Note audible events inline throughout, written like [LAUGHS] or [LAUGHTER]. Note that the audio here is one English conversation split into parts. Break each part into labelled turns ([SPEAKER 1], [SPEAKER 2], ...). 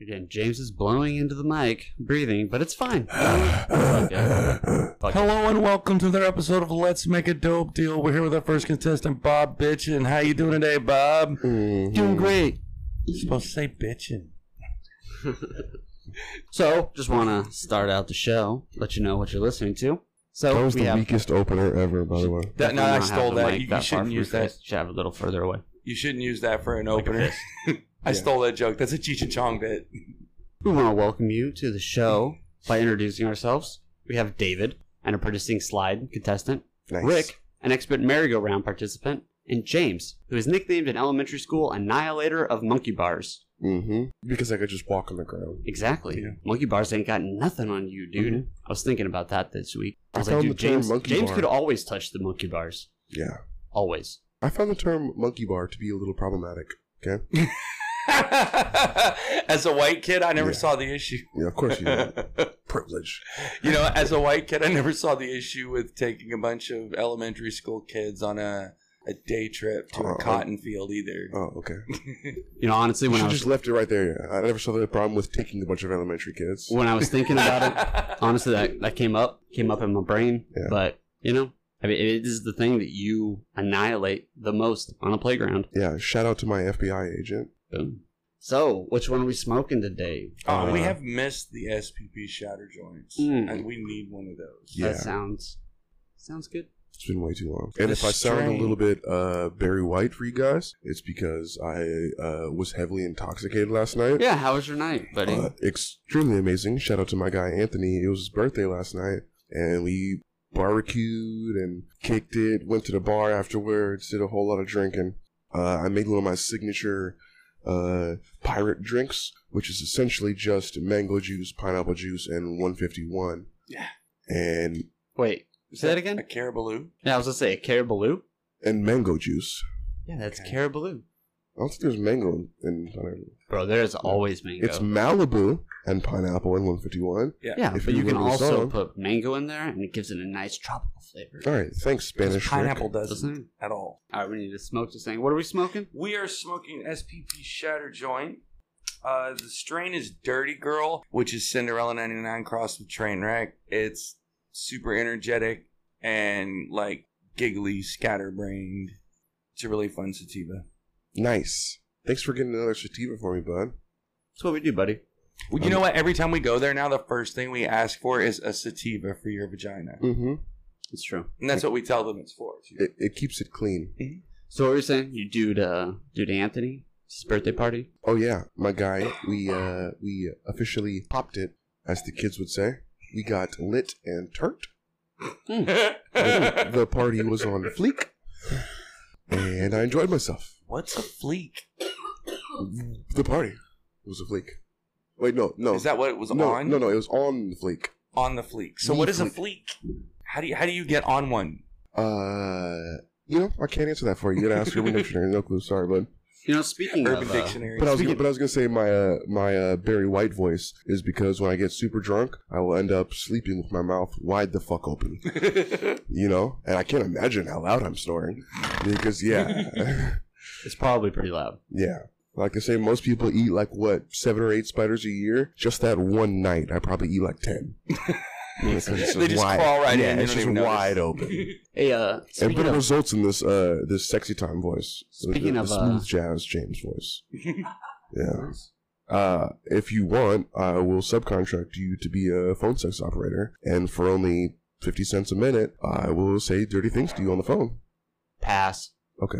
[SPEAKER 1] Again, James is blowing into the mic, breathing, but it's
[SPEAKER 2] [SIGHS]
[SPEAKER 1] fine.
[SPEAKER 3] Hello and welcome to another episode of Let's Make a Dope Deal. We're here with our first contestant, Bob Bitchin. How you doing today, Bob?
[SPEAKER 1] Doing great.
[SPEAKER 3] You're supposed to say bitchin.
[SPEAKER 1] So, just want to start out the show, let you know what you're listening to. So,
[SPEAKER 2] That was
[SPEAKER 1] we
[SPEAKER 2] the
[SPEAKER 1] have
[SPEAKER 2] weakest opener ever, by the way.
[SPEAKER 3] That,
[SPEAKER 1] definitely
[SPEAKER 3] no, I
[SPEAKER 1] not have
[SPEAKER 3] stole
[SPEAKER 1] the
[SPEAKER 3] that.
[SPEAKER 1] mic
[SPEAKER 3] You, you
[SPEAKER 1] far
[SPEAKER 3] shouldn't
[SPEAKER 1] from
[SPEAKER 3] use
[SPEAKER 1] your
[SPEAKER 3] that.
[SPEAKER 1] face. Should have it a little further away.
[SPEAKER 3] You shouldn't use that for an opener. [LAUGHS] I
[SPEAKER 2] Yeah.
[SPEAKER 3] stole that joke. That's a Cheech and Chong bit. [LAUGHS]
[SPEAKER 1] We want to welcome you to the show by introducing ourselves. We have David, an apprenticing slide contestant,
[SPEAKER 2] Nice.
[SPEAKER 1] Rick, an expert merry-go-round participant, and James, who is nicknamed in elementary school Annihilator of Monkey Bars. Mm-hmm.
[SPEAKER 2] hmm Because I could just walk on the ground.
[SPEAKER 1] Exactly.
[SPEAKER 3] Yeah.
[SPEAKER 1] Monkey bars ain't got nothing on you, dude. I was thinking about that this week. I
[SPEAKER 2] I
[SPEAKER 1] was like, dude,
[SPEAKER 2] found Mm-hmm. the term
[SPEAKER 1] James,
[SPEAKER 2] monkey
[SPEAKER 1] James
[SPEAKER 2] bar.
[SPEAKER 1] could always touch the monkey bars.
[SPEAKER 2] Yeah.
[SPEAKER 1] Always.
[SPEAKER 2] I found the term monkey bar to be a little problematic. Okay.
[SPEAKER 3] as a white kid, I never
[SPEAKER 2] Yeah.
[SPEAKER 3] saw the issue.
[SPEAKER 2] Yeah, of
[SPEAKER 1] [LAUGHS]
[SPEAKER 2] course you did.
[SPEAKER 3] [LAUGHS] you
[SPEAKER 2] Privilege.
[SPEAKER 3] know, as a white kid, I never saw the issue with taking a bunch of elementary school kids on a, a day trip to
[SPEAKER 2] Uh,
[SPEAKER 3] a cotton field [LAUGHS] either.
[SPEAKER 2] Oh, okay.
[SPEAKER 1] You know, honestly,
[SPEAKER 2] You
[SPEAKER 1] when I
[SPEAKER 2] should
[SPEAKER 1] was
[SPEAKER 2] just left it right there. I never saw the problem with taking a bunch of elementary kids.
[SPEAKER 1] when I was thinking about
[SPEAKER 2] [LAUGHS]
[SPEAKER 1] it,
[SPEAKER 3] [LAUGHS]
[SPEAKER 1] honestly, that, that came up came up in my brain.
[SPEAKER 2] Yeah.
[SPEAKER 1] But you know, I mean, it is the thing that you annihilate the most on a playground.
[SPEAKER 2] Yeah. Shout out to my FBI agent.
[SPEAKER 1] Boom. So, which one are we smoking today?
[SPEAKER 3] Oh, we
[SPEAKER 2] Uh,
[SPEAKER 3] have missed the SPP shatter joints,
[SPEAKER 1] Mm.
[SPEAKER 3] and we need one of those.
[SPEAKER 2] Yeah.
[SPEAKER 1] That sounds sounds good.
[SPEAKER 2] It's been way too long. And
[SPEAKER 3] The
[SPEAKER 2] if I sound
[SPEAKER 3] strain.
[SPEAKER 2] a little bit uh, Barry White for you guys, it's because I uh, was heavily intoxicated last night.
[SPEAKER 1] Yeah, how was your night, buddy?
[SPEAKER 2] Uh, extremely amazing. Shout out to my guy Anthony. It was his birthday last night, and we barbecued and kicked it. Went to the bar afterwards. Did a whole lot of drinking. Uh, I made one of my signature uh, pirate drinks, which is essentially just mango juice, pineapple juice, and 151.
[SPEAKER 3] Yeah.
[SPEAKER 2] And
[SPEAKER 1] Wait, say that again.
[SPEAKER 3] A Carabaloo.
[SPEAKER 1] Yeah, I was gonna say a caribou.
[SPEAKER 2] and mango juice.
[SPEAKER 1] Yeah, that's
[SPEAKER 3] Okay.
[SPEAKER 1] caribou.
[SPEAKER 2] I don't think there's mango in. I don't know.
[SPEAKER 1] Bro, there's always mango.
[SPEAKER 2] It's Malibu and pineapple and 151.
[SPEAKER 1] yeah,
[SPEAKER 2] if
[SPEAKER 1] but
[SPEAKER 2] you
[SPEAKER 1] you can
[SPEAKER 2] remember the
[SPEAKER 1] also
[SPEAKER 2] song.
[SPEAKER 1] put mango in there, and it gives it a nice tropical flavor.
[SPEAKER 2] All right, thanks,
[SPEAKER 3] 'Cause
[SPEAKER 2] Spanish.
[SPEAKER 3] pineapple
[SPEAKER 2] Rick.
[SPEAKER 3] doesn't
[SPEAKER 1] Doesn't
[SPEAKER 3] at all.
[SPEAKER 1] All right, we need to smoke this thing. What are we smoking?
[SPEAKER 3] We are smoking SPP shatter joint. Uh, the strain is Dirty Girl, which is Cinderella 99 crossed with Trainwreck. It's super energetic and like giggly, scatterbrained. It's a really fun sativa.
[SPEAKER 2] Nice. Thanks for getting another sativa for me, bud.
[SPEAKER 1] That's what we do, buddy.
[SPEAKER 3] Well, you know what? Every time we go there now, the first thing we ask for is a sativa for your vagina.
[SPEAKER 2] Mm-hmm.
[SPEAKER 1] It's true.
[SPEAKER 3] And that's what we tell them it's for. too.
[SPEAKER 2] It, it keeps it clean.
[SPEAKER 1] So what were you saying? You do to do to Anthony? It's his birthday party?
[SPEAKER 2] Oh yeah, my guy. We uh we officially popped it, as the kids would say. We got lit and turt. the party was on fleek, and I enjoyed myself.
[SPEAKER 3] [LAUGHS] What's a fleek?
[SPEAKER 2] The party was a fleek. Wait, no, no,
[SPEAKER 3] Is that what it was
[SPEAKER 2] no,
[SPEAKER 3] on?
[SPEAKER 2] no, no. It was on the fleek.
[SPEAKER 3] On the fleek. So
[SPEAKER 2] The
[SPEAKER 3] what is a fleek?
[SPEAKER 2] fleek.
[SPEAKER 3] How do you how do you get on one?
[SPEAKER 2] Uh, you know, I can't answer that for you. You gotta
[SPEAKER 3] [LAUGHS]
[SPEAKER 2] ask Urban Dictionary. No clue. Sorry, bud.
[SPEAKER 1] You know, speaking
[SPEAKER 3] Urban
[SPEAKER 1] of uh,
[SPEAKER 3] Dictionary.
[SPEAKER 2] But I was,
[SPEAKER 3] Speaking-
[SPEAKER 2] but I was gonna say my uh, my uh, Barry White voice is because when I get super drunk, I will end up sleeping with my mouth wide the fuck open.
[SPEAKER 1] [LAUGHS]
[SPEAKER 2] You know, and I can't imagine how loud I'm snoring because yeah, [LAUGHS]
[SPEAKER 1] it's probably pretty loud.
[SPEAKER 2] yeah. Like I say, most people eat like what seven or eight spiders a year. Just that one night, I probably eat like ten. Because
[SPEAKER 3] [LAUGHS]
[SPEAKER 2] it's
[SPEAKER 3] They just crawl right in,
[SPEAKER 2] yeah,
[SPEAKER 3] they
[SPEAKER 2] it's
[SPEAKER 3] don't
[SPEAKER 2] just
[SPEAKER 3] even notice.
[SPEAKER 2] wide open.
[SPEAKER 3] [LAUGHS]
[SPEAKER 1] Hey, uh,
[SPEAKER 2] And
[SPEAKER 1] speaking
[SPEAKER 2] but it
[SPEAKER 1] of,
[SPEAKER 2] results in this uh this sexy time voice. The-
[SPEAKER 1] Speaking
[SPEAKER 2] the,
[SPEAKER 1] of,
[SPEAKER 2] the
[SPEAKER 1] uh,
[SPEAKER 2] smooth jazz James voice. Yeah. Uh, if you want, I will subcontract you to be a phone sex operator, and for only fifty cents a minute, I will say dirty things to you on the phone.
[SPEAKER 1] pass,
[SPEAKER 2] Okay,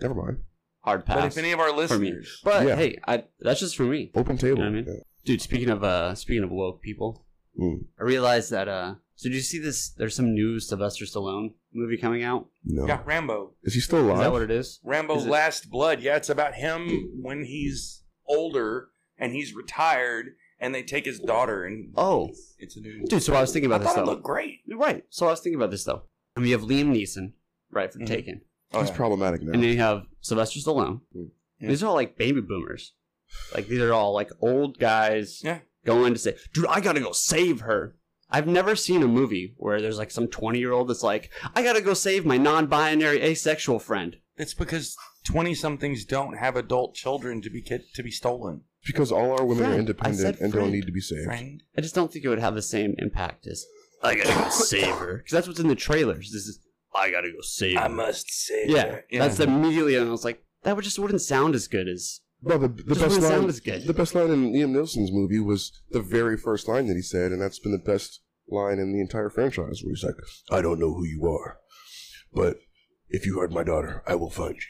[SPEAKER 2] never mind.
[SPEAKER 1] hard
[SPEAKER 3] but
[SPEAKER 1] pass.
[SPEAKER 3] if any of our
[SPEAKER 1] me.
[SPEAKER 3] listeners
[SPEAKER 1] But
[SPEAKER 2] Yeah.
[SPEAKER 1] hey, I, that's just for me,
[SPEAKER 2] Open table.
[SPEAKER 1] You know what I dude. Speaking of, uh, speaking of woke people,
[SPEAKER 2] Yeah. Mm,
[SPEAKER 1] I realized that. Uh, so did you see this? There's some new Sylvester Stallone movie coming out.
[SPEAKER 2] no,
[SPEAKER 3] got Rambo.
[SPEAKER 2] is he still
[SPEAKER 1] Is that
[SPEAKER 2] alive?
[SPEAKER 1] what it is?
[SPEAKER 3] Rambo
[SPEAKER 1] Is it-
[SPEAKER 3] Last Blood. Yeah, it's about him when he's older and he's retired and they take his daughter and
[SPEAKER 1] Oh,
[SPEAKER 3] it's a new
[SPEAKER 1] dude. So I was thinking
[SPEAKER 3] I
[SPEAKER 1] about
[SPEAKER 3] thought
[SPEAKER 1] this
[SPEAKER 3] it
[SPEAKER 1] though.
[SPEAKER 3] looked great.
[SPEAKER 1] Right. So I was thinking about this though. Mm-hmm. I mean, you have Liam Neeson, right, from
[SPEAKER 3] Mhm.
[SPEAKER 1] Taken,
[SPEAKER 3] Oh,
[SPEAKER 2] He's
[SPEAKER 3] yeah.
[SPEAKER 2] problematic now.
[SPEAKER 1] and then you have Sylvester Stallone.
[SPEAKER 2] Mm.
[SPEAKER 3] Yeah.
[SPEAKER 1] These are all like baby boomers. Like these are all like old guys
[SPEAKER 3] Yeah.
[SPEAKER 1] going to say, "Dude, I gotta go save her." I've never seen a movie where there's like some twenty-year-old that's like, "I gotta go save my non-binary asexual friend."
[SPEAKER 3] It's because twenty somethings don't have adult children to be kid, to be stolen.
[SPEAKER 2] Because all our women are
[SPEAKER 1] Friend. I
[SPEAKER 2] independent
[SPEAKER 1] said
[SPEAKER 2] and don't
[SPEAKER 1] friend.
[SPEAKER 2] need to be saved.
[SPEAKER 3] Friend.
[SPEAKER 1] I just don't think it would have the same impact as I gotta go save [COUGHS] her because that's what's in the trailers. This is I gotta go save
[SPEAKER 3] I
[SPEAKER 1] her.
[SPEAKER 3] must say.
[SPEAKER 1] yeah, that's
[SPEAKER 3] [LAUGHS]
[SPEAKER 1] immediately, and I was like, that would just wouldn't sound as good as
[SPEAKER 2] No, the, the
[SPEAKER 1] Just
[SPEAKER 2] best
[SPEAKER 1] wouldn't
[SPEAKER 2] line
[SPEAKER 1] sound as good.
[SPEAKER 2] the best line in Liam Nielsen's movie was the very first line that he said, and that's been the best line in the entire franchise. Where he's like, "I don't know who you are, but if you hurt my daughter, I will find you."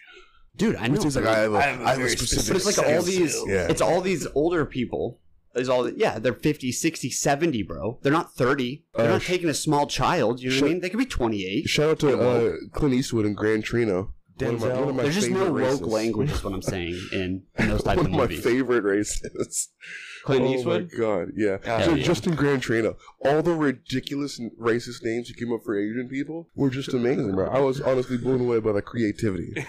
[SPEAKER 1] dude. I know.
[SPEAKER 2] Which is like, I have a,
[SPEAKER 3] I have a
[SPEAKER 2] I have a
[SPEAKER 3] very
[SPEAKER 2] specific.
[SPEAKER 1] but it's like all
[SPEAKER 2] skill
[SPEAKER 1] these
[SPEAKER 2] set. Yeah.
[SPEAKER 1] it's all these older people there's all yeah they're 50 60 70 bro they're not 30 they're
[SPEAKER 2] Uh,
[SPEAKER 1] not
[SPEAKER 2] sh-
[SPEAKER 1] taking a small child you know what
[SPEAKER 2] sh-
[SPEAKER 1] i mean they could be 28
[SPEAKER 2] Shout out to uh, Clint Eastwood and Gran Trino. One of my, one of my
[SPEAKER 1] there's just no
[SPEAKER 2] favorite
[SPEAKER 1] woke
[SPEAKER 2] races. [LAUGHS]
[SPEAKER 1] language is what i'm saying in, in those type
[SPEAKER 2] one
[SPEAKER 1] of
[SPEAKER 2] of my
[SPEAKER 1] movies
[SPEAKER 2] favorite races.
[SPEAKER 1] [LAUGHS] clint
[SPEAKER 2] oh
[SPEAKER 1] eastwood
[SPEAKER 2] my god, yeah.
[SPEAKER 3] Yeah.
[SPEAKER 2] so
[SPEAKER 1] Oh, Yeah.
[SPEAKER 2] Justin Grand Trino, all the ridiculous and racist names he came up for Asian people were just amazing, bro. I was honestly blown away by the creativity. [LAUGHS]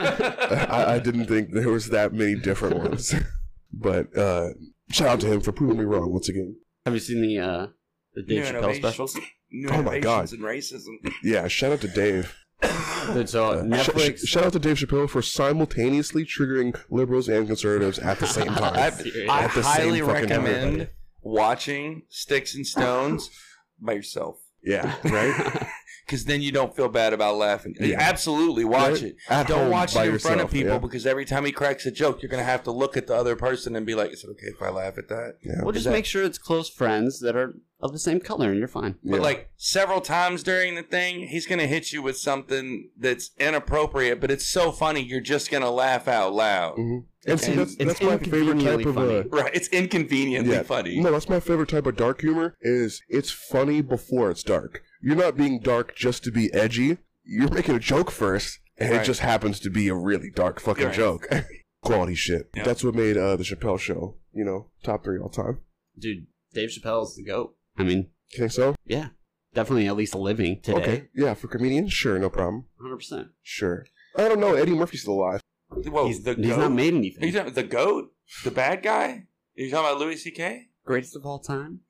[SPEAKER 2] I, I didn't think there was that many different ones. [LAUGHS] but uh, shout out to him for proving me wrong once again.
[SPEAKER 1] have you seen the uh the
[SPEAKER 3] New
[SPEAKER 1] dave chappelle special
[SPEAKER 3] innovations. New
[SPEAKER 2] Oh my God.
[SPEAKER 3] innovations in racism.
[SPEAKER 2] Yeah, shout out to Dave.
[SPEAKER 3] [COUGHS]
[SPEAKER 1] Dude, so
[SPEAKER 2] Uh, [LAUGHS] sh-
[SPEAKER 1] netflix
[SPEAKER 2] sh- shout out to Dave Chappelle for simultaneously triggering liberals and conservatives at
[SPEAKER 3] [LAUGHS]
[SPEAKER 2] the same time.
[SPEAKER 3] I- I
[SPEAKER 2] At the same
[SPEAKER 3] highly
[SPEAKER 2] fucking
[SPEAKER 3] recommend
[SPEAKER 2] everybody.
[SPEAKER 3] watching Sticks and Stones by yourself
[SPEAKER 2] yeah, right.
[SPEAKER 3] because then you don't feel bad about laughing.
[SPEAKER 2] Yeah.
[SPEAKER 3] Absolutely, [LAUGHS] watch
[SPEAKER 2] Right?
[SPEAKER 3] it.
[SPEAKER 2] At
[SPEAKER 3] Don't
[SPEAKER 2] home
[SPEAKER 3] watch it
[SPEAKER 2] by
[SPEAKER 3] in front
[SPEAKER 2] yourself,
[SPEAKER 3] of people
[SPEAKER 2] yeah.
[SPEAKER 3] because every time he cracks a joke, you're gonna have to look at the other person and be like, "Is it okay if I laugh at that?"
[SPEAKER 2] Yeah.
[SPEAKER 1] we'll just
[SPEAKER 3] that-
[SPEAKER 1] make sure it's close friends that are of the same color and you're fine
[SPEAKER 3] But
[SPEAKER 2] Yeah.
[SPEAKER 3] like several times during the thing, he's gonna hit you with something that's inappropriate, but it's so funny you're just gonna laugh out loud.
[SPEAKER 2] Mhm. And see,
[SPEAKER 1] And
[SPEAKER 2] that's,
[SPEAKER 1] it's
[SPEAKER 2] that's my favorite type
[SPEAKER 1] inconveniently
[SPEAKER 2] of uh,
[SPEAKER 1] funny.
[SPEAKER 3] [LAUGHS] Right? It's inconveniently
[SPEAKER 2] Yeah.
[SPEAKER 3] funny.
[SPEAKER 2] No, that's my favorite type of dark humor. Is it's funny before it's dark. You're not being dark just to be edgy. You're making a joke first, and it
[SPEAKER 3] Right.
[SPEAKER 2] just happens to be a really dark fucking
[SPEAKER 3] Right.
[SPEAKER 2] joke. [LAUGHS] Quality shit.
[SPEAKER 3] Yeah.
[SPEAKER 2] That's what made uh, the Chappelle Show, you know, top three all time.
[SPEAKER 1] dude dave chappelle's the goat i mean
[SPEAKER 2] You think so?
[SPEAKER 1] yeah definitely at least living today
[SPEAKER 2] Yeah, for comedians, sure, no problem.
[SPEAKER 1] 100%
[SPEAKER 2] Sure. I don't know. Eddie Murphy's still alive.
[SPEAKER 3] Whoa,
[SPEAKER 1] he's,
[SPEAKER 3] the
[SPEAKER 1] he's
[SPEAKER 3] goat?
[SPEAKER 1] not made
[SPEAKER 3] Are
[SPEAKER 1] anything
[SPEAKER 3] you talking the goat, the bad guy? Are you talking about Louis C.K.?
[SPEAKER 1] greatest of all time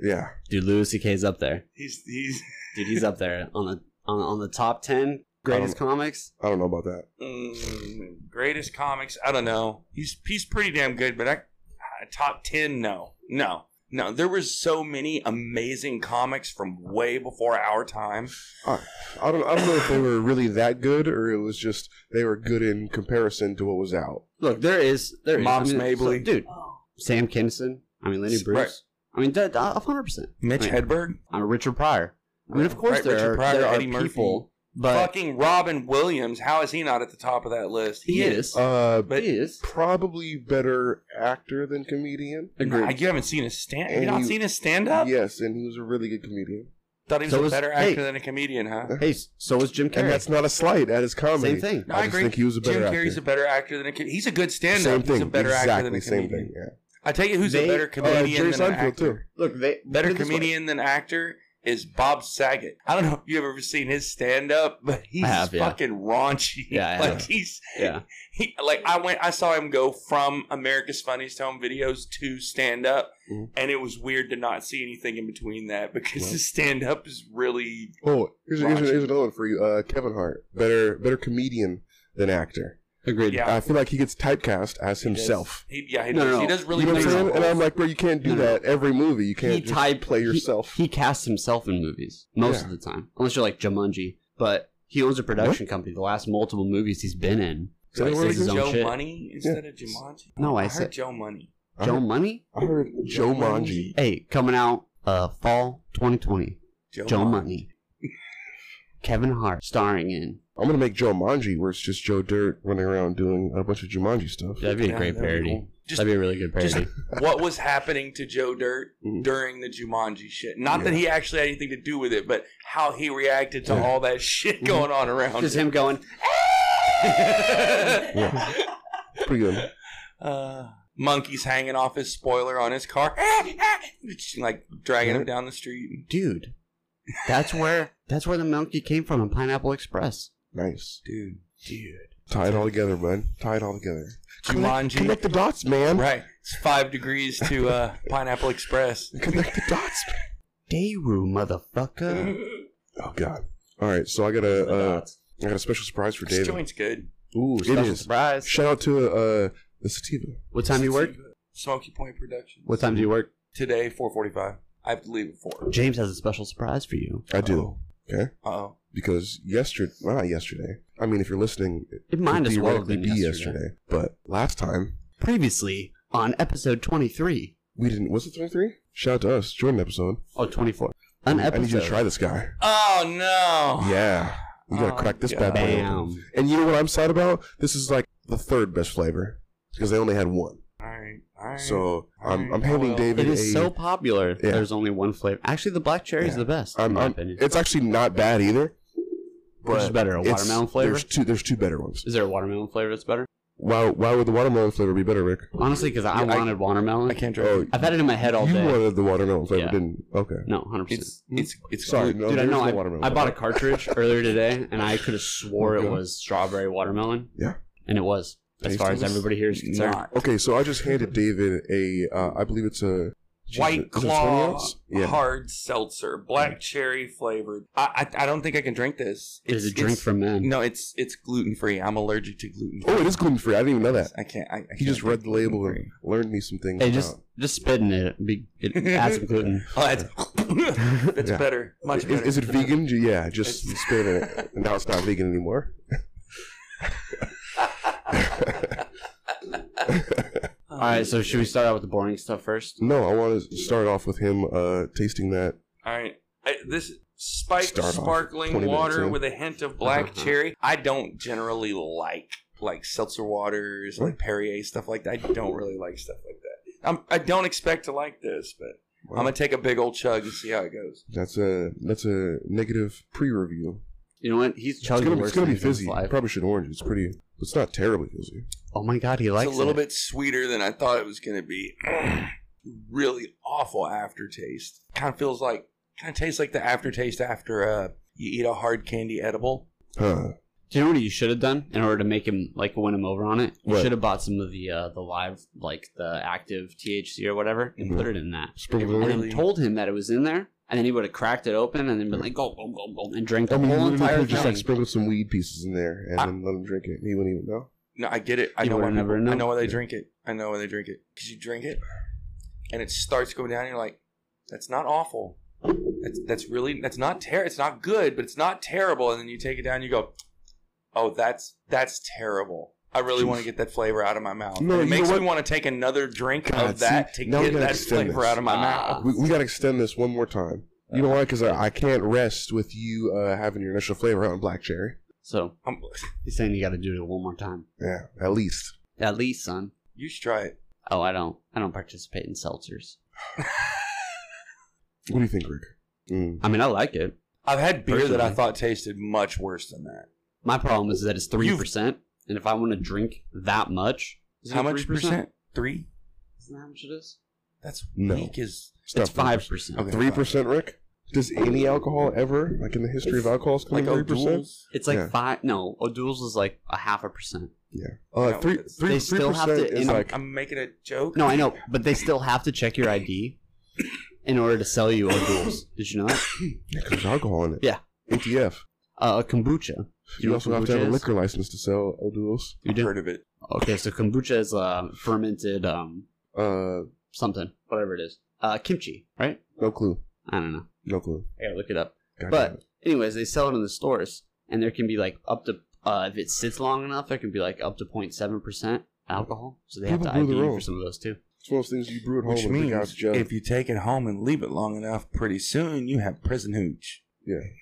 [SPEAKER 2] Yeah.
[SPEAKER 1] Dude, Louis C.K.'s up there.
[SPEAKER 3] He's he's.
[SPEAKER 1] Dude, he's up there on the on, on the top ten greatest comics.
[SPEAKER 2] I don't know about that.
[SPEAKER 3] Mm, greatest comics. I don't know. He's he's pretty damn good, but I uh, top ten. No, no, no. There was so many amazing comics from way before our time.
[SPEAKER 2] I don't. I don't know if they were really that good, or it was just they were good in comparison to what was out.
[SPEAKER 1] Look, there is there is
[SPEAKER 3] Mops
[SPEAKER 1] I mean,
[SPEAKER 3] Mabley.
[SPEAKER 1] so- dude.
[SPEAKER 3] Oh.
[SPEAKER 1] Sam Kinison. I mean, Lenny
[SPEAKER 3] Right.
[SPEAKER 1] Bruce. I mean, that uh, hundred percent.
[SPEAKER 3] Mitch
[SPEAKER 1] Right.
[SPEAKER 3] Hedberg,
[SPEAKER 1] I'm Richard Pryor. I mean, of course
[SPEAKER 3] Right,
[SPEAKER 1] there
[SPEAKER 3] Richard
[SPEAKER 1] are
[SPEAKER 3] Pryor,
[SPEAKER 1] there are
[SPEAKER 3] Eddie Murphy.
[SPEAKER 1] people, but
[SPEAKER 3] fucking Robin Williams. How is he not at the top of that list?
[SPEAKER 1] he is.
[SPEAKER 2] Uh,
[SPEAKER 3] but-
[SPEAKER 1] he is.
[SPEAKER 2] probably better actor than comedian.
[SPEAKER 3] Nah, you haven't seen his stand. Have
[SPEAKER 2] And
[SPEAKER 3] you not
[SPEAKER 2] you-
[SPEAKER 3] seen his stand up?
[SPEAKER 2] Yes, and he was a really good comedian.
[SPEAKER 3] Thought he was
[SPEAKER 1] So
[SPEAKER 3] a
[SPEAKER 1] was-
[SPEAKER 3] better
[SPEAKER 1] hey.
[SPEAKER 3] actor than a comedian, huh?
[SPEAKER 1] Hey, s- so was Jim
[SPEAKER 2] And
[SPEAKER 1] Carrey.
[SPEAKER 2] that's not a slight at his comedy.
[SPEAKER 1] Same thing.
[SPEAKER 3] No,
[SPEAKER 2] I,
[SPEAKER 3] I
[SPEAKER 2] just
[SPEAKER 3] agree.
[SPEAKER 2] think he was a better
[SPEAKER 3] Jim
[SPEAKER 2] actor.
[SPEAKER 3] Carrie's a better actor than a comedian. He's a good stand-up.
[SPEAKER 2] same thing.
[SPEAKER 3] He's a better
[SPEAKER 2] exactly
[SPEAKER 3] actor than a
[SPEAKER 2] same
[SPEAKER 3] comedian.
[SPEAKER 2] thing. Yeah.
[SPEAKER 3] I tell you who's
[SPEAKER 1] They-
[SPEAKER 3] a better
[SPEAKER 2] Uh,
[SPEAKER 3] comedian
[SPEAKER 2] Jerry
[SPEAKER 3] than an
[SPEAKER 2] Seinfeld
[SPEAKER 3] actor.
[SPEAKER 2] too.
[SPEAKER 1] Look, they
[SPEAKER 3] Better
[SPEAKER 1] put it this way.
[SPEAKER 3] comedian than actor is Bob Saget. I don't know if you've ever seen his stand-up, but he's
[SPEAKER 1] have, yeah.
[SPEAKER 3] fucking raunchy.
[SPEAKER 1] Yeah, I
[SPEAKER 3] like
[SPEAKER 1] have.
[SPEAKER 3] he's
[SPEAKER 1] Yeah,
[SPEAKER 3] he, like I went I saw him go from America's Funniest Home Videos to stand-up,
[SPEAKER 2] Mhm.
[SPEAKER 3] and it was weird to not see anything in between that because
[SPEAKER 2] Well.
[SPEAKER 3] his stand-up is really
[SPEAKER 2] Oh, here's, here's,
[SPEAKER 3] Watch.
[SPEAKER 2] here's another one for you. Uh, Kevin Hart, better better comedian than actor.
[SPEAKER 1] agreed.
[SPEAKER 3] yeah.
[SPEAKER 2] I feel like he gets typecast as himself.
[SPEAKER 3] He, yeah, he
[SPEAKER 1] No,
[SPEAKER 3] does.
[SPEAKER 1] no,
[SPEAKER 3] He
[SPEAKER 1] no.
[SPEAKER 3] does really.
[SPEAKER 2] you know what
[SPEAKER 3] big
[SPEAKER 2] I'm saying?
[SPEAKER 3] roles.
[SPEAKER 2] And I'm like, bro, you can't do
[SPEAKER 1] No, no.
[SPEAKER 2] that every movie. You can't
[SPEAKER 1] he
[SPEAKER 2] just
[SPEAKER 1] type
[SPEAKER 2] play
[SPEAKER 1] he-
[SPEAKER 2] yourself.
[SPEAKER 1] He, casts himself in movies most of the time, unless you're like Jumanji. But he owns a production company. The last multiple movies he's been in,
[SPEAKER 2] Say
[SPEAKER 1] like,
[SPEAKER 2] that word
[SPEAKER 1] says his
[SPEAKER 2] again?
[SPEAKER 1] own
[SPEAKER 3] Joe
[SPEAKER 1] shit.
[SPEAKER 3] Money instead of Jumanji.
[SPEAKER 1] No, I
[SPEAKER 3] I
[SPEAKER 1] said-
[SPEAKER 3] heard Joe Money.
[SPEAKER 2] I
[SPEAKER 1] Joe
[SPEAKER 2] heard-
[SPEAKER 1] Money.
[SPEAKER 2] I heard Joe Manji.
[SPEAKER 1] Hey, coming out uh fall 2020. Joe Money. Kevin Hart starring in.
[SPEAKER 2] I'm gonna make Joe Manji, where it's just Joe Dirt running around doing a bunch of Jumanji stuff.
[SPEAKER 1] That'd be a
[SPEAKER 3] Yeah,
[SPEAKER 1] great
[SPEAKER 3] that'd be
[SPEAKER 1] parody.
[SPEAKER 3] cool. Just-
[SPEAKER 1] that'd be a really good
[SPEAKER 3] just-
[SPEAKER 1] parody.
[SPEAKER 3] what was happening to Joe Dirt
[SPEAKER 2] Mhm.
[SPEAKER 3] during the Jumanji shit. Not that
[SPEAKER 2] Yeah.
[SPEAKER 3] he actually had anything to do with it, but how he reacted to
[SPEAKER 2] Yeah. Mm-hmm.
[SPEAKER 3] all that shit going on around
[SPEAKER 1] Just
[SPEAKER 3] [LAUGHS] him.
[SPEAKER 1] him going.
[SPEAKER 2] Yeah, pretty good.
[SPEAKER 3] uh, monkeys hanging off his spoiler on his car, [LAUGHS] Just, like dragging him down the street.
[SPEAKER 1] Dude, that's where that's where the monkey came from in Pineapple Express.
[SPEAKER 2] Nice.
[SPEAKER 3] Dude, dude.
[SPEAKER 2] Tie it all together, bud. Tie it all together.
[SPEAKER 3] Jumanji.
[SPEAKER 2] Connect the dots, man.
[SPEAKER 3] Right. It's five degrees to uh, Pineapple
[SPEAKER 2] [LAUGHS]
[SPEAKER 3] Express.
[SPEAKER 2] Connect the
[SPEAKER 1] [LAUGHS]
[SPEAKER 2] dots. man.
[SPEAKER 1] Dayru, motherfucker.
[SPEAKER 2] Oh God. All right, so I got a uh, I got a special surprise for
[SPEAKER 3] This
[SPEAKER 2] David.
[SPEAKER 3] joint's good.
[SPEAKER 2] Ooh,
[SPEAKER 1] Special
[SPEAKER 2] it is.
[SPEAKER 1] surprise.
[SPEAKER 2] Shout out to uh, the sativa.
[SPEAKER 1] What time you work?
[SPEAKER 3] Smoky Point Productions.
[SPEAKER 1] What time do you work?
[SPEAKER 3] Today, 445. I have to leave at 4.
[SPEAKER 1] James has a special surprise for you. Oh.
[SPEAKER 2] I do. Okay.
[SPEAKER 3] Uh-oh.
[SPEAKER 2] Because yesterday, well, not yesterday. I mean, if you're listening, it
[SPEAKER 1] It
[SPEAKER 2] might
[SPEAKER 1] might as well have
[SPEAKER 2] theoretically
[SPEAKER 1] been
[SPEAKER 2] be
[SPEAKER 1] yesterday.
[SPEAKER 2] yesterday. But last time,
[SPEAKER 1] Previously on episode 23.
[SPEAKER 2] we didn't. Was it 23? Shout out to us. Jordan episode.
[SPEAKER 1] Oh, 24. An
[SPEAKER 2] I need you
[SPEAKER 1] episode.
[SPEAKER 2] to try this guy.
[SPEAKER 3] Oh, no.
[SPEAKER 2] Yeah. You gotta
[SPEAKER 3] Oh,
[SPEAKER 2] crack this
[SPEAKER 3] God.
[SPEAKER 2] bad boy open.
[SPEAKER 1] Bam.
[SPEAKER 2] And you know what I'm sad about? This is like the third best flavor because they only had one.
[SPEAKER 3] All right. All right.
[SPEAKER 2] So I'm, I'm
[SPEAKER 3] Oh,
[SPEAKER 2] handing
[SPEAKER 3] well.
[SPEAKER 2] David
[SPEAKER 1] It
[SPEAKER 2] a.
[SPEAKER 1] is so popular.
[SPEAKER 2] Yeah.
[SPEAKER 1] There's only one flavor. Actually, the black cherry is
[SPEAKER 2] Yeah.
[SPEAKER 1] the best, in
[SPEAKER 2] I'm-
[SPEAKER 1] my
[SPEAKER 2] I'm-
[SPEAKER 1] opinion.
[SPEAKER 2] it's actually not bad either. But
[SPEAKER 1] Which is better, a
[SPEAKER 2] it's-
[SPEAKER 1] watermelon flavor?
[SPEAKER 2] There's two. There's two better ones.
[SPEAKER 1] Is there a watermelon flavor that's better?
[SPEAKER 2] Why? Why would the watermelon flavor be better, Rick?
[SPEAKER 1] Honestly, because I
[SPEAKER 3] Yeah, I-
[SPEAKER 1] wanted watermelon.
[SPEAKER 3] I can't drive.
[SPEAKER 2] Oh,
[SPEAKER 1] I've had it in my head all
[SPEAKER 2] you
[SPEAKER 1] day.
[SPEAKER 2] wanted the watermelon flavor,
[SPEAKER 1] Yeah.
[SPEAKER 2] didn't? Okay.
[SPEAKER 1] No, 100%.
[SPEAKER 3] it's, it's, it's,
[SPEAKER 2] Sorry,
[SPEAKER 3] good.
[SPEAKER 2] no,
[SPEAKER 1] Dude, I
[SPEAKER 2] there's
[SPEAKER 1] know.
[SPEAKER 2] no
[SPEAKER 1] I,
[SPEAKER 2] watermelon
[SPEAKER 1] I bought a
[SPEAKER 2] flavor.
[SPEAKER 1] cartridge
[SPEAKER 2] [LAUGHS]
[SPEAKER 1] earlier today, and I could have swore it
[SPEAKER 2] Okay.
[SPEAKER 1] was strawberry watermelon.
[SPEAKER 2] Yeah.
[SPEAKER 1] And it was, as
[SPEAKER 2] Tastes
[SPEAKER 1] far as
[SPEAKER 2] delicious.
[SPEAKER 1] everybody here is
[SPEAKER 3] It's
[SPEAKER 1] concerned.
[SPEAKER 3] not.
[SPEAKER 2] Okay, so I just handed David a. Uh, I believe it's a geez, is
[SPEAKER 3] White
[SPEAKER 2] it 20
[SPEAKER 3] Claw Uh-huh.
[SPEAKER 2] ounce? Yeah.
[SPEAKER 3] hard seltzer, black cherry flavored. I, I I don't think I can drink this.
[SPEAKER 1] It is a drink for men.
[SPEAKER 3] [LAUGHS] No, it's it's gluten free. I'm allergic to gluten.
[SPEAKER 2] Oh, it is gluten free. I didn't even know that.
[SPEAKER 3] I can't. I, I
[SPEAKER 2] He
[SPEAKER 3] can't
[SPEAKER 2] just
[SPEAKER 3] drink
[SPEAKER 2] read the label and
[SPEAKER 3] gluten-free.
[SPEAKER 2] learned me some things.
[SPEAKER 1] Hey, just
[SPEAKER 2] about-
[SPEAKER 1] just spitting it. it'd Be,
[SPEAKER 2] [LAUGHS]
[SPEAKER 1] it adds some gluten.
[SPEAKER 3] Oh, that's [LAUGHS] that's
[SPEAKER 2] Yeah.
[SPEAKER 3] better. Much
[SPEAKER 2] Is,
[SPEAKER 3] better.
[SPEAKER 2] is it vegan? Ju- Yeah, just
[SPEAKER 3] It's-
[SPEAKER 2] spin it. Now it's not vegan anymore.
[SPEAKER 1] All
[SPEAKER 3] Um,
[SPEAKER 1] right, so should we start out with the boring stuff first?
[SPEAKER 2] No, I want to start off with him uh, tasting that.
[SPEAKER 3] All right. I, this spiked
[SPEAKER 2] Start off
[SPEAKER 3] sparkling
[SPEAKER 2] 20 minutes
[SPEAKER 3] water
[SPEAKER 2] in.
[SPEAKER 3] with a hint
[SPEAKER 2] Uh-huh.
[SPEAKER 3] of black cherry. I don't generally like like seltzer waters, like Perrier stuff like that. I don't really like stuff like that. I'm, I don't expect to like this, but
[SPEAKER 2] Wow.
[SPEAKER 3] I'm gonna take a big old chug and see how it goes.
[SPEAKER 2] that's a that's a negative pre-review.
[SPEAKER 1] You know what? He's
[SPEAKER 2] It's
[SPEAKER 1] chugging
[SPEAKER 2] gonna,
[SPEAKER 1] the
[SPEAKER 2] be-
[SPEAKER 1] worst
[SPEAKER 2] it's gonna be
[SPEAKER 1] things in his
[SPEAKER 2] fizzy.
[SPEAKER 1] life.
[SPEAKER 2] Probably should orange. It's pretty. It's not terribly fizzy.
[SPEAKER 1] Oh my god, he likes
[SPEAKER 3] it's a little
[SPEAKER 1] it.
[SPEAKER 3] bit sweeter than I thought it was gonna be. [CLEARS THROAT] really awful aftertaste. Kind of feels like kind of tastes like the aftertaste after uh you eat a hard candy edible.
[SPEAKER 2] Huh?
[SPEAKER 1] Do you know what you should have done in order to make him like win him over on it? You
[SPEAKER 2] What?
[SPEAKER 1] should have bought some of the uh, the live like the active THC or whatever and
[SPEAKER 2] Mhm.
[SPEAKER 1] put it in that,
[SPEAKER 2] Sprinkle
[SPEAKER 1] and
[SPEAKER 2] it
[SPEAKER 1] then
[SPEAKER 3] Really?
[SPEAKER 1] told him that it was in there, and then he would have cracked it open and then been like go go go go and drank
[SPEAKER 2] I
[SPEAKER 1] the
[SPEAKER 2] mean, you
[SPEAKER 1] whole
[SPEAKER 2] literally
[SPEAKER 1] entire
[SPEAKER 2] could've just
[SPEAKER 1] thing.
[SPEAKER 2] like sprinkled some weed pieces in there and
[SPEAKER 3] I-
[SPEAKER 2] then let him drink it. He wouldn't even know.
[SPEAKER 3] No, I get it. I
[SPEAKER 1] You
[SPEAKER 3] know. Why
[SPEAKER 1] would've never
[SPEAKER 3] people- I
[SPEAKER 1] known.
[SPEAKER 3] know why they
[SPEAKER 2] Yeah.
[SPEAKER 3] drink it. I know why they drink it because you drink it, and it starts going down. And you're like, that's not awful. That's that's really that's not terrible. It's not good, but it's not terrible. And then you take it down. and You go, oh, that's that's terrible. I really want to get that flavor out of my mouth.
[SPEAKER 2] No,
[SPEAKER 3] And it
[SPEAKER 2] you
[SPEAKER 3] makes
[SPEAKER 2] know
[SPEAKER 3] me want to take another drink
[SPEAKER 2] God,
[SPEAKER 3] of that
[SPEAKER 2] see,
[SPEAKER 3] to
[SPEAKER 2] now we
[SPEAKER 3] get
[SPEAKER 2] gotta
[SPEAKER 3] that
[SPEAKER 2] extend
[SPEAKER 3] flavor
[SPEAKER 2] this.
[SPEAKER 3] out of my
[SPEAKER 1] Ah.
[SPEAKER 3] mouth.
[SPEAKER 2] We, we gotta extend this one more time. You know why? Because I, I can't rest with you uh, having your initial flavor out in black cherry.
[SPEAKER 1] So
[SPEAKER 3] I'm,
[SPEAKER 1] he's saying you got to do it one more time,
[SPEAKER 2] Yeah, at least.
[SPEAKER 1] at least, son.
[SPEAKER 3] you should try it. [LAUGHS]
[SPEAKER 1] Oh, I don't, I don't participate in seltzers.
[SPEAKER 2] What do you think, Rick? Mm.
[SPEAKER 1] I mean, I like it.
[SPEAKER 3] I've had beer that I
[SPEAKER 1] Personally.
[SPEAKER 3] thought tasted much worse than that.
[SPEAKER 1] My problem is that it's three percent, and if I want to drink that much, is it
[SPEAKER 3] How much
[SPEAKER 1] 3%?
[SPEAKER 3] percent? Three.
[SPEAKER 1] Isn't that how much it is?
[SPEAKER 3] That's
[SPEAKER 2] No.
[SPEAKER 3] weak as
[SPEAKER 1] It's five percent.
[SPEAKER 3] Okay.
[SPEAKER 2] Three percent, Rick. Does any alcohol ever, like in the history of alcohols, come
[SPEAKER 3] like
[SPEAKER 2] in three percent?
[SPEAKER 3] O'Doul's.
[SPEAKER 1] It's like
[SPEAKER 2] Yeah.
[SPEAKER 1] five. No, O'Doul's is like a half a percent.
[SPEAKER 2] Uh,
[SPEAKER 3] No,
[SPEAKER 2] three,
[SPEAKER 3] it's-
[SPEAKER 2] three,
[SPEAKER 1] They
[SPEAKER 2] three
[SPEAKER 1] still have
[SPEAKER 2] percent
[SPEAKER 1] to
[SPEAKER 2] is
[SPEAKER 1] in-
[SPEAKER 2] like
[SPEAKER 3] I'm making a joke.
[SPEAKER 1] No, I know, but they still have to check your ID in order to sell you O'Doul's. Did you know that?
[SPEAKER 2] [CLEARS THROAT] Yeah, 'cause there's alcohol in it.
[SPEAKER 1] Yeah.
[SPEAKER 2] ATF.
[SPEAKER 1] Uh, kombucha.
[SPEAKER 2] You,
[SPEAKER 1] know
[SPEAKER 2] also
[SPEAKER 1] what
[SPEAKER 2] have to have a
[SPEAKER 1] kombucha is?
[SPEAKER 2] liquor license to sell O'Doul's.
[SPEAKER 1] You
[SPEAKER 3] I've
[SPEAKER 1] do.
[SPEAKER 3] heard of it.
[SPEAKER 1] Okay, so kombucha is uh, fermented um
[SPEAKER 2] Uh,
[SPEAKER 1] something, whatever it is. Uh, kimchi, right?
[SPEAKER 2] no clue.
[SPEAKER 1] I don't know.
[SPEAKER 2] No clue.
[SPEAKER 1] I gotta look it up.
[SPEAKER 2] God damn
[SPEAKER 1] But
[SPEAKER 2] it.
[SPEAKER 1] anyways, they sell it in the stores, and there can be like up to uh, if it sits long enough, there can be like up to 07 percent alcohol. So they have
[SPEAKER 2] People
[SPEAKER 1] to
[SPEAKER 2] brew
[SPEAKER 1] ID
[SPEAKER 2] their
[SPEAKER 1] you
[SPEAKER 2] own.
[SPEAKER 1] for some of those too.
[SPEAKER 2] it's one of those things you brew at home
[SPEAKER 3] Which
[SPEAKER 2] and bring out
[SPEAKER 3] means
[SPEAKER 2] the jug.
[SPEAKER 3] if you take it home and leave it long enough, pretty soon you have prison hooch.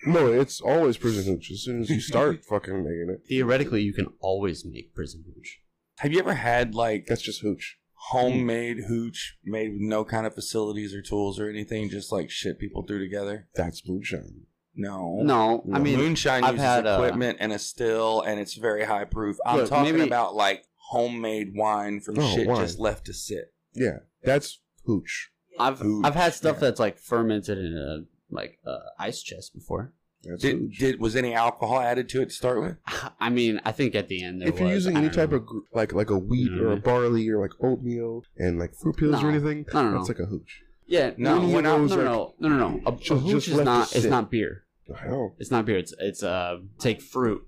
[SPEAKER 2] no, it's always prison hooch. As soon as
[SPEAKER 1] [LAUGHS]
[SPEAKER 2] you start fucking making it,
[SPEAKER 1] Theoretically, you can always make prison hooch.
[SPEAKER 3] Have you ever had like
[SPEAKER 2] that's just hooch.
[SPEAKER 3] homemade hooch made with no kind of facilities or tools or anything, just like shit people threw together?
[SPEAKER 2] That's moonshine.
[SPEAKER 3] No.
[SPEAKER 1] No, I
[SPEAKER 2] No.
[SPEAKER 1] mean
[SPEAKER 3] moonshine
[SPEAKER 1] I've
[SPEAKER 3] uses
[SPEAKER 1] had, uh,
[SPEAKER 3] equipment and a still, and it's very high proof. I'm
[SPEAKER 1] Look,
[SPEAKER 3] talking
[SPEAKER 1] maybe-
[SPEAKER 3] about like homemade wine from
[SPEAKER 2] Oh,
[SPEAKER 3] shit
[SPEAKER 2] wine.
[SPEAKER 3] just left to sit.
[SPEAKER 2] Yeah, that's hooch.
[SPEAKER 1] I've
[SPEAKER 3] Hooch,
[SPEAKER 1] I've had stuff
[SPEAKER 3] yeah.
[SPEAKER 1] that's like fermented in a like uh, ice chest before. [LAUGHS]
[SPEAKER 2] That's
[SPEAKER 3] Did,
[SPEAKER 2] hooch.
[SPEAKER 3] did was any alcohol added to it to start with?
[SPEAKER 1] I mean, I think at the end there
[SPEAKER 2] if you're
[SPEAKER 1] was,
[SPEAKER 2] using
[SPEAKER 1] I
[SPEAKER 2] any
[SPEAKER 1] don't
[SPEAKER 2] type
[SPEAKER 1] know.
[SPEAKER 2] of gr- like like a wheat
[SPEAKER 1] Yeah.
[SPEAKER 2] or a barley or like oatmeal and like fruit peels
[SPEAKER 1] No.
[SPEAKER 2] or anything,
[SPEAKER 1] No, no, no.
[SPEAKER 2] that's like a hooch.
[SPEAKER 1] yeah,
[SPEAKER 3] No,
[SPEAKER 1] no,
[SPEAKER 2] we're
[SPEAKER 1] we're
[SPEAKER 2] not-
[SPEAKER 1] not, no,
[SPEAKER 2] those
[SPEAKER 1] no, no, no, no, no. A, a
[SPEAKER 2] Just-
[SPEAKER 1] hooch
[SPEAKER 2] just
[SPEAKER 1] is
[SPEAKER 2] let
[SPEAKER 1] not
[SPEAKER 2] it
[SPEAKER 1] it's
[SPEAKER 2] sit.
[SPEAKER 1] not beer.
[SPEAKER 2] I know.
[SPEAKER 1] It's not beer. It's it's uh take fruit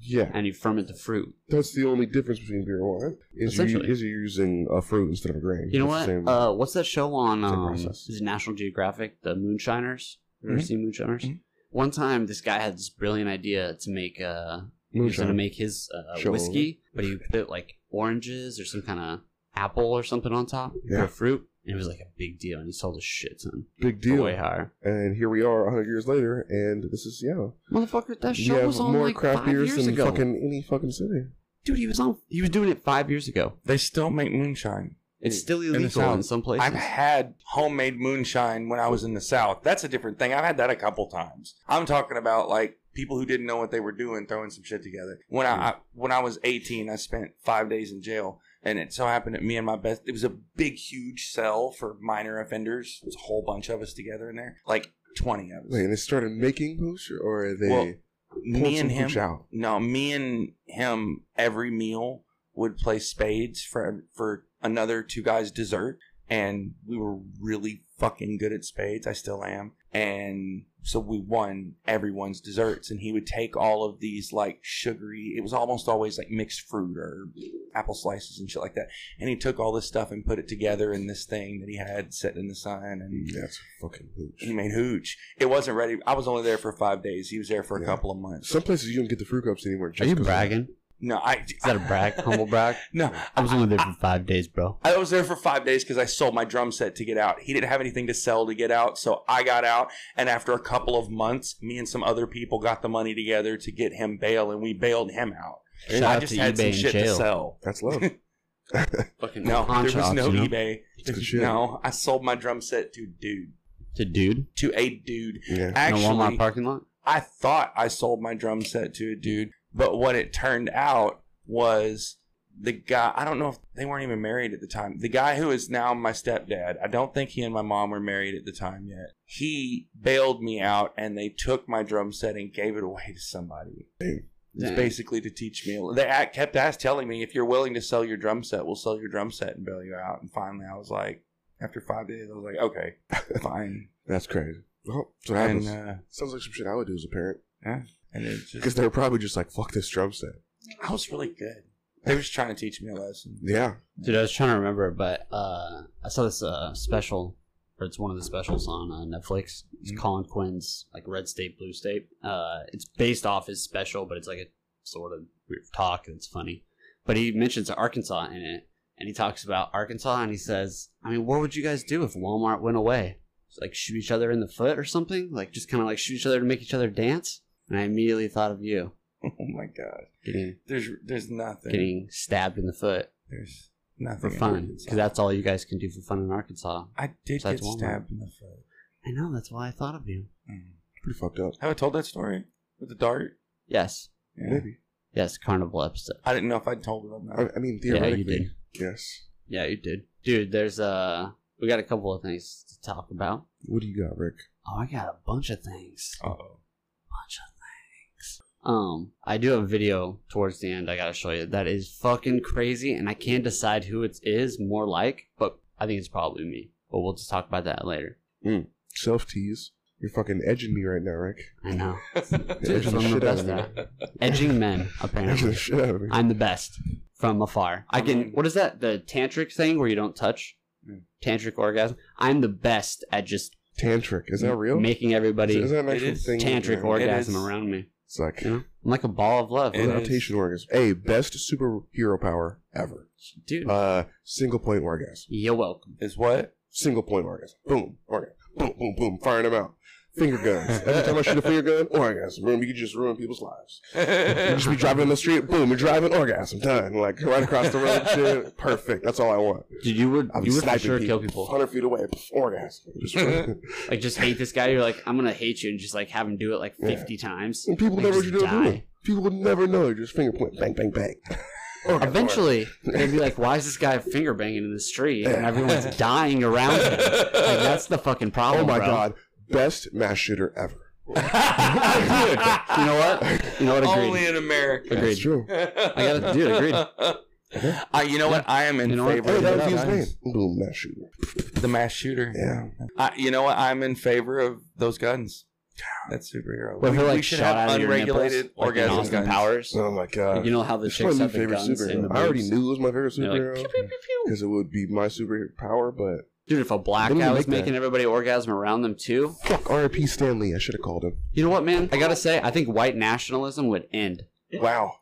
[SPEAKER 2] Yeah,
[SPEAKER 1] and you ferment the fruit.
[SPEAKER 2] that's the only difference between beer and wine. Is you
[SPEAKER 1] Essentially.
[SPEAKER 2] is you're using a fruit instead of a grain.
[SPEAKER 1] You know
[SPEAKER 2] It's
[SPEAKER 1] what?
[SPEAKER 2] the same-
[SPEAKER 1] Uh, what's that show on?
[SPEAKER 2] Same
[SPEAKER 1] Um,
[SPEAKER 2] process. Mm-hmm.
[SPEAKER 1] is it National Geographic? The Moonshiners. You ever
[SPEAKER 3] Mhm.
[SPEAKER 1] seen Moonshiners?
[SPEAKER 3] Mhm.
[SPEAKER 1] One time, this guy had this brilliant idea to make. Uh, he was
[SPEAKER 2] moonshine.
[SPEAKER 1] going to make his uh,
[SPEAKER 2] Show
[SPEAKER 1] whiskey, but he put like oranges or some kind of apple or something on top
[SPEAKER 2] Yeah.
[SPEAKER 1] for fruit, and it was like a big deal. And he sold a shit ton,
[SPEAKER 2] Big
[SPEAKER 1] for
[SPEAKER 2] deal.
[SPEAKER 1] way higher.
[SPEAKER 2] And here we are, hundred years later, and this is yeah.
[SPEAKER 1] Motherfucker, that
[SPEAKER 2] You
[SPEAKER 1] show
[SPEAKER 2] have
[SPEAKER 1] was on
[SPEAKER 2] more
[SPEAKER 1] like
[SPEAKER 2] craft
[SPEAKER 1] five
[SPEAKER 2] beers
[SPEAKER 1] years
[SPEAKER 2] than
[SPEAKER 1] ago.
[SPEAKER 2] fucking any fucking city.
[SPEAKER 1] Dude, he was on. He was doing it five years ago.
[SPEAKER 3] They still make moonshine.
[SPEAKER 1] It's still
[SPEAKER 3] the
[SPEAKER 1] illegal in
[SPEAKER 3] South.
[SPEAKER 1] some places.
[SPEAKER 3] I've had homemade moonshine when I was in the South. That's a different thing. I've had that a couple times. I'm talking about like people who didn't know what they were doing throwing some shit together. When
[SPEAKER 2] Hmm.
[SPEAKER 3] I, I when I was 18, I spent five days in jail, and it so happened that me and my best it was a big huge cell for minor offenders. It was a whole bunch of us together in there, like 20 of us.
[SPEAKER 2] Wait, and they started making pooch, or they
[SPEAKER 3] Well,
[SPEAKER 2] pulled
[SPEAKER 3] me
[SPEAKER 2] some
[SPEAKER 3] and him.
[SPEAKER 2] pooch out.
[SPEAKER 3] No, me and him every meal would play spades for for another two guys dessert and we were really fucking good at spades. I still am. And so we won everyone's desserts and he would take all of these like sugary it was almost always like mixed fruit or apple slices and shit like that. And he took all this stuff and put it together in this thing that he had set in the sun
[SPEAKER 1] Mm,
[SPEAKER 3] and
[SPEAKER 2] That's fucking
[SPEAKER 3] he
[SPEAKER 2] pooch.
[SPEAKER 3] made hooch. It wasn't ready. I was only there for five days. He was there for a
[SPEAKER 2] Yeah.
[SPEAKER 3] couple of months.
[SPEAKER 2] Some places you don't get the fruit cups anymore.
[SPEAKER 1] Are
[SPEAKER 2] just
[SPEAKER 1] you
[SPEAKER 2] 'cause of-
[SPEAKER 1] bragging?
[SPEAKER 3] No, I
[SPEAKER 1] Is that a
[SPEAKER 3] [LAUGHS]
[SPEAKER 1] brag? Humble brag?
[SPEAKER 3] No,
[SPEAKER 1] I was only there for five days, bro.
[SPEAKER 3] I was there for five days because I sold my drum set to get out. He didn't have anything to sell to get out, so I got out. And after a couple of months, me and some other people got the money together to get him bail, and we bailed him out.
[SPEAKER 1] Shout
[SPEAKER 3] I
[SPEAKER 1] out
[SPEAKER 3] just
[SPEAKER 1] to
[SPEAKER 3] had
[SPEAKER 1] eBay
[SPEAKER 3] some
[SPEAKER 1] in
[SPEAKER 3] shit to
[SPEAKER 1] jail.
[SPEAKER 3] sell. [LAUGHS]
[SPEAKER 2] That's love.
[SPEAKER 1] Fucking
[SPEAKER 3] No,
[SPEAKER 1] pawn
[SPEAKER 3] there was
[SPEAKER 1] shops,
[SPEAKER 3] no
[SPEAKER 1] you know?
[SPEAKER 3] eBay.
[SPEAKER 2] good shit.
[SPEAKER 3] No, I sold my drum set to dude,
[SPEAKER 1] To dude
[SPEAKER 3] to a dude.
[SPEAKER 2] yeah.
[SPEAKER 1] in a Walmart
[SPEAKER 3] Actually,
[SPEAKER 1] parking lot.
[SPEAKER 3] I thought I sold my drum set to a dude, but what it turned out was the guy, I don't know if they weren't even married at the time. The guy who is now my stepdad, I don't think he and my mom were married at the time yet. He bailed me out and they took my drum set and gave it away to somebody. It's
[SPEAKER 1] Yeah.
[SPEAKER 3] basically to teach me. They a- kept ask, telling me, if you're willing to sell your drum set, we'll sell your drum set and bail you out. And finally, I was like, after five days, I was like, okay, fine.
[SPEAKER 2] That's crazy. Well, that's what
[SPEAKER 3] and,
[SPEAKER 2] happens.
[SPEAKER 3] uh,
[SPEAKER 2] Sounds like some shit I would do as a parent.
[SPEAKER 3] and it just,
[SPEAKER 2] Because they were probably just like, fuck this drum set.
[SPEAKER 3] I was really good. They were just trying to teach me a
[SPEAKER 2] [LAUGHS]
[SPEAKER 3] lesson.
[SPEAKER 2] Yeah.
[SPEAKER 1] Dude, I was trying to remember, but uh, I saw this uh, special, or it's one of the specials on uh, Netflix. It's
[SPEAKER 3] Mhm.
[SPEAKER 1] Colin Quinn's like Red State, Blue State. Uh, it's based off his special, but it's like a sort of weird talk, and it's funny. But he mentions Arkansas in it, and he talks about Arkansas, and he says, "I mean, what would you guys do if Walmart went away? Like shoot each other in the foot or something? Like just kind of like shoot each other to make each other dance?" And I immediately thought of you
[SPEAKER 3] Oh my god.
[SPEAKER 1] getting
[SPEAKER 3] There's there's nothing.
[SPEAKER 1] getting stabbed in the foot
[SPEAKER 3] There's nothing
[SPEAKER 1] for
[SPEAKER 3] in
[SPEAKER 1] fun
[SPEAKER 3] Arkansas.
[SPEAKER 1] because that's all you guys can do for fun in Arkansas.
[SPEAKER 3] I did
[SPEAKER 1] Besides
[SPEAKER 3] get
[SPEAKER 1] Walmart.
[SPEAKER 3] stabbed in the foot.
[SPEAKER 1] I know that's why I thought of you.
[SPEAKER 3] Mm.
[SPEAKER 2] Pretty fucked up.
[SPEAKER 3] Have I told that story with the dart?
[SPEAKER 1] Yes,
[SPEAKER 3] Yeah.
[SPEAKER 2] Maybe.
[SPEAKER 1] yes, carnival episode.
[SPEAKER 3] I didn't know if I'd told it or not. [LAUGHS]
[SPEAKER 2] I, I mean,
[SPEAKER 1] Yeah, you
[SPEAKER 2] theoretically,
[SPEAKER 1] did.
[SPEAKER 2] yes.
[SPEAKER 1] Yeah, you did, dude. There's uh, we got a couple of things to talk about.
[SPEAKER 2] What do you got, Rick?
[SPEAKER 1] Oh, I got a bunch of things.
[SPEAKER 3] Uh-oh.
[SPEAKER 1] bunch of things. Um, I do have a video towards the end. I gotta show you that is fucking crazy, and I can't decide who it is more like, but I think it's probably me. But we'll just talk about that later.
[SPEAKER 2] Self tease. You're fucking edging me right now, Rick.
[SPEAKER 1] I know,
[SPEAKER 2] You're
[SPEAKER 1] Dude, [LAUGHS]
[SPEAKER 2] edging the
[SPEAKER 1] I'm the
[SPEAKER 2] shit out of
[SPEAKER 1] best
[SPEAKER 2] me.
[SPEAKER 1] at edging men [LAUGHS]
[SPEAKER 2] You're edging the
[SPEAKER 1] apparently.
[SPEAKER 2] shit out of me.
[SPEAKER 1] I'm the best from afar. I
[SPEAKER 3] I
[SPEAKER 1] can.
[SPEAKER 3] mean-
[SPEAKER 1] what is that? The tantric thing where you don't touch?
[SPEAKER 3] Mm.
[SPEAKER 1] Tantric orgasm. I'm the best at just
[SPEAKER 2] Tantric. Is that real?
[SPEAKER 1] making everybody
[SPEAKER 2] Is that an
[SPEAKER 3] It
[SPEAKER 2] actual
[SPEAKER 3] is
[SPEAKER 2] thing?
[SPEAKER 1] tantric
[SPEAKER 2] orgasm.
[SPEAKER 1] orgasm
[SPEAKER 3] is.
[SPEAKER 1] around me.
[SPEAKER 2] It's like
[SPEAKER 1] You know, I'm like a ball of love,
[SPEAKER 3] It
[SPEAKER 2] rotation orgasm. Hey, best superhero power ever.
[SPEAKER 1] dude.
[SPEAKER 2] Uh, single point orgasm.
[SPEAKER 1] You're welcome.
[SPEAKER 3] Is what?
[SPEAKER 2] Single point orgasm. Boom. Orgasm. Boom. Boom. Boom. Firing them out. Finger
[SPEAKER 1] [LAUGHS]
[SPEAKER 2] guns. Every time I shoot a finger gun, orgasm. Boom. You can just ruin people's lives. You just be driving in the street. Boom. You're driving. Orgasm. Done. Like right across the
[SPEAKER 1] [LAUGHS]
[SPEAKER 2] road. Shit. Perfect. That's all I want.
[SPEAKER 1] Dude, you would
[SPEAKER 2] I'll be
[SPEAKER 1] you would for
[SPEAKER 2] sniping
[SPEAKER 1] sure
[SPEAKER 2] people,
[SPEAKER 1] kill people.
[SPEAKER 2] Hundred feet away. pff, Orgasm.
[SPEAKER 1] [LAUGHS]
[SPEAKER 2] Just-
[SPEAKER 1] Like just hate this guy. You're like, I'm gonna hate you, and just like have him do it like
[SPEAKER 2] Yeah.
[SPEAKER 1] 50 times.
[SPEAKER 2] and people
[SPEAKER 1] They
[SPEAKER 2] never
[SPEAKER 1] just
[SPEAKER 2] do
[SPEAKER 1] die.
[SPEAKER 2] it. People would never know. You Just finger point. Bang.
[SPEAKER 1] [LAUGHS]
[SPEAKER 2] Bang. Bang. Orgasm.
[SPEAKER 1] Eventually, they'd be like, "Why is this guy finger banging in the street and
[SPEAKER 2] Yeah. [LAUGHS]
[SPEAKER 1] everyone's dying around him?" Like
[SPEAKER 3] [LAUGHS]
[SPEAKER 1] that's the fucking problem.
[SPEAKER 2] Oh my
[SPEAKER 1] bro.
[SPEAKER 2] god. Best mass shooter ever.
[SPEAKER 1] you know what? You know what? Agreed.
[SPEAKER 3] Only in America.
[SPEAKER 1] Agreed.
[SPEAKER 2] That's true.
[SPEAKER 3] I
[SPEAKER 1] gotta- dude, agreed.
[SPEAKER 3] [LAUGHS] I, you know what? I am in
[SPEAKER 1] You know what?
[SPEAKER 3] favor
[SPEAKER 2] Hey,
[SPEAKER 3] of
[SPEAKER 2] that would
[SPEAKER 3] the
[SPEAKER 2] be his name.
[SPEAKER 3] guns.
[SPEAKER 2] Boom, mass shooter.
[SPEAKER 3] The mass shooter.
[SPEAKER 2] Yeah.
[SPEAKER 3] I, you know what? I'm in favor of those guns. That's superhero.
[SPEAKER 1] But
[SPEAKER 3] we,
[SPEAKER 1] her, like,
[SPEAKER 3] we should
[SPEAKER 1] shot
[SPEAKER 3] have
[SPEAKER 1] out of your
[SPEAKER 3] unregulated
[SPEAKER 1] nipples, like in
[SPEAKER 3] orgasm
[SPEAKER 1] Austin
[SPEAKER 3] guns.
[SPEAKER 1] Powers.
[SPEAKER 2] Oh my god!
[SPEAKER 1] You know how the
[SPEAKER 2] It's one
[SPEAKER 1] chicks
[SPEAKER 2] of my
[SPEAKER 1] have the
[SPEAKER 2] favorite
[SPEAKER 1] guns in the
[SPEAKER 2] superhero. I already
[SPEAKER 1] boobs?
[SPEAKER 2] knew it was my favorite
[SPEAKER 1] They're like,
[SPEAKER 2] superhero
[SPEAKER 1] pew, pew, pew, pew.
[SPEAKER 2] because it would be my superpower. But
[SPEAKER 1] Dude, if a black
[SPEAKER 2] When did
[SPEAKER 1] guy
[SPEAKER 2] they
[SPEAKER 1] was
[SPEAKER 2] make that?
[SPEAKER 1] making everybody orgasm around them too,
[SPEAKER 2] fuck R.I.P. Stanley. I should have called him.
[SPEAKER 1] you know what, man? I gotta say, I think white nationalism would end.
[SPEAKER 2] Wow,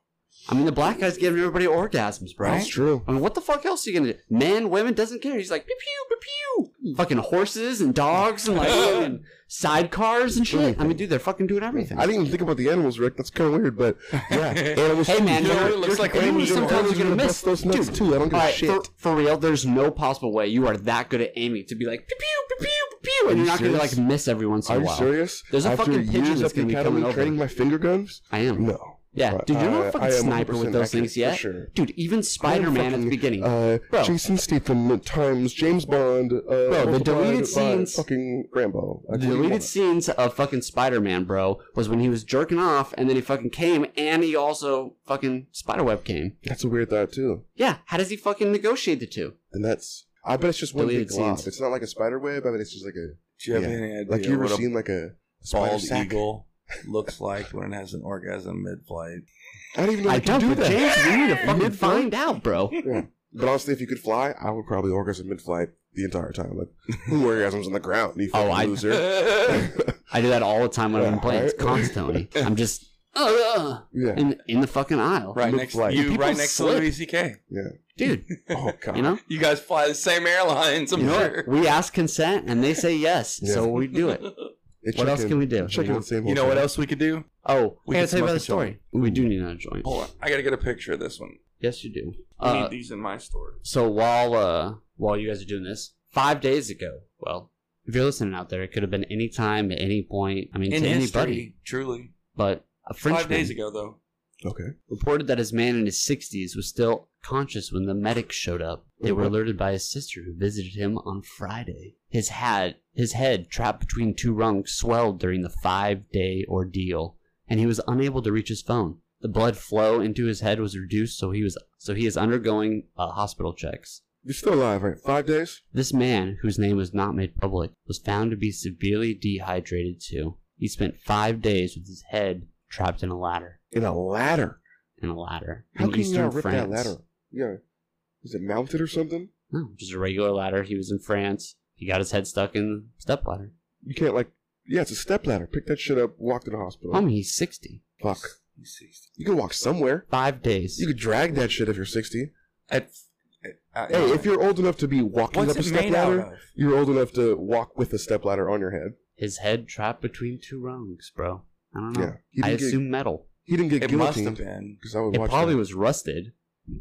[SPEAKER 1] I mean, the black guy's giving everybody orgasms, bro.
[SPEAKER 2] that's true.
[SPEAKER 1] I mean, what the fuck else are you gonna do? Men, women, doesn't care. He's like, pew, pew, pew, pew. Fucking horses and dogs
[SPEAKER 2] [LAUGHS]
[SPEAKER 1] and like fucking sidecars and shit. I mean, dude, they're fucking doing everything.
[SPEAKER 2] I didn't even think about the animals, Rick. That's kind of weird, [LAUGHS] but yeah, animals.
[SPEAKER 1] Hey, man,
[SPEAKER 2] you know,
[SPEAKER 1] you're-
[SPEAKER 2] it looks
[SPEAKER 1] you're-
[SPEAKER 2] like
[SPEAKER 1] you're
[SPEAKER 2] animals.
[SPEAKER 1] sometimes
[SPEAKER 2] animals
[SPEAKER 1] you're gonna
[SPEAKER 2] are gonna
[SPEAKER 1] miss-
[SPEAKER 2] bust those nuts
[SPEAKER 1] Dude.
[SPEAKER 2] too. I don't give
[SPEAKER 1] All
[SPEAKER 2] a
[SPEAKER 1] right,
[SPEAKER 2] shit.
[SPEAKER 1] for, for real, there's no possible way you are that good at aiming to be like pew pew pew pew pew, pew,
[SPEAKER 2] Are
[SPEAKER 1] and
[SPEAKER 2] you
[SPEAKER 1] you're not gonna
[SPEAKER 2] serious?
[SPEAKER 1] like miss every once in
[SPEAKER 2] Are
[SPEAKER 1] a
[SPEAKER 2] you
[SPEAKER 1] while.
[SPEAKER 2] serious?
[SPEAKER 1] There's a
[SPEAKER 2] After
[SPEAKER 1] fucking pigeon
[SPEAKER 2] years
[SPEAKER 1] that's
[SPEAKER 2] at the
[SPEAKER 1] gonna be
[SPEAKER 2] academy
[SPEAKER 1] coming over. Hmm.
[SPEAKER 2] training my finger guns?
[SPEAKER 1] I am.
[SPEAKER 2] No.
[SPEAKER 1] Yeah,
[SPEAKER 2] But
[SPEAKER 1] dude, you're not
[SPEAKER 2] I-
[SPEAKER 1] a
[SPEAKER 2] I
[SPEAKER 1] fucking
[SPEAKER 2] am
[SPEAKER 1] sniper with
[SPEAKER 2] 100%
[SPEAKER 1] those things
[SPEAKER 2] accurate
[SPEAKER 1] yet,
[SPEAKER 2] for sure.
[SPEAKER 1] dude. Even Spider-Man at the
[SPEAKER 2] fucking,
[SPEAKER 1] beginning,
[SPEAKER 2] Uh,
[SPEAKER 1] Bro.
[SPEAKER 2] Jason Statham at times, James Bond. Uh,
[SPEAKER 1] the
[SPEAKER 2] multiplied
[SPEAKER 1] deleted
[SPEAKER 2] by
[SPEAKER 1] scenes-
[SPEAKER 2] Fucking Rambo.
[SPEAKER 1] The deleted scenes of fucking Spider-Man, bro, was when he was jerking off, and then he fucking came, and he also fucking spiderweb came.
[SPEAKER 2] That's a weird thought too.
[SPEAKER 1] Yeah, how does he fucking negotiate the two?
[SPEAKER 2] And that's. I bet it's just one
[SPEAKER 1] Deleted
[SPEAKER 2] big glob.
[SPEAKER 1] scenes.
[SPEAKER 2] It's not like a spider web. I mean, it's just like a
[SPEAKER 3] Do you have
[SPEAKER 2] Yeah.
[SPEAKER 3] any idea
[SPEAKER 2] like you ever
[SPEAKER 3] what
[SPEAKER 2] seen like a
[SPEAKER 3] a
[SPEAKER 2] spider
[SPEAKER 3] bald
[SPEAKER 1] [LAUGHS]
[SPEAKER 2] sack?
[SPEAKER 3] eagle looks like when it has an orgasm mid-flight?
[SPEAKER 2] I don't even know
[SPEAKER 1] I
[SPEAKER 2] if you
[SPEAKER 1] don't,
[SPEAKER 2] can do
[SPEAKER 1] but
[SPEAKER 2] that.
[SPEAKER 1] James, we
[SPEAKER 2] [LAUGHS]
[SPEAKER 1] need to fucking
[SPEAKER 2] Mid-flight?
[SPEAKER 1] find out, bro.
[SPEAKER 2] But honestly, if you could fly, I would probably orgasm mid-flight the entire time. Like, who orgasms on the ground? You
[SPEAKER 1] [LAUGHS]
[SPEAKER 2] fucking
[SPEAKER 1] Oh, I-
[SPEAKER 2] loser. [LAUGHS]
[SPEAKER 1] I do that all the time when I'm
[SPEAKER 2] Yeah,
[SPEAKER 1] in planes,
[SPEAKER 2] right? [LAUGHS]
[SPEAKER 1] constantly. I'm just uh,
[SPEAKER 2] yeah.
[SPEAKER 1] in in the fucking aisle,
[SPEAKER 3] right next to
[SPEAKER 2] Mid-flight.
[SPEAKER 3] you,
[SPEAKER 1] People
[SPEAKER 3] right next
[SPEAKER 1] slip.
[SPEAKER 3] to Louis C.K.
[SPEAKER 1] dude.
[SPEAKER 2] Oh
[SPEAKER 3] [LAUGHS]
[SPEAKER 2] god.
[SPEAKER 1] You know,
[SPEAKER 3] You guys fly the same airlines, I'm
[SPEAKER 1] you know
[SPEAKER 3] sure.
[SPEAKER 1] what? We ask consent, and they say yes,
[SPEAKER 2] Yeah.
[SPEAKER 1] so we [LAUGHS] do it.
[SPEAKER 2] It
[SPEAKER 1] What
[SPEAKER 2] checked
[SPEAKER 1] else
[SPEAKER 2] in-
[SPEAKER 1] can we do?
[SPEAKER 2] checked
[SPEAKER 1] you
[SPEAKER 2] in
[SPEAKER 1] know?
[SPEAKER 2] the same
[SPEAKER 3] You know
[SPEAKER 2] hotel.
[SPEAKER 3] what else we could do?
[SPEAKER 1] Oh, I
[SPEAKER 3] We can
[SPEAKER 1] gotta tell you
[SPEAKER 3] smoke
[SPEAKER 1] about
[SPEAKER 3] a
[SPEAKER 1] the story.
[SPEAKER 2] joint.
[SPEAKER 1] We
[SPEAKER 2] Ooh.
[SPEAKER 1] do need another joint.
[SPEAKER 3] Hold on, I gotta get a picture of this one.
[SPEAKER 1] Yes, you do.
[SPEAKER 3] I
[SPEAKER 1] Uh,
[SPEAKER 3] need these in my store.
[SPEAKER 1] So while uh while you guys are doing this, five days ago, well, if you're listening out there, it could have been any time, at any point. I mean,
[SPEAKER 3] In
[SPEAKER 1] to anybody.
[SPEAKER 3] history, truly.
[SPEAKER 1] But a Frenchman
[SPEAKER 3] Five days ago, though.
[SPEAKER 2] Okay.
[SPEAKER 1] reported that his man in his 60s was still conscious when the medics showed up. They were
[SPEAKER 2] Mhm.
[SPEAKER 1] alerted by his sister, who visited him on Friday. His hat, his head trapped between two rungs, swelled during the five-day ordeal, and he was unable to reach his phone. The blood flow into his head was reduced, so he was so he is undergoing uh, hospital checks.
[SPEAKER 2] You're still alive, right? Five days?
[SPEAKER 1] This man, whose name was not made public, was found to be severely dehydrated too. He spent five days with his head trapped in a ladder.
[SPEAKER 2] In a ladder.
[SPEAKER 1] In a ladder.
[SPEAKER 2] How
[SPEAKER 1] in
[SPEAKER 2] can you
[SPEAKER 1] eastern
[SPEAKER 2] not rip that
[SPEAKER 1] France.
[SPEAKER 2] ladder? Yeah. Is it mounted or something?
[SPEAKER 1] No, just a regular ladder. He was in France. He got his head stuck in the step ladder.
[SPEAKER 2] You can't like yeah, it's a step ladder. Pick that shit up, walk to the hospital.
[SPEAKER 3] Um,
[SPEAKER 1] Homie, he's 60.
[SPEAKER 2] Fuck.
[SPEAKER 3] He's 60.
[SPEAKER 2] You can walk somewhere.
[SPEAKER 1] Five days.
[SPEAKER 2] You could drag that shit if you're sixty.
[SPEAKER 3] At, at,
[SPEAKER 2] Hey, if you're old enough to be walking
[SPEAKER 3] What's
[SPEAKER 2] up a
[SPEAKER 3] Uh, it
[SPEAKER 2] step
[SPEAKER 3] made out
[SPEAKER 2] ladder,
[SPEAKER 3] of?
[SPEAKER 2] you're old enough to walk with a step ladder on your head.
[SPEAKER 1] his head trapped between two rungs, bro. I don't know.
[SPEAKER 2] Yeah. He
[SPEAKER 1] I
[SPEAKER 2] didn't get
[SPEAKER 1] assume metal.
[SPEAKER 2] he didn't get
[SPEAKER 3] Uh-huh. It must have
[SPEAKER 2] guillotined
[SPEAKER 3] been.
[SPEAKER 2] because I would
[SPEAKER 1] It
[SPEAKER 2] watch
[SPEAKER 1] probably
[SPEAKER 2] that.
[SPEAKER 1] was rusted,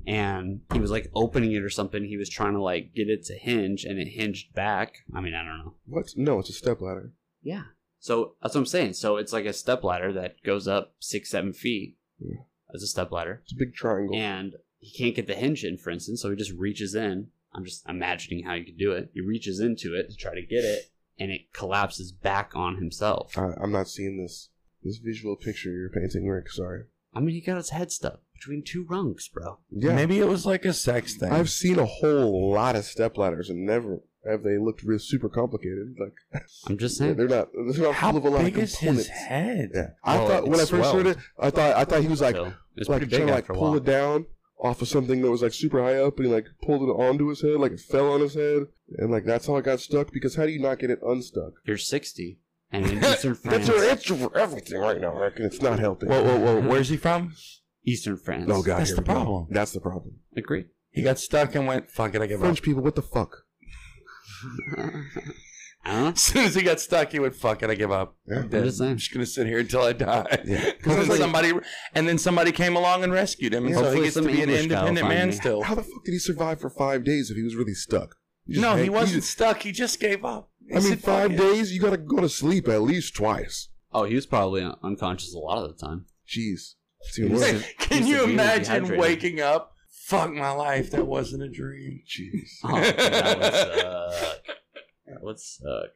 [SPEAKER 1] and he was like opening it or something. He was trying to like get it to hinge, and it hinged back. I mean, I don't know.
[SPEAKER 2] What? No, it's a step ladder.
[SPEAKER 1] Yeah. So that's what I'm saying. So it's like a step ladder that goes up six, seven feet
[SPEAKER 2] Yeah.
[SPEAKER 1] as a step ladder,
[SPEAKER 2] It's a big triangle.
[SPEAKER 1] and he can't get the hinge in, for instance. So he just reaches in. I'm just imagining how he could do it. He reaches into it to try to get it, and it collapses back on himself.
[SPEAKER 2] I, I'm not seeing this this visual picture you're painting, Rick. Sorry.
[SPEAKER 1] I mean, he got his head stuck between two rungs, bro.
[SPEAKER 2] Yeah,
[SPEAKER 3] Maybe it was like a sex thing.
[SPEAKER 2] I've seen a whole lot of step ladders, and never have they looked real super complicated. Like
[SPEAKER 1] I'm just
[SPEAKER 2] yeah,
[SPEAKER 1] saying.
[SPEAKER 2] they're not they're not
[SPEAKER 3] How
[SPEAKER 2] full of a lot
[SPEAKER 3] big
[SPEAKER 2] of
[SPEAKER 3] is his
[SPEAKER 2] components.
[SPEAKER 3] head?
[SPEAKER 2] Yeah, I
[SPEAKER 1] Well,
[SPEAKER 2] thought when I
[SPEAKER 1] it's
[SPEAKER 2] first heard
[SPEAKER 1] swelled.
[SPEAKER 2] it, I thought I thought he was like
[SPEAKER 1] so it's
[SPEAKER 2] like
[SPEAKER 1] pretty
[SPEAKER 2] trying
[SPEAKER 1] big
[SPEAKER 2] to like
[SPEAKER 1] after a
[SPEAKER 2] pull
[SPEAKER 1] while.
[SPEAKER 2] it down off of something that was like super high up, and he like pulled it onto his head, like it fell on his head, and like that's how it got stuck. Because how do you not get it unstuck?
[SPEAKER 1] You're 60, and
[SPEAKER 2] [LAUGHS]
[SPEAKER 1] in Eastern France,
[SPEAKER 2] That's your answer for everything right now, Rick, and it's not helping.
[SPEAKER 3] Whoa, whoa, whoa. Where's he from?
[SPEAKER 1] Eastern France.
[SPEAKER 2] Oh god,
[SPEAKER 3] That's
[SPEAKER 2] here
[SPEAKER 3] the
[SPEAKER 2] we go.
[SPEAKER 3] problem.
[SPEAKER 2] That's the problem.
[SPEAKER 1] Agree. [LAUGHS]
[SPEAKER 3] He got stuck and went, fuck it, I give up.
[SPEAKER 2] French people, what the fuck?
[SPEAKER 1] huh?
[SPEAKER 3] [LAUGHS] As soon as he got stuck, he went, fuck it, I give up.
[SPEAKER 2] Yeah.
[SPEAKER 3] I'm, dead.
[SPEAKER 1] just saying.
[SPEAKER 3] I'm just going to sit here until I die. [LAUGHS]
[SPEAKER 2] Yeah.
[SPEAKER 3] And then
[SPEAKER 2] Like-
[SPEAKER 3] somebody, and then somebody came along and rescued him. And so
[SPEAKER 2] Yeah.
[SPEAKER 3] he
[SPEAKER 1] Hopefully
[SPEAKER 3] gets to
[SPEAKER 1] some
[SPEAKER 3] be an
[SPEAKER 1] English guy will
[SPEAKER 3] independent
[SPEAKER 1] find
[SPEAKER 3] man
[SPEAKER 1] me.
[SPEAKER 3] still.
[SPEAKER 2] How the fuck did he survive for five days if he was really stuck?
[SPEAKER 3] [LAUGHS]
[SPEAKER 2] just
[SPEAKER 3] No,
[SPEAKER 2] hang-
[SPEAKER 3] he wasn't
[SPEAKER 2] just-
[SPEAKER 3] stuck. He just gave up. He
[SPEAKER 2] I mean,
[SPEAKER 3] said, "Fuck
[SPEAKER 2] five
[SPEAKER 3] it."
[SPEAKER 2] days. You gotta go to sleep at least twice.
[SPEAKER 1] Oh, he was probably un- unconscious a lot of the
[SPEAKER 2] [LAUGHS]
[SPEAKER 1] time.
[SPEAKER 2] Jeez, it's
[SPEAKER 1] He
[SPEAKER 2] even
[SPEAKER 1] was-
[SPEAKER 2] worse.
[SPEAKER 3] Hey, [LAUGHS] Can
[SPEAKER 1] he's
[SPEAKER 3] you
[SPEAKER 1] severely
[SPEAKER 3] imagine
[SPEAKER 1] dehydrated.
[SPEAKER 3] waking up? Fuck my life. That wasn't a dream.
[SPEAKER 2] Jeez.
[SPEAKER 1] Oh, that would suck. That would suck.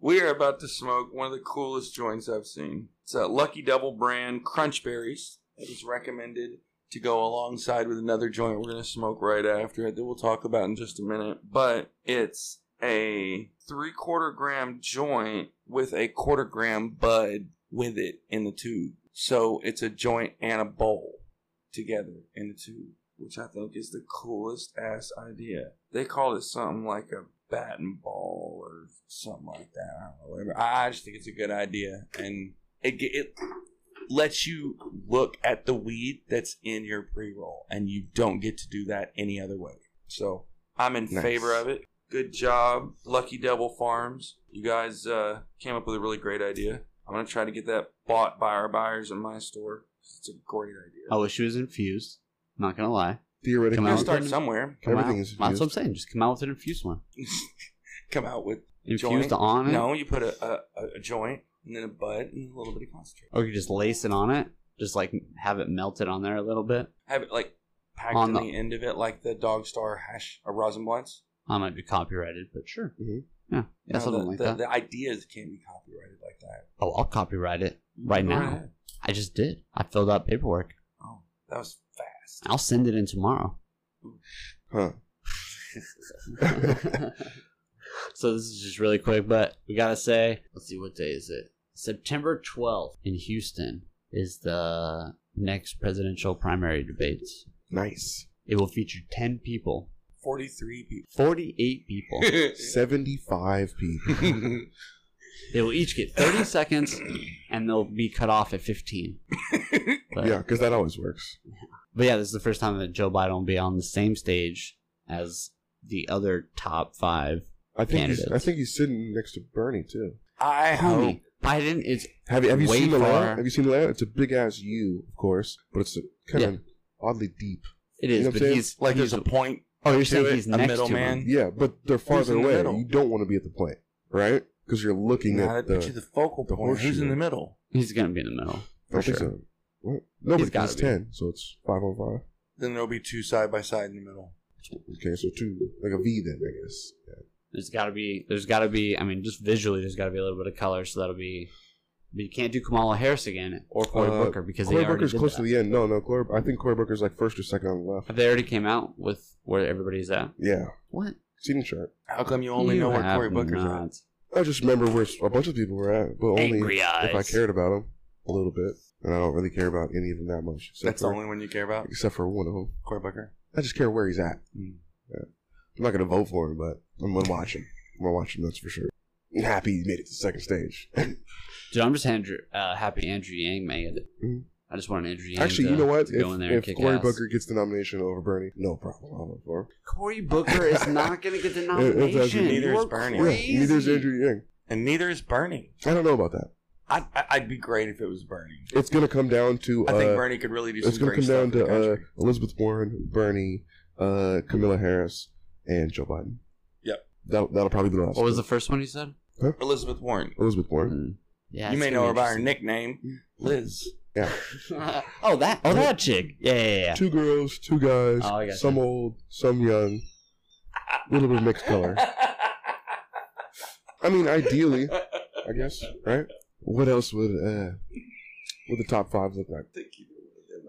[SPEAKER 3] We are about to smoke one of the coolest joints I've seen. It's a Lucky Double brand Crunch Berries. It was recommended to go alongside with another joint we're going to smoke right after it that we'll talk about in just a minute. But it's a three quarter gram joint with a quarter gram bud with it in the tube. So it's a joint and a bowl together in the tube, which I think is the coolest ass idea. They called it something like a bat and ball or something like that. I don't know, whatever. I I just think it's a good idea, and it ge- it lets you look at the weed that's in your pre roll, and you don't get to do that any other way. So I'm in
[SPEAKER 2] Nice.
[SPEAKER 3] favor of it. Good job, Lucky Devil Farms. You guys uh, came up with a really great idea. I'm gonna try to get that bought by our buyers in my store. It's a great idea.
[SPEAKER 1] I wish it Oh, was infused. Not gonna lie.
[SPEAKER 2] Theoretically,
[SPEAKER 1] Come
[SPEAKER 3] You gotta
[SPEAKER 1] out.
[SPEAKER 3] start somewhere. [LAUGHS]
[SPEAKER 1] Come
[SPEAKER 2] Everything
[SPEAKER 1] out-
[SPEAKER 2] is
[SPEAKER 1] That's what I'm
[SPEAKER 2] infused.
[SPEAKER 1] saying. Just come out with an infused one.
[SPEAKER 3] Come out with
[SPEAKER 1] Infused
[SPEAKER 3] Joint?
[SPEAKER 1] on it.
[SPEAKER 3] no. You put a, a- a, a joint and then a bud and a little bit of concentrate.
[SPEAKER 1] Or you could just lace it on it. Just like have it melted on there a little bit.
[SPEAKER 3] Have it like packed
[SPEAKER 1] On
[SPEAKER 3] on
[SPEAKER 1] the-
[SPEAKER 3] the end of it, like the dog star hash or rosin blunts.
[SPEAKER 1] I might be copyrighted, but sure.
[SPEAKER 2] Mhm.
[SPEAKER 1] Yeah. Yeah,
[SPEAKER 3] No,
[SPEAKER 1] something
[SPEAKER 3] the,
[SPEAKER 1] like
[SPEAKER 3] the,
[SPEAKER 1] that.
[SPEAKER 3] The ideas can be copyrighted like that.
[SPEAKER 1] Oh, I'll copyright it right now.
[SPEAKER 3] Right.
[SPEAKER 1] I just did. I filled out paperwork.
[SPEAKER 3] Oh, that was fast.
[SPEAKER 1] I'll send it in tomorrow.
[SPEAKER 2] Huh.
[SPEAKER 1] [LAUGHS] so this is just really quick, but we gotta say, let's see, what day is it? September 12th in Houston is the next presidential primary debates.
[SPEAKER 2] Nice.
[SPEAKER 1] It will feature 10 people,
[SPEAKER 3] Forty-three people.
[SPEAKER 1] 48
[SPEAKER 3] [LAUGHS]
[SPEAKER 1] people.
[SPEAKER 2] Seventy-five people.
[SPEAKER 1] [LAUGHS] they will each get 30 seconds, and they'll be cut off at 15. But-
[SPEAKER 2] yeah, because that always works.
[SPEAKER 1] But yeah, this is the first time that Joe Biden will be on the same stage as the other top five.
[SPEAKER 2] I think he's, I
[SPEAKER 1] Candidates.
[SPEAKER 2] think he's sitting next to Bernie too.
[SPEAKER 3] I hope.
[SPEAKER 1] Homie, Oh, Biden is
[SPEAKER 2] Have you have you
[SPEAKER 1] Way
[SPEAKER 2] seen the
[SPEAKER 1] far.
[SPEAKER 2] layout? Have you seen the layout? It's a big ass U, of course, but it's kind of oddly deep.
[SPEAKER 1] it
[SPEAKER 2] You
[SPEAKER 1] is,
[SPEAKER 2] know what
[SPEAKER 1] but
[SPEAKER 2] I'm saying?
[SPEAKER 1] he's
[SPEAKER 3] Like
[SPEAKER 1] he's
[SPEAKER 3] there's a point.
[SPEAKER 1] oh, you're
[SPEAKER 3] to
[SPEAKER 1] saying
[SPEAKER 3] it,
[SPEAKER 1] he's
[SPEAKER 3] a
[SPEAKER 1] next to
[SPEAKER 3] middleman.
[SPEAKER 1] him.
[SPEAKER 2] Yeah, but they're farther
[SPEAKER 3] in the
[SPEAKER 2] away.
[SPEAKER 3] middle?
[SPEAKER 2] You don't want to be at the plant, right? Because you're looking
[SPEAKER 3] Now
[SPEAKER 2] at
[SPEAKER 3] that puts you
[SPEAKER 2] the.
[SPEAKER 3] the focal
[SPEAKER 2] the
[SPEAKER 3] point. Who's
[SPEAKER 2] horseshoe.
[SPEAKER 3] in the middle?
[SPEAKER 1] He's gonna be in the middle
[SPEAKER 2] I
[SPEAKER 1] for
[SPEAKER 2] think
[SPEAKER 1] sure.
[SPEAKER 2] so. What? No,
[SPEAKER 1] He's
[SPEAKER 2] but it's
[SPEAKER 1] gotta be.
[SPEAKER 2] ten, so it's five on five.
[SPEAKER 3] Then there'll be two side by side in the middle.
[SPEAKER 2] Okay, so two, like a V, then I guess. Yeah.
[SPEAKER 1] There's gotta be there's gotta be I mean just visually there's gotta be a little bit of color so that'll be. But you can't do Kamala Harris again or Cory
[SPEAKER 2] Uh,
[SPEAKER 1] Booker because
[SPEAKER 2] Cory
[SPEAKER 1] they already
[SPEAKER 2] Booker's
[SPEAKER 1] did
[SPEAKER 2] close
[SPEAKER 1] that.
[SPEAKER 2] to the end. No, no, Cory, I think Cory Booker's like first or second on the left.
[SPEAKER 1] Have they already came out with where everybody's at?
[SPEAKER 2] Yeah,
[SPEAKER 1] What?
[SPEAKER 2] seating chart.
[SPEAKER 3] How come you only
[SPEAKER 1] You
[SPEAKER 3] know where
[SPEAKER 1] have
[SPEAKER 3] Cory Booker's at?
[SPEAKER 1] not.
[SPEAKER 2] I just remember where a bunch of people were at, but only
[SPEAKER 1] Angry eyes.
[SPEAKER 2] if I cared about them a little bit, and I don't really care about any of them that much. except
[SPEAKER 3] That's the
[SPEAKER 2] for-
[SPEAKER 3] only one you care about,
[SPEAKER 2] except for one of them.
[SPEAKER 3] Cory Booker.
[SPEAKER 2] I just care where he's at.
[SPEAKER 3] Mm.
[SPEAKER 2] Yeah. I'm not gonna vote for him, but I'm gonna watch him. I'm gonna watch him. That's for sure. I'm happy he made it to the second stage. [LAUGHS]
[SPEAKER 1] Dude, I'm just Andrew, uh, happy Andrew Yang made it.
[SPEAKER 2] Mhm.
[SPEAKER 1] I just want Andrew Yang.
[SPEAKER 2] Actually,
[SPEAKER 1] to,
[SPEAKER 2] you know what?
[SPEAKER 1] to
[SPEAKER 2] If,
[SPEAKER 1] uh, go in there and
[SPEAKER 2] if
[SPEAKER 1] kick
[SPEAKER 2] Cory
[SPEAKER 1] ass.
[SPEAKER 2] Booker gets the nomination over Bernie, no problem. I'll vote for him.
[SPEAKER 1] Cory Booker is not going to
[SPEAKER 2] [LAUGHS]
[SPEAKER 1] get the
[SPEAKER 2] doesn't-
[SPEAKER 1] nomination.
[SPEAKER 3] Neither
[SPEAKER 1] You
[SPEAKER 3] is
[SPEAKER 1] are
[SPEAKER 3] Bernie.
[SPEAKER 1] crazy.
[SPEAKER 2] Yeah, neither is Andrew Yang.
[SPEAKER 3] And neither is Bernie.
[SPEAKER 2] I don't know about that.
[SPEAKER 3] I'd, I- I'd be great if it was Bernie.
[SPEAKER 2] It's gonna come down to.
[SPEAKER 3] I think
[SPEAKER 2] uh,
[SPEAKER 3] Bernie could really do some
[SPEAKER 2] it's gonna
[SPEAKER 3] great
[SPEAKER 2] come down
[SPEAKER 3] stuff. for the
[SPEAKER 2] to uh,
[SPEAKER 3] country.
[SPEAKER 2] Elizabeth Warren, Bernie, uh, Camilla Harris, and Joe Biden.
[SPEAKER 3] Yep.
[SPEAKER 2] That that'll probably be the last.
[SPEAKER 1] What was the
[SPEAKER 2] one.
[SPEAKER 1] first one you said?
[SPEAKER 3] Elizabeth Warren.
[SPEAKER 2] Elizabeth Warren?
[SPEAKER 1] Mm. Yeah,
[SPEAKER 3] you
[SPEAKER 1] it's
[SPEAKER 3] may
[SPEAKER 1] gonna
[SPEAKER 3] know her
[SPEAKER 1] be
[SPEAKER 3] by her nickname, Liz.
[SPEAKER 1] interesting. [LAUGHS] oh, that oh that chick. Yeah, yeah, yeah.
[SPEAKER 2] Two girls, two guys,
[SPEAKER 1] Oh, I gotcha.
[SPEAKER 2] some old, some young, a little bit of mixed color. I mean, ideally, I guess, right? What else would uh, would the top five look like?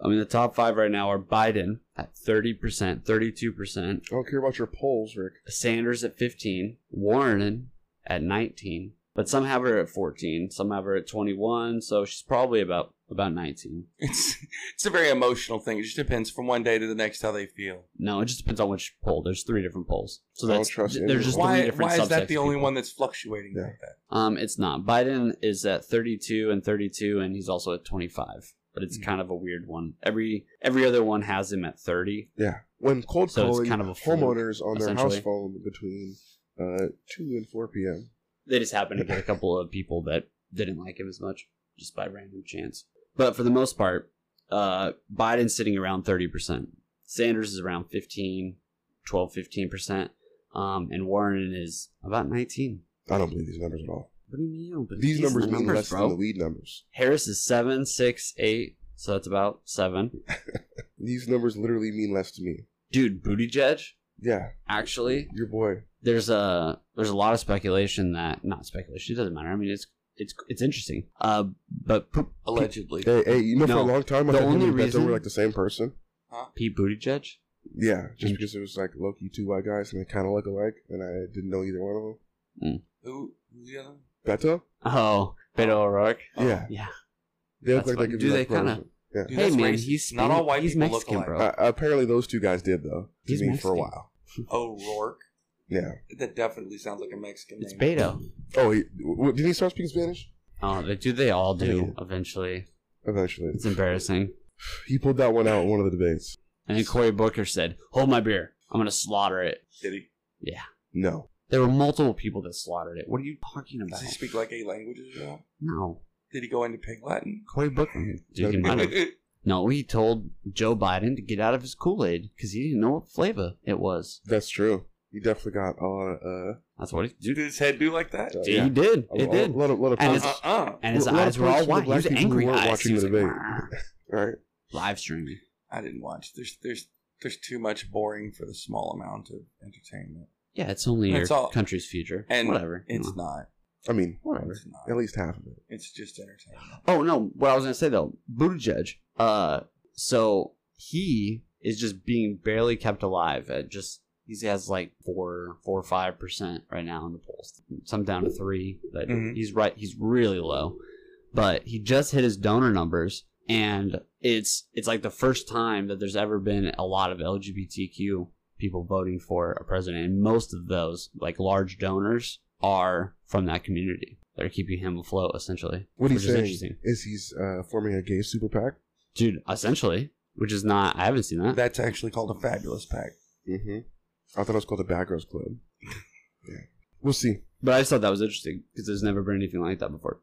[SPEAKER 1] I mean, the top five right now are Biden at thirty percent, thirty-two percent,
[SPEAKER 2] I don't care about your polls, Rick.
[SPEAKER 1] Sanders at fifteen, Warren at nineteen, but some have her at fourteen, some have her at twenty-one, so she's probably about about nineteen.
[SPEAKER 3] [LAUGHS] it's it's a very emotional thing. It just depends from one day to the next how they feel.
[SPEAKER 1] No, it just depends on which poll. There's three different polls, so
[SPEAKER 2] I don't
[SPEAKER 1] that's
[SPEAKER 2] trust
[SPEAKER 1] th-
[SPEAKER 2] any
[SPEAKER 1] there's
[SPEAKER 2] of
[SPEAKER 1] just
[SPEAKER 2] them.
[SPEAKER 1] three
[SPEAKER 3] why
[SPEAKER 1] different.
[SPEAKER 3] why is
[SPEAKER 1] subsets
[SPEAKER 3] that
[SPEAKER 1] of
[SPEAKER 3] the only
[SPEAKER 1] people.
[SPEAKER 3] one that's fluctuating
[SPEAKER 2] Yeah.
[SPEAKER 3] like that?
[SPEAKER 1] Um, it's not. Biden is at 32 and 32, and he's also at 25. But it's
[SPEAKER 3] Mhm.
[SPEAKER 1] kind of a weird one. Every every other one has him at 30.
[SPEAKER 2] Yeah. When cold
[SPEAKER 1] So it's
[SPEAKER 2] calling
[SPEAKER 1] kind of a fluke,
[SPEAKER 2] homeowners on their house
[SPEAKER 1] essentially.
[SPEAKER 2] phone between uh, two and four p.m.
[SPEAKER 1] They just happened to get a couple of people that didn't like him as much, just by random chance. But for the most part, uh, Biden's sitting around 30%. Sanders is around 15, 12, 15%. Um, and Warren is about 19.
[SPEAKER 2] I don't believe these numbers at all.
[SPEAKER 1] What do you mean? Oh, you don't believe
[SPEAKER 2] These, numbers
[SPEAKER 1] are
[SPEAKER 2] mean less
[SPEAKER 1] bro?
[SPEAKER 2] than the weed numbers.
[SPEAKER 1] Harris is seven, six, eight. So that's about seven.
[SPEAKER 2] These numbers literally mean less to me.
[SPEAKER 1] Dude, Buttigieg,
[SPEAKER 2] Yeah,
[SPEAKER 1] actually,
[SPEAKER 2] your boy.
[SPEAKER 1] there's a there's a lot of speculation that not speculation. It doesn't matter. I mean, it's it's it's interesting. Uh, but P-
[SPEAKER 3] Allegedly.
[SPEAKER 2] Hey, hey, you know,
[SPEAKER 1] No.
[SPEAKER 2] for a long time, I
[SPEAKER 1] The
[SPEAKER 2] had him
[SPEAKER 1] only
[SPEAKER 2] and Beto
[SPEAKER 1] reason-
[SPEAKER 2] were like the same person.
[SPEAKER 1] Pete Buttigieg,
[SPEAKER 2] Yeah, just
[SPEAKER 1] Mm.
[SPEAKER 2] because it was like Loki two white guys and they kind of look alike, and I didn't know either one of them.
[SPEAKER 3] Who? Who's the other? one?
[SPEAKER 2] Beto?
[SPEAKER 1] Oh, Beto O'Rourke.
[SPEAKER 2] Yeah,
[SPEAKER 1] Oh, Yeah.
[SPEAKER 2] they look
[SPEAKER 1] That's
[SPEAKER 2] like they
[SPEAKER 1] what-
[SPEAKER 2] could
[SPEAKER 1] do
[SPEAKER 2] be
[SPEAKER 1] they
[SPEAKER 2] like brothers.
[SPEAKER 1] kinda-
[SPEAKER 3] Dude,
[SPEAKER 1] hey
[SPEAKER 3] that's
[SPEAKER 1] man,
[SPEAKER 3] racist.
[SPEAKER 1] he's
[SPEAKER 3] not all white
[SPEAKER 1] he's
[SPEAKER 3] people
[SPEAKER 1] Mexican,
[SPEAKER 3] look alike.
[SPEAKER 1] bro.
[SPEAKER 2] Uh, apparently, those two guys did though. to
[SPEAKER 1] He's
[SPEAKER 2] me for
[SPEAKER 1] Mexican.
[SPEAKER 2] a while.
[SPEAKER 3] O'Rourke.
[SPEAKER 2] Yeah.
[SPEAKER 3] That definitely sounds like a Mexican
[SPEAKER 1] It's
[SPEAKER 3] name.
[SPEAKER 1] Beto.
[SPEAKER 2] Oh, he, w- did he start speaking Spanish?
[SPEAKER 1] Oh, they- do they all do
[SPEAKER 2] Yeah.
[SPEAKER 1] eventually?
[SPEAKER 2] Eventually,
[SPEAKER 1] It's embarrassing.
[SPEAKER 2] he pulled that one out in one of the debates.
[SPEAKER 1] And then Cory Booker said, "Hold my beer. I'm gonna slaughter it."
[SPEAKER 3] Did he?
[SPEAKER 2] No,
[SPEAKER 1] There were multiple people that slaughtered it. What are you talking about?
[SPEAKER 3] Does he speak like eight languages? Or not?
[SPEAKER 1] No,
[SPEAKER 3] Did he go into pig Latin?
[SPEAKER 1] Cory Booker. Dude, he
[SPEAKER 3] [LAUGHS]
[SPEAKER 2] I
[SPEAKER 1] might have. No, he told Joe Biden to get out of his Kool Aid because he didn't know what flavor it was.
[SPEAKER 2] that's true. He definitely got uh, a lot of.
[SPEAKER 1] That's what he
[SPEAKER 3] Did
[SPEAKER 1] dude,
[SPEAKER 3] his head do like that?
[SPEAKER 2] Uh,
[SPEAKER 1] He did.
[SPEAKER 2] a
[SPEAKER 1] It
[SPEAKER 2] lo-
[SPEAKER 1] did.
[SPEAKER 2] A lot of, lot of
[SPEAKER 1] And
[SPEAKER 2] points.
[SPEAKER 1] it's-
[SPEAKER 3] Uh uh.
[SPEAKER 1] And his
[SPEAKER 2] a lot of
[SPEAKER 1] eyes were all
[SPEAKER 2] points
[SPEAKER 1] white. He
[SPEAKER 2] from the black
[SPEAKER 1] was
[SPEAKER 2] people who
[SPEAKER 1] angry
[SPEAKER 2] weren't
[SPEAKER 1] eyes.
[SPEAKER 2] watching
[SPEAKER 1] He was
[SPEAKER 2] the
[SPEAKER 1] like,
[SPEAKER 2] debate.
[SPEAKER 1] "Rrr."
[SPEAKER 2] All right.
[SPEAKER 1] live streaming.
[SPEAKER 3] I didn't watch. There's there's there's too much boring for the small amount of entertainment.
[SPEAKER 1] Yeah, it's only
[SPEAKER 3] That's
[SPEAKER 1] your
[SPEAKER 3] all.
[SPEAKER 1] country's future.
[SPEAKER 3] And
[SPEAKER 1] Whatever. you
[SPEAKER 3] It's
[SPEAKER 2] Mm-hmm.
[SPEAKER 1] know.
[SPEAKER 3] not.
[SPEAKER 2] I mean,
[SPEAKER 1] Whatever.
[SPEAKER 3] It's
[SPEAKER 2] at
[SPEAKER 3] not.
[SPEAKER 2] least half of it.
[SPEAKER 3] It's just entertainment.
[SPEAKER 1] Oh no! What I was gonna say though, Buttigieg. Uh, so he is just being barely kept alive at just he has like four, four or five percent right now in the polls. Some down to three, but
[SPEAKER 2] Mm-hmm.
[SPEAKER 3] Mhm.
[SPEAKER 1] he's right. He's really low, but he just hit his donor numbers, and it's it's like the first time that there's ever been a lot of LGBTQ people voting for a president, and most of those like large donors are from that community. They're keeping him afloat essentially.
[SPEAKER 2] What
[SPEAKER 1] which
[SPEAKER 2] he's
[SPEAKER 1] is
[SPEAKER 2] saying is,
[SPEAKER 1] interesting.
[SPEAKER 2] he's uh, forming a gay super PAC.
[SPEAKER 1] dude. Essentially, which is not. I haven't seen that.
[SPEAKER 3] That's actually called a fabulous pack.
[SPEAKER 2] Mm-hmm. I thought it was called the Bad Girls Club. [LAUGHS] yeah. We'll see.
[SPEAKER 1] but I just thought that was interesting because there's never been anything like that before.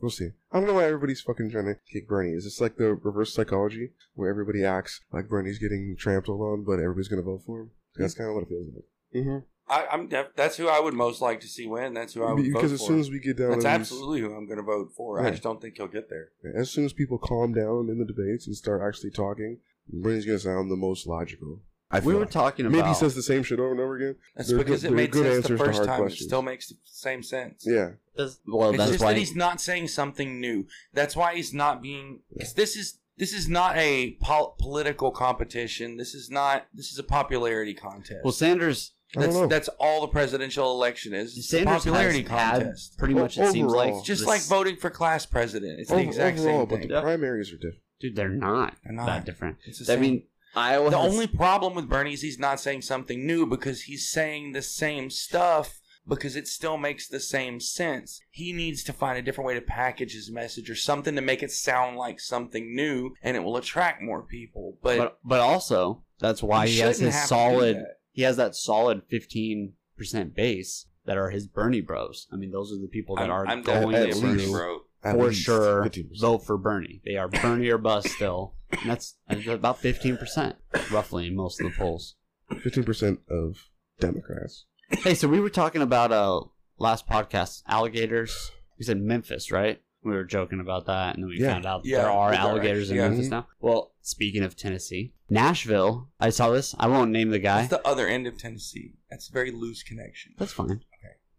[SPEAKER 2] We'll see. I don't know why everybody's fucking trying to kick Bernie. Is this like the reverse psychology where everybody acts like Bernie's getting trampled on, but everybody's gonna vote for him? That's kind of what it feels like. Mm-hmm.
[SPEAKER 3] I, I'm def- that's who I would most like to see win. That's who I would
[SPEAKER 2] Because
[SPEAKER 3] vote
[SPEAKER 2] as
[SPEAKER 3] for.
[SPEAKER 2] soon as we get down,
[SPEAKER 3] that's
[SPEAKER 2] to these-
[SPEAKER 3] absolutely who I'm going to vote for. I
[SPEAKER 2] Right.
[SPEAKER 3] just don't think he'll get there.
[SPEAKER 2] as soon as people calm down in the debates and start actually talking, Bernie's gonna sound the most logical. I feel
[SPEAKER 1] we were
[SPEAKER 2] like.
[SPEAKER 1] talking about
[SPEAKER 2] maybe he says the same shit over and over again.
[SPEAKER 3] That's
[SPEAKER 2] They're
[SPEAKER 3] because
[SPEAKER 2] good-
[SPEAKER 3] it
[SPEAKER 2] they're
[SPEAKER 3] made
[SPEAKER 2] good
[SPEAKER 3] sense the
[SPEAKER 2] answers to
[SPEAKER 3] first
[SPEAKER 2] hard
[SPEAKER 3] time.
[SPEAKER 2] questions.
[SPEAKER 3] It still makes the same sense.
[SPEAKER 2] Yeah,
[SPEAKER 1] Does- well,
[SPEAKER 3] it's
[SPEAKER 1] Oh, that's
[SPEAKER 3] just
[SPEAKER 1] why
[SPEAKER 3] that he's not saying something new. That's why he's not being. 'cause This is this is not a pol- political competition. This is not. This is a popularity contest.
[SPEAKER 1] well Sanders
[SPEAKER 2] I don't
[SPEAKER 3] that's
[SPEAKER 2] know.
[SPEAKER 3] that's all the presidential election is. It's a
[SPEAKER 1] Sanders
[SPEAKER 3] popularity
[SPEAKER 1] has had
[SPEAKER 3] contest.
[SPEAKER 1] pretty
[SPEAKER 2] O-
[SPEAKER 1] much it seems
[SPEAKER 2] overall.
[SPEAKER 1] like
[SPEAKER 3] Just
[SPEAKER 1] this-
[SPEAKER 3] like voting for class president. It's the
[SPEAKER 2] Over-
[SPEAKER 3] exact
[SPEAKER 2] overall,
[SPEAKER 3] same
[SPEAKER 2] but
[SPEAKER 3] thing.
[SPEAKER 2] the primaries are different.
[SPEAKER 1] dude they're not,
[SPEAKER 3] They're not.
[SPEAKER 1] that different.
[SPEAKER 3] It's the
[SPEAKER 1] I
[SPEAKER 3] same.
[SPEAKER 1] mean Iowa
[SPEAKER 3] the
[SPEAKER 1] has-
[SPEAKER 3] only problem with Bernie is he's not saying something new because he's saying the same stuff because it still makes the same sense. He needs to find a different way to package his message or something to make it sound like something new and it will attract more people. But,
[SPEAKER 1] but but also that's why
[SPEAKER 3] he
[SPEAKER 1] he has
[SPEAKER 3] shouldn't
[SPEAKER 1] his
[SPEAKER 3] have to do
[SPEAKER 1] solid
[SPEAKER 3] that.
[SPEAKER 1] he has that solid fifteen percent base that are his Bernie bros. I mean those are the people that
[SPEAKER 3] I'm,
[SPEAKER 1] are
[SPEAKER 3] I'm
[SPEAKER 1] going
[SPEAKER 3] definitely
[SPEAKER 1] to
[SPEAKER 3] a
[SPEAKER 2] at
[SPEAKER 3] Bernie
[SPEAKER 2] least-
[SPEAKER 3] bro.
[SPEAKER 2] At
[SPEAKER 1] for
[SPEAKER 2] least
[SPEAKER 1] sure
[SPEAKER 2] 15%.
[SPEAKER 1] vote for Bernie. They are Bernie or bust still. And that's about 15%, roughly, in most of the polls.
[SPEAKER 2] Fifteen percent of Democrats.
[SPEAKER 1] Hey, so we were talking about uh last podcast, alligators. We said Memphis, right? We were joking about that, and then we
[SPEAKER 2] Yeah.
[SPEAKER 1] found out
[SPEAKER 3] Yeah,
[SPEAKER 1] there are
[SPEAKER 3] there are
[SPEAKER 1] alligators in
[SPEAKER 3] actually- yeah.
[SPEAKER 1] Memphis now. Well, speaking of Tennessee, Nashville, I saw this. I won't name the guy.
[SPEAKER 3] That's the other end of Tennessee. That's a very loose connection.
[SPEAKER 1] That's fine.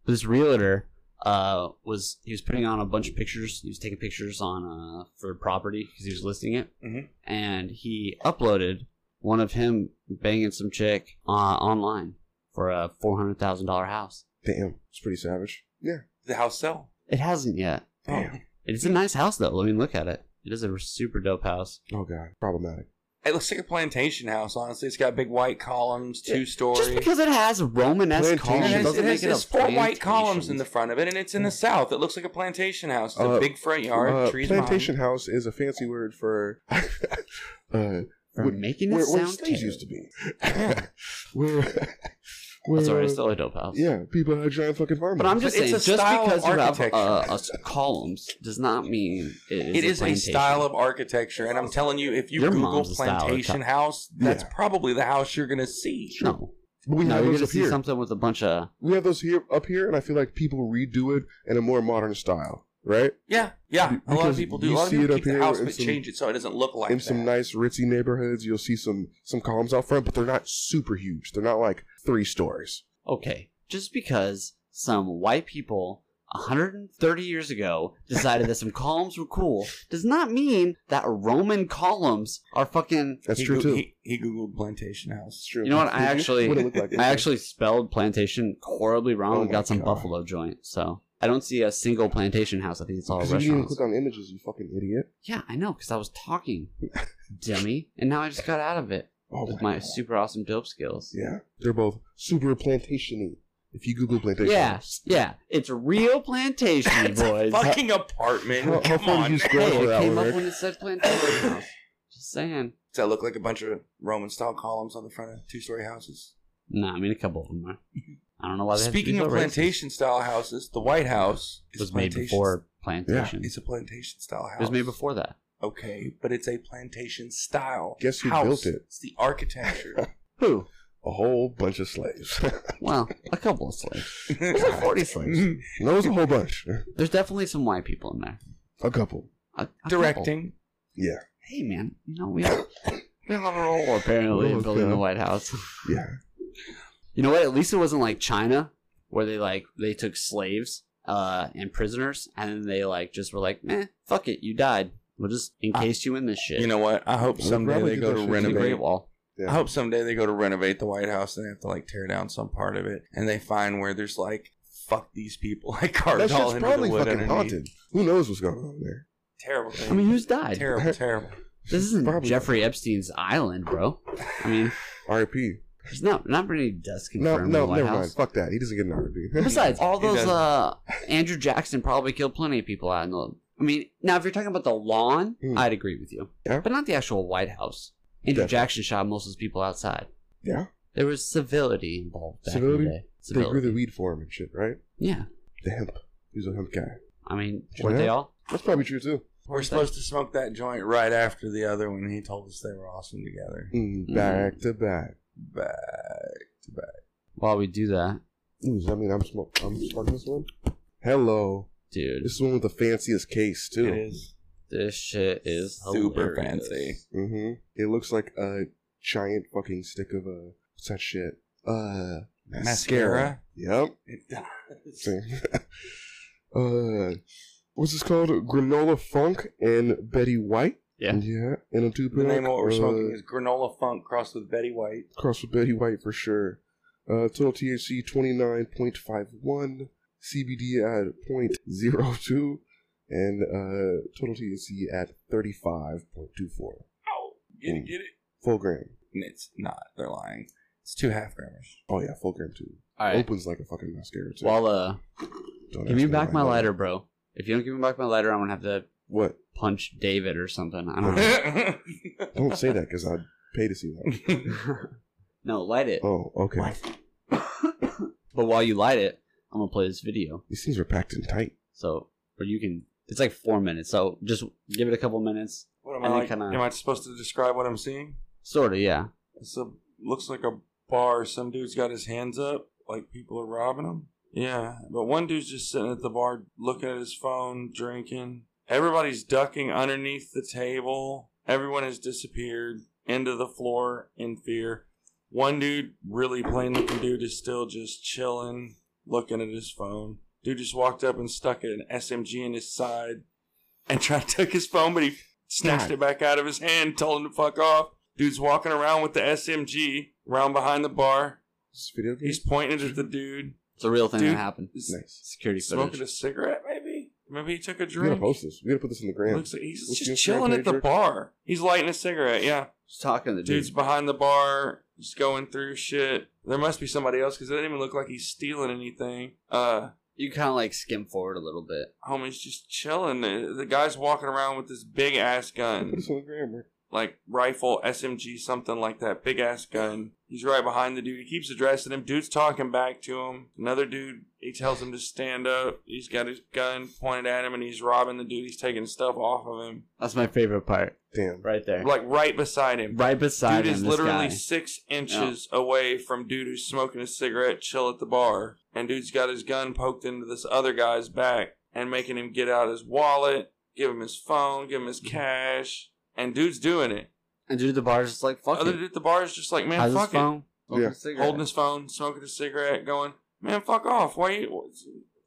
[SPEAKER 1] This realtor uh, was he was putting on a bunch of pictures. He was taking pictures on uh, for property because he was listing it,
[SPEAKER 3] Mhm.
[SPEAKER 1] and he uploaded one of him banging some chick uh, online for a four hundred thousand dollar house.
[SPEAKER 2] Damn, it's pretty savage. Yeah.
[SPEAKER 3] The house sell. Oh.
[SPEAKER 1] It hasn't yet.
[SPEAKER 2] Damn.
[SPEAKER 1] It's a nice house though. I mean, look at it. It is a super dope house.
[SPEAKER 2] Oh god, problematic.
[SPEAKER 3] It looks like a plantation house, honestly. It's got big white columns,
[SPEAKER 1] Yeah.
[SPEAKER 3] two story.
[SPEAKER 1] Just because it has Roman esque
[SPEAKER 2] Plantation.
[SPEAKER 1] columns
[SPEAKER 3] And it has,
[SPEAKER 1] doesn't
[SPEAKER 3] it has,
[SPEAKER 1] make it a
[SPEAKER 3] it's four white columns in
[SPEAKER 1] plantation.
[SPEAKER 3] the front of it, and it's in the south. It looks like a plantation house. It's
[SPEAKER 2] Uh,
[SPEAKER 3] a big front yard,
[SPEAKER 2] Uh,
[SPEAKER 3] trees
[SPEAKER 2] plantation house is a fancy word for [LAUGHS] uh, where,
[SPEAKER 1] For
[SPEAKER 2] Would-
[SPEAKER 1] making it
[SPEAKER 2] where
[SPEAKER 1] sound
[SPEAKER 2] slaves used to be. [LAUGHS] where, where,
[SPEAKER 1] That's already still a dope house.
[SPEAKER 2] yeah, people had giant fucking farms.
[SPEAKER 1] But I'm just
[SPEAKER 3] It's
[SPEAKER 1] saying,
[SPEAKER 3] a
[SPEAKER 1] just
[SPEAKER 3] style of
[SPEAKER 1] because you have
[SPEAKER 3] architecture.
[SPEAKER 1] uh, a s- columns does not mean it is,
[SPEAKER 3] It is a
[SPEAKER 1] plantation.
[SPEAKER 3] style of architecture, and I'm telling you, if you
[SPEAKER 1] Your
[SPEAKER 3] Google
[SPEAKER 1] mom's a style of
[SPEAKER 3] plantation
[SPEAKER 1] co-
[SPEAKER 3] house, that's
[SPEAKER 2] Yeah.
[SPEAKER 3] probably the house you're going to see.
[SPEAKER 1] No,
[SPEAKER 2] But we
[SPEAKER 1] no,
[SPEAKER 2] have
[SPEAKER 1] you're
[SPEAKER 2] those
[SPEAKER 1] gonna
[SPEAKER 2] up
[SPEAKER 1] see
[SPEAKER 2] here.
[SPEAKER 1] something with a bunch of.
[SPEAKER 2] We have those here up here, and I feel like people redo it in a more modern style, right?
[SPEAKER 3] Yeah, yeah. A lot of
[SPEAKER 2] Because
[SPEAKER 3] people do. A
[SPEAKER 2] you
[SPEAKER 3] lot of
[SPEAKER 2] see
[SPEAKER 3] people
[SPEAKER 2] it
[SPEAKER 3] keep
[SPEAKER 2] up
[SPEAKER 3] the
[SPEAKER 2] here
[SPEAKER 3] house,
[SPEAKER 2] in
[SPEAKER 3] but
[SPEAKER 2] some-
[SPEAKER 3] change it so it doesn't look like
[SPEAKER 2] in some
[SPEAKER 3] that.
[SPEAKER 2] nice ritzy neighborhoods, you'll see some some columns out front, but they're not super huge. They're not like three stories.
[SPEAKER 1] Okay, just because some white people 130 years ago, decided that some columns were cool does not mean that Roman columns are fucking.
[SPEAKER 2] That's
[SPEAKER 3] he
[SPEAKER 2] true
[SPEAKER 3] goo-
[SPEAKER 2] too.
[SPEAKER 3] He, he googled plantation house.
[SPEAKER 2] It's true.
[SPEAKER 1] You know what? I actually-
[SPEAKER 2] What it looked like.
[SPEAKER 1] I actually spelled plantation horribly wrong
[SPEAKER 2] Oh
[SPEAKER 1] and
[SPEAKER 2] my
[SPEAKER 1] got some
[SPEAKER 2] God.
[SPEAKER 1] buffalo joint. So I don't see a single plantation house. I think it's all
[SPEAKER 2] Because you didn't even
[SPEAKER 1] restaurants.
[SPEAKER 2] click on images, you fucking idiot.
[SPEAKER 1] yeah, I know, because I was
[SPEAKER 3] [LAUGHS]
[SPEAKER 1] talking, dummy, and now I just got out of it
[SPEAKER 2] Oh
[SPEAKER 1] with my
[SPEAKER 2] God.
[SPEAKER 1] super awesome dope skills.
[SPEAKER 2] Yeah, they're both super plantationy. If you Google plantation,
[SPEAKER 1] Yeah, yeah, it's real
[SPEAKER 3] [LAUGHS]
[SPEAKER 1] plantation,
[SPEAKER 3] It's a
[SPEAKER 1] boys.
[SPEAKER 3] fucking apartment.
[SPEAKER 2] How, how
[SPEAKER 3] Come
[SPEAKER 2] far
[SPEAKER 3] on.
[SPEAKER 2] did
[SPEAKER 1] Hey,
[SPEAKER 2] you scroll for
[SPEAKER 1] it
[SPEAKER 2] that
[SPEAKER 1] came
[SPEAKER 2] one?
[SPEAKER 1] up
[SPEAKER 2] Rick?
[SPEAKER 1] when it said plantation house. Just saying.
[SPEAKER 3] Does that look like a bunch of Roman style columns on the front of two story houses?
[SPEAKER 1] Nah, I mean a couple of them are. I don't know why. They have to be
[SPEAKER 3] Speaking
[SPEAKER 1] so
[SPEAKER 3] of
[SPEAKER 1] racist.
[SPEAKER 3] plantation style houses, the White House
[SPEAKER 1] it
[SPEAKER 3] is
[SPEAKER 1] was made
[SPEAKER 3] plantation-
[SPEAKER 1] before plantation.
[SPEAKER 3] It's a plantation style house.
[SPEAKER 1] it was made before that.
[SPEAKER 3] Okay, but it's a plantation style.
[SPEAKER 2] Guess who
[SPEAKER 3] house.
[SPEAKER 2] built it?
[SPEAKER 3] It's the
[SPEAKER 2] [LAUGHS]
[SPEAKER 3] architecture.
[SPEAKER 1] Who?
[SPEAKER 2] A whole bunch of
[SPEAKER 1] [LAUGHS]
[SPEAKER 2] slaves. [LAUGHS]
[SPEAKER 1] Well, a couple of slaves. There's like forty [LAUGHS] slaves.
[SPEAKER 2] no, it was a whole bunch.
[SPEAKER 1] There's definitely some white people in there.
[SPEAKER 2] A couple.
[SPEAKER 1] A- a couple.
[SPEAKER 3] [LAUGHS] Directing.
[SPEAKER 1] Oh,
[SPEAKER 2] Yeah,
[SPEAKER 1] Hey, man. You know we all, we all have a role apparently in
[SPEAKER 2] Oh,
[SPEAKER 1] building the
[SPEAKER 2] God.
[SPEAKER 1] White House.
[SPEAKER 2] [LAUGHS] yeah.
[SPEAKER 1] You know what? At least it wasn't like China, where they like they took slaves uh, and prisoners, and then they like just were like, "Man, fuck it, you died. We'll just encase you in this shit."
[SPEAKER 3] You know what? I hope
[SPEAKER 2] We'll
[SPEAKER 3] someday
[SPEAKER 2] probably
[SPEAKER 3] they
[SPEAKER 2] do
[SPEAKER 3] go
[SPEAKER 2] that
[SPEAKER 3] to
[SPEAKER 2] shit.
[SPEAKER 1] It's the
[SPEAKER 3] renovate.
[SPEAKER 1] Great Wall.
[SPEAKER 2] yeah.
[SPEAKER 3] I hope someday they go to renovate the White House and they have to like tear down some part of it, and they find where there's like fuck these people [LAUGHS] like carved
[SPEAKER 2] That
[SPEAKER 3] all
[SPEAKER 2] shit's
[SPEAKER 3] into the
[SPEAKER 2] probably
[SPEAKER 3] wood
[SPEAKER 2] fucking
[SPEAKER 3] underneath.
[SPEAKER 2] haunted. Who knows what's going on there?
[SPEAKER 3] Terrible thing.
[SPEAKER 1] I mean, who's died?
[SPEAKER 3] [LAUGHS] terrible, terrible.
[SPEAKER 1] This isn't
[SPEAKER 2] Probably.
[SPEAKER 1] Jeffrey Epstein's island, bro. I mean,
[SPEAKER 2] R.I.P.
[SPEAKER 1] there's not not really deaths
[SPEAKER 2] No,
[SPEAKER 1] confirmed.
[SPEAKER 2] no,
[SPEAKER 1] in the White
[SPEAKER 2] never mind.
[SPEAKER 1] House.
[SPEAKER 2] Fuck that. He doesn't get an R.I.P. [LAUGHS]
[SPEAKER 1] Besides, all
[SPEAKER 3] He
[SPEAKER 1] those
[SPEAKER 3] doesn't.
[SPEAKER 1] uh, Andrew Jackson probably killed plenty of people out in the. I mean, now if you're talking about the lawn,
[SPEAKER 2] Hmm.
[SPEAKER 1] I'd agree with you,
[SPEAKER 2] Yeah.
[SPEAKER 1] but not the actual White House. Andrew
[SPEAKER 2] Definitely.
[SPEAKER 1] Jackson shot most of his people outside.
[SPEAKER 2] yeah,
[SPEAKER 1] There was civility involved back
[SPEAKER 2] Civility?
[SPEAKER 1] in the day.
[SPEAKER 2] they grew
[SPEAKER 1] Civility.
[SPEAKER 2] the weed for him and shit, right?
[SPEAKER 1] yeah.
[SPEAKER 2] The hemp. He was a hemp guy.
[SPEAKER 1] I mean,
[SPEAKER 2] Did you
[SPEAKER 1] weren't
[SPEAKER 2] know?
[SPEAKER 1] they all?
[SPEAKER 2] That's probably true too.
[SPEAKER 3] We're supposed to smoke that joint right after the other when he told us they were awesome together.
[SPEAKER 2] Mm,
[SPEAKER 1] Mm.
[SPEAKER 2] back to back.
[SPEAKER 3] Back to back.
[SPEAKER 1] While we do that,
[SPEAKER 2] Ooh, Mm, does that mean I'm smoking? I'm smoking this one. Hello.
[SPEAKER 1] dude,
[SPEAKER 2] This is the one with the fanciest case too.
[SPEAKER 3] It is.
[SPEAKER 1] this shit is
[SPEAKER 3] Super
[SPEAKER 1] hilarious.
[SPEAKER 3] fancy.
[SPEAKER 2] Mm-hmm. It looks like a giant fucking stick of a what's that shit? Uh,
[SPEAKER 3] Mascara. [LAUGHS]
[SPEAKER 2] Yep.
[SPEAKER 3] It does.
[SPEAKER 2] Same. [LAUGHS] uh, what's this called? Granola Funk and Betty White.
[SPEAKER 1] Yeah.
[SPEAKER 2] Yeah. And a two pack.
[SPEAKER 3] The name of what we're smoking is Granola Funk crossed with Betty White.
[SPEAKER 2] cross with Betty White for sure. Uh, total THC twenty nine point five one, CBD at 0.02, and uh, total THC at thirty five point two four
[SPEAKER 3] Oh, get it, get it.
[SPEAKER 2] full gram.
[SPEAKER 3] And it's not. They're lying. It's two half [LAUGHS] grammars.
[SPEAKER 2] Oh yeah, full gram too.
[SPEAKER 1] All right.
[SPEAKER 2] Opens like a fucking mascara too.
[SPEAKER 1] While uh,
[SPEAKER 2] Don't
[SPEAKER 1] give
[SPEAKER 2] ask
[SPEAKER 1] me back
[SPEAKER 2] why
[SPEAKER 1] my
[SPEAKER 2] I know.
[SPEAKER 1] lighter, bro. If you don't give me back my lighter, I'm gonna have to
[SPEAKER 2] What?
[SPEAKER 1] punch David or something. I
[SPEAKER 2] [LAUGHS]
[SPEAKER 1] don't know.
[SPEAKER 3] Light
[SPEAKER 2] Don't say that because I'd pay to see that.
[SPEAKER 1] [LAUGHS] no, light it.
[SPEAKER 2] Oh, okay.
[SPEAKER 1] [COUGHS] but while you light it, I'm gonna play this video.
[SPEAKER 2] These things are packed in tight.
[SPEAKER 1] So, or you can. It's like four minutes. So just give it a couple minutes.
[SPEAKER 3] What am I
[SPEAKER 1] And
[SPEAKER 3] like?
[SPEAKER 1] then kinda-
[SPEAKER 3] Am I supposed to describe what I'm seeing?
[SPEAKER 1] Sort of, yeah.
[SPEAKER 3] It's a looks like a bar. Some dude's got his hands up, like people are robbing him. Yeah, but one dude's just sitting at the bar, looking at his phone, drinking. Everybody's ducking underneath the table. Everyone has disappeared into the floor in fear. One dude, really plain looking dude, is still just chilling, looking at his phone. Dude just walked up and stuck an SMG in his side and [LAUGHS] tried to take his phone, but he snatched it back out of his hand, told him to fuck off. Dude's walking around with the SMG around behind the bar.
[SPEAKER 2] Is this video game?
[SPEAKER 3] He's pointing it at the dude.
[SPEAKER 1] It's a real thing
[SPEAKER 3] Dude.
[SPEAKER 1] that happened.
[SPEAKER 3] He's
[SPEAKER 2] nice.
[SPEAKER 1] Security
[SPEAKER 3] smoking
[SPEAKER 1] footage.
[SPEAKER 3] a cigarette, maybe? Maybe he took a
[SPEAKER 2] We gotta
[SPEAKER 3] drink.
[SPEAKER 2] post this. We gotta put this in the gram.
[SPEAKER 3] Looks like he's
[SPEAKER 2] What's the
[SPEAKER 3] just chilling
[SPEAKER 2] Instagram
[SPEAKER 3] at the
[SPEAKER 2] page, Rick?
[SPEAKER 3] bar. He's lighting a cigarette, yeah.
[SPEAKER 1] Just talking to the dude.
[SPEAKER 3] Dude's behind the bar, just going through shit. There must be somebody else because it didn't even look like he's stealing anything. Uh,
[SPEAKER 1] You kind of like skim forward a little bit.
[SPEAKER 3] homie's just chilling. The, the guy's walking around with this big ass
[SPEAKER 2] Put
[SPEAKER 3] gun,
[SPEAKER 2] this on the gram. Rick.
[SPEAKER 3] like rifle, SMG, something like that. Big ass gun. He's right behind the dude. He keeps addressing him. Dude's talking back to him. Another dude, he tells him to stand up. He's got his gun pointed at him and he's robbing the dude. He's taking stuff off of him,
[SPEAKER 1] That's my favorite part,
[SPEAKER 2] Damn.
[SPEAKER 1] right there,
[SPEAKER 3] like right beside him.
[SPEAKER 1] right beside
[SPEAKER 3] dude
[SPEAKER 1] him.
[SPEAKER 3] is
[SPEAKER 1] this
[SPEAKER 3] literally
[SPEAKER 1] guy.
[SPEAKER 3] six inches away from dude who's smoking a cigarette, chill at the bar, and dude's got his gun poked into this other guy's back and making him get out his wallet, give him his phone, give him his cash, and dude's doing it.
[SPEAKER 1] and dude, at the bar's just like fuck
[SPEAKER 3] other
[SPEAKER 1] it.
[SPEAKER 3] dude at the bar is just like, man,
[SPEAKER 1] Has his
[SPEAKER 3] fuck it,
[SPEAKER 1] phone. smoking
[SPEAKER 2] Yeah.
[SPEAKER 1] a cigarette.
[SPEAKER 3] holding his phone, smoking a cigarette, going, man, fuck off. Why you?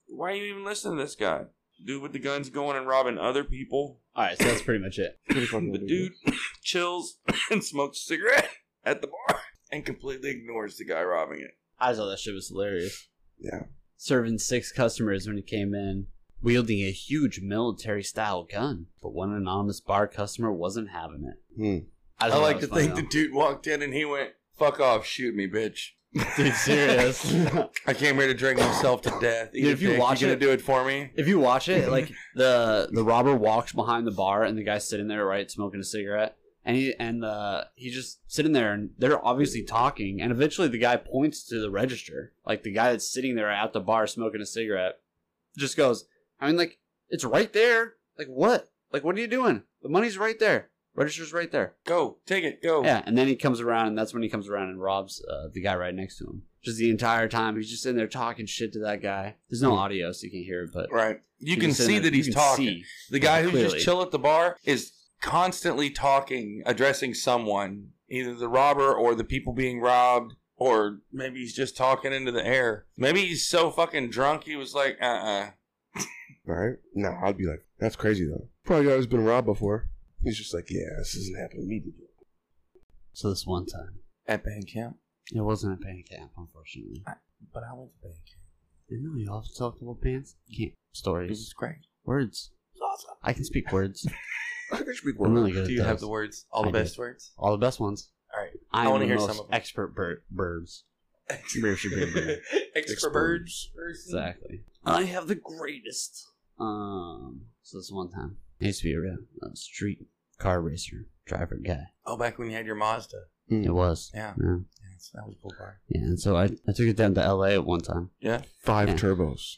[SPEAKER 3] Why you even listen to this guy? Dude with the guns going and robbing other people.
[SPEAKER 1] All right, so that's pretty much it.
[SPEAKER 2] Pretty fucking
[SPEAKER 3] The
[SPEAKER 2] ridiculous.
[SPEAKER 3] dude [LAUGHS] chills [LAUGHS] and smokes a cigarette [LAUGHS] at the bar and completely ignores the guy robbing it.
[SPEAKER 1] I thought that shit was hilarious.
[SPEAKER 2] Yeah.
[SPEAKER 1] Serving six customers when he came in, wielding a huge military style gun, but one anonymous bar customer wasn't having it.
[SPEAKER 2] Hmm.
[SPEAKER 3] I,
[SPEAKER 1] thought
[SPEAKER 3] like
[SPEAKER 1] that
[SPEAKER 3] to
[SPEAKER 1] was funny,
[SPEAKER 3] think the dude walked in and he went, "Fuck off, shoot me, bitch."
[SPEAKER 1] though. dude serious.
[SPEAKER 3] I came here to drink myself to death.
[SPEAKER 1] Dude, if you watch
[SPEAKER 3] you
[SPEAKER 1] it-
[SPEAKER 3] gonna do it for me,
[SPEAKER 1] if you watch it, like the the robber walks behind the bar and the guy's sitting there, right, smoking a cigarette. And he and uh, he's just sitting there, and they're obviously talking. And eventually, the guy points to the register, like the guy that's sitting there at the bar smoking a cigarette, just goes. I mean, like it's right there. Like what? Like what are you doing? The money's right there. Register's right there.
[SPEAKER 3] go take it, go.
[SPEAKER 1] Yeah. And then he comes around, and that's when he comes around and robs uh, the guy right next to him. Just the entire time, he's just in there talking shit to that guy. There's no audio, so you can hear it, but
[SPEAKER 3] Right. You
[SPEAKER 1] he's
[SPEAKER 3] can
[SPEAKER 1] just sitting
[SPEAKER 3] see
[SPEAKER 1] there-
[SPEAKER 3] that
[SPEAKER 1] you can
[SPEAKER 3] he's talking.
[SPEAKER 1] see.
[SPEAKER 3] The guy who's
[SPEAKER 1] Clearly.
[SPEAKER 3] just chill at the bar is constantly talking, addressing someone, either the robber or the people being robbed, or maybe he's just talking into the air. Maybe he's so fucking drunk he was like, uh uh
[SPEAKER 2] Right? Nah, I'd be like, that's crazy though. Probably guy who's been robbed before. He's just like, yeah, this isn't happening to me. to do."
[SPEAKER 1] So this one time,
[SPEAKER 3] At Bandcamp?
[SPEAKER 1] it wasn't a band camp, unfortunately.
[SPEAKER 3] But I went to Bandcamp.
[SPEAKER 1] I know you all have to talk about bands. Can't stories,
[SPEAKER 3] is great.
[SPEAKER 1] words. I can speak
[SPEAKER 3] [LAUGHS]
[SPEAKER 1] words.
[SPEAKER 2] I could speak
[SPEAKER 1] I'm
[SPEAKER 2] one.
[SPEAKER 1] really good at
[SPEAKER 3] Do you
[SPEAKER 1] those.
[SPEAKER 3] have the words? All the
[SPEAKER 1] I do.
[SPEAKER 3] best words?
[SPEAKER 1] All the best ones.
[SPEAKER 3] All right.
[SPEAKER 1] I,
[SPEAKER 3] I
[SPEAKER 1] am
[SPEAKER 3] wanna
[SPEAKER 1] the
[SPEAKER 3] hear
[SPEAKER 1] most
[SPEAKER 3] some of 'em.
[SPEAKER 1] expert bir- birds. Birds should be a bird.
[SPEAKER 3] [LAUGHS] Extra birds. person?
[SPEAKER 1] Exactly. I have the greatest. Um. So this one time, I used to be a, real, uh street car racer driver guy.
[SPEAKER 3] Oh, back when you had your Mazda.
[SPEAKER 1] It was.
[SPEAKER 3] Yeah.
[SPEAKER 1] Yeah.
[SPEAKER 3] Yes, that was a cool car.
[SPEAKER 1] Yeah, And so I, I took it down to L.A. at one time.
[SPEAKER 3] Yeah.
[SPEAKER 2] Five
[SPEAKER 1] Yeah.
[SPEAKER 2] turbos.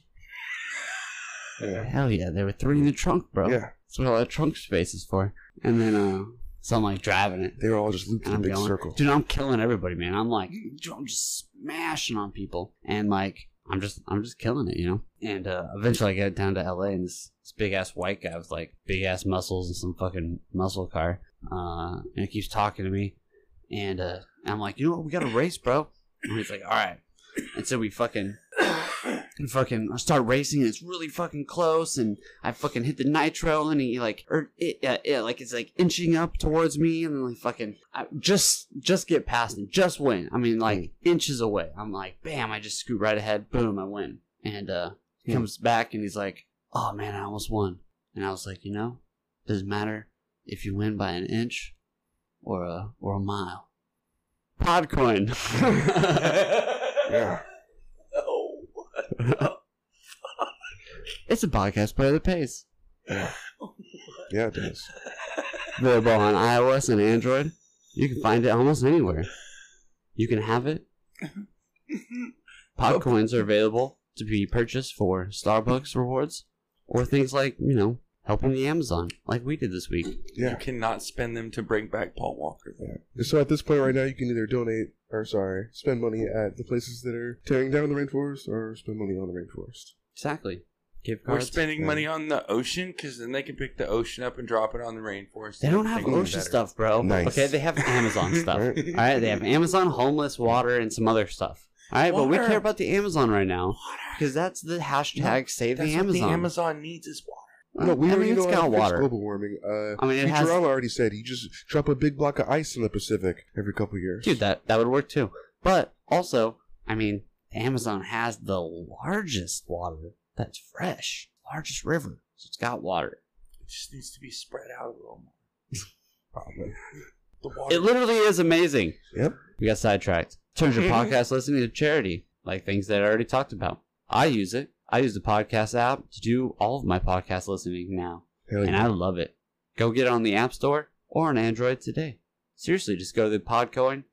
[SPEAKER 2] Yeah.
[SPEAKER 1] Hell yeah, there were three in the trunk, bro.
[SPEAKER 2] Yeah.
[SPEAKER 1] That's what all that trunk space is for. And then, uh, so I'm like driving it.
[SPEAKER 2] They were all just looped in a
[SPEAKER 1] I'm
[SPEAKER 2] big
[SPEAKER 1] going.
[SPEAKER 2] circle.
[SPEAKER 1] Duuld Dude, I'm killing everybody, man. I'm like, I'm just smashing on people, and like, I'm just, I'm just killing it, you know. And uh, eventually, I get down to L.A. and this, this big ass white guy with like big ass muscles and some fucking muscle car, uh, and he keeps talking to me, and uh, I'm like, you know what, we got to race, bro. And he's like, all right. And so we fucking, we fucking start racing, and it's really fucking close, and I fucking hit the nitro and he like or it, uh, it like it's like inching up towards me and like fucking I just just get past him, just win. I mean like inches away. I'm like bam, I just scoot right ahead, boom, I win. And uh he
[SPEAKER 2] Hmm.
[SPEAKER 1] comes back and he's like, "Oh man, I almost won." And I was like, "You know, doesn't matter if you win by an inch or a or a mile." Podcoin.
[SPEAKER 3] [LAUGHS]
[SPEAKER 2] Yeah.
[SPEAKER 3] Oh,
[SPEAKER 1] [LAUGHS] it's a podcast player that pays.
[SPEAKER 2] Yeah, it does.
[SPEAKER 1] available on iOS and Android. You can find it almost anywhere. You can have
[SPEAKER 3] [LAUGHS]
[SPEAKER 1] it. Podcoins are available to be purchased for Starbucks rewards or things like, you know, helping the Amazon, like we did this week.
[SPEAKER 3] You
[SPEAKER 2] Yeah.
[SPEAKER 3] cannot spend them to bring back Paul Walker.
[SPEAKER 2] And so at this point right now, you can either donate or sorry, spend money at the places that are tearing down the rainforest, or spend money on the rainforest.
[SPEAKER 1] Exactly. Gift
[SPEAKER 3] We're
[SPEAKER 1] cards.
[SPEAKER 3] spending money on the ocean because then they can pick the ocean up and drop it on the rainforest.
[SPEAKER 1] they don't have
[SPEAKER 3] Think it's
[SPEAKER 1] ocean
[SPEAKER 3] better.
[SPEAKER 1] stuff, bro.
[SPEAKER 2] Nice.
[SPEAKER 1] Okay, they have
[SPEAKER 2] [LAUGHS]
[SPEAKER 1] Amazon stuff.
[SPEAKER 2] Right?
[SPEAKER 1] All right, they have Amazon, homeless, water, and some other stuff. All right, but we
[SPEAKER 3] Water.
[SPEAKER 1] care about the Amazon right now
[SPEAKER 3] Water.
[SPEAKER 1] because that's the hashtag save
[SPEAKER 3] That's
[SPEAKER 1] the
[SPEAKER 3] what
[SPEAKER 1] Amazon.
[SPEAKER 3] the Amazon needs is water.
[SPEAKER 2] No, we
[SPEAKER 1] I
[SPEAKER 2] already
[SPEAKER 1] mean,
[SPEAKER 2] know
[SPEAKER 1] it's
[SPEAKER 2] how
[SPEAKER 1] got
[SPEAKER 2] to fix
[SPEAKER 1] water.
[SPEAKER 2] global warming. Uh,
[SPEAKER 1] I mean, it
[SPEAKER 2] Futurama
[SPEAKER 1] has
[SPEAKER 2] already said you just drop a big block of ice in the Pacific every couple years.
[SPEAKER 1] Dude, that that would work too. But also, I mean, Amazon has the largest water that's fresh, largest river, so it's got water.
[SPEAKER 3] It just needs to be spread out a little more.
[SPEAKER 2] Probably.
[SPEAKER 3] The water.
[SPEAKER 1] It literally is amazing.
[SPEAKER 2] Yep.
[SPEAKER 1] We got sidetracked. Turns
[SPEAKER 2] [LAUGHS]
[SPEAKER 1] your
[SPEAKER 3] Mhm.
[SPEAKER 1] podcast listening to charity, like things that I already talked about. I use it. I use the podcast app to do all of my podcast listening now,
[SPEAKER 2] Hell
[SPEAKER 1] and
[SPEAKER 2] yeah.
[SPEAKER 1] I love it. Go get it on the App Store or on Android today. Seriously, just go to the Podcoin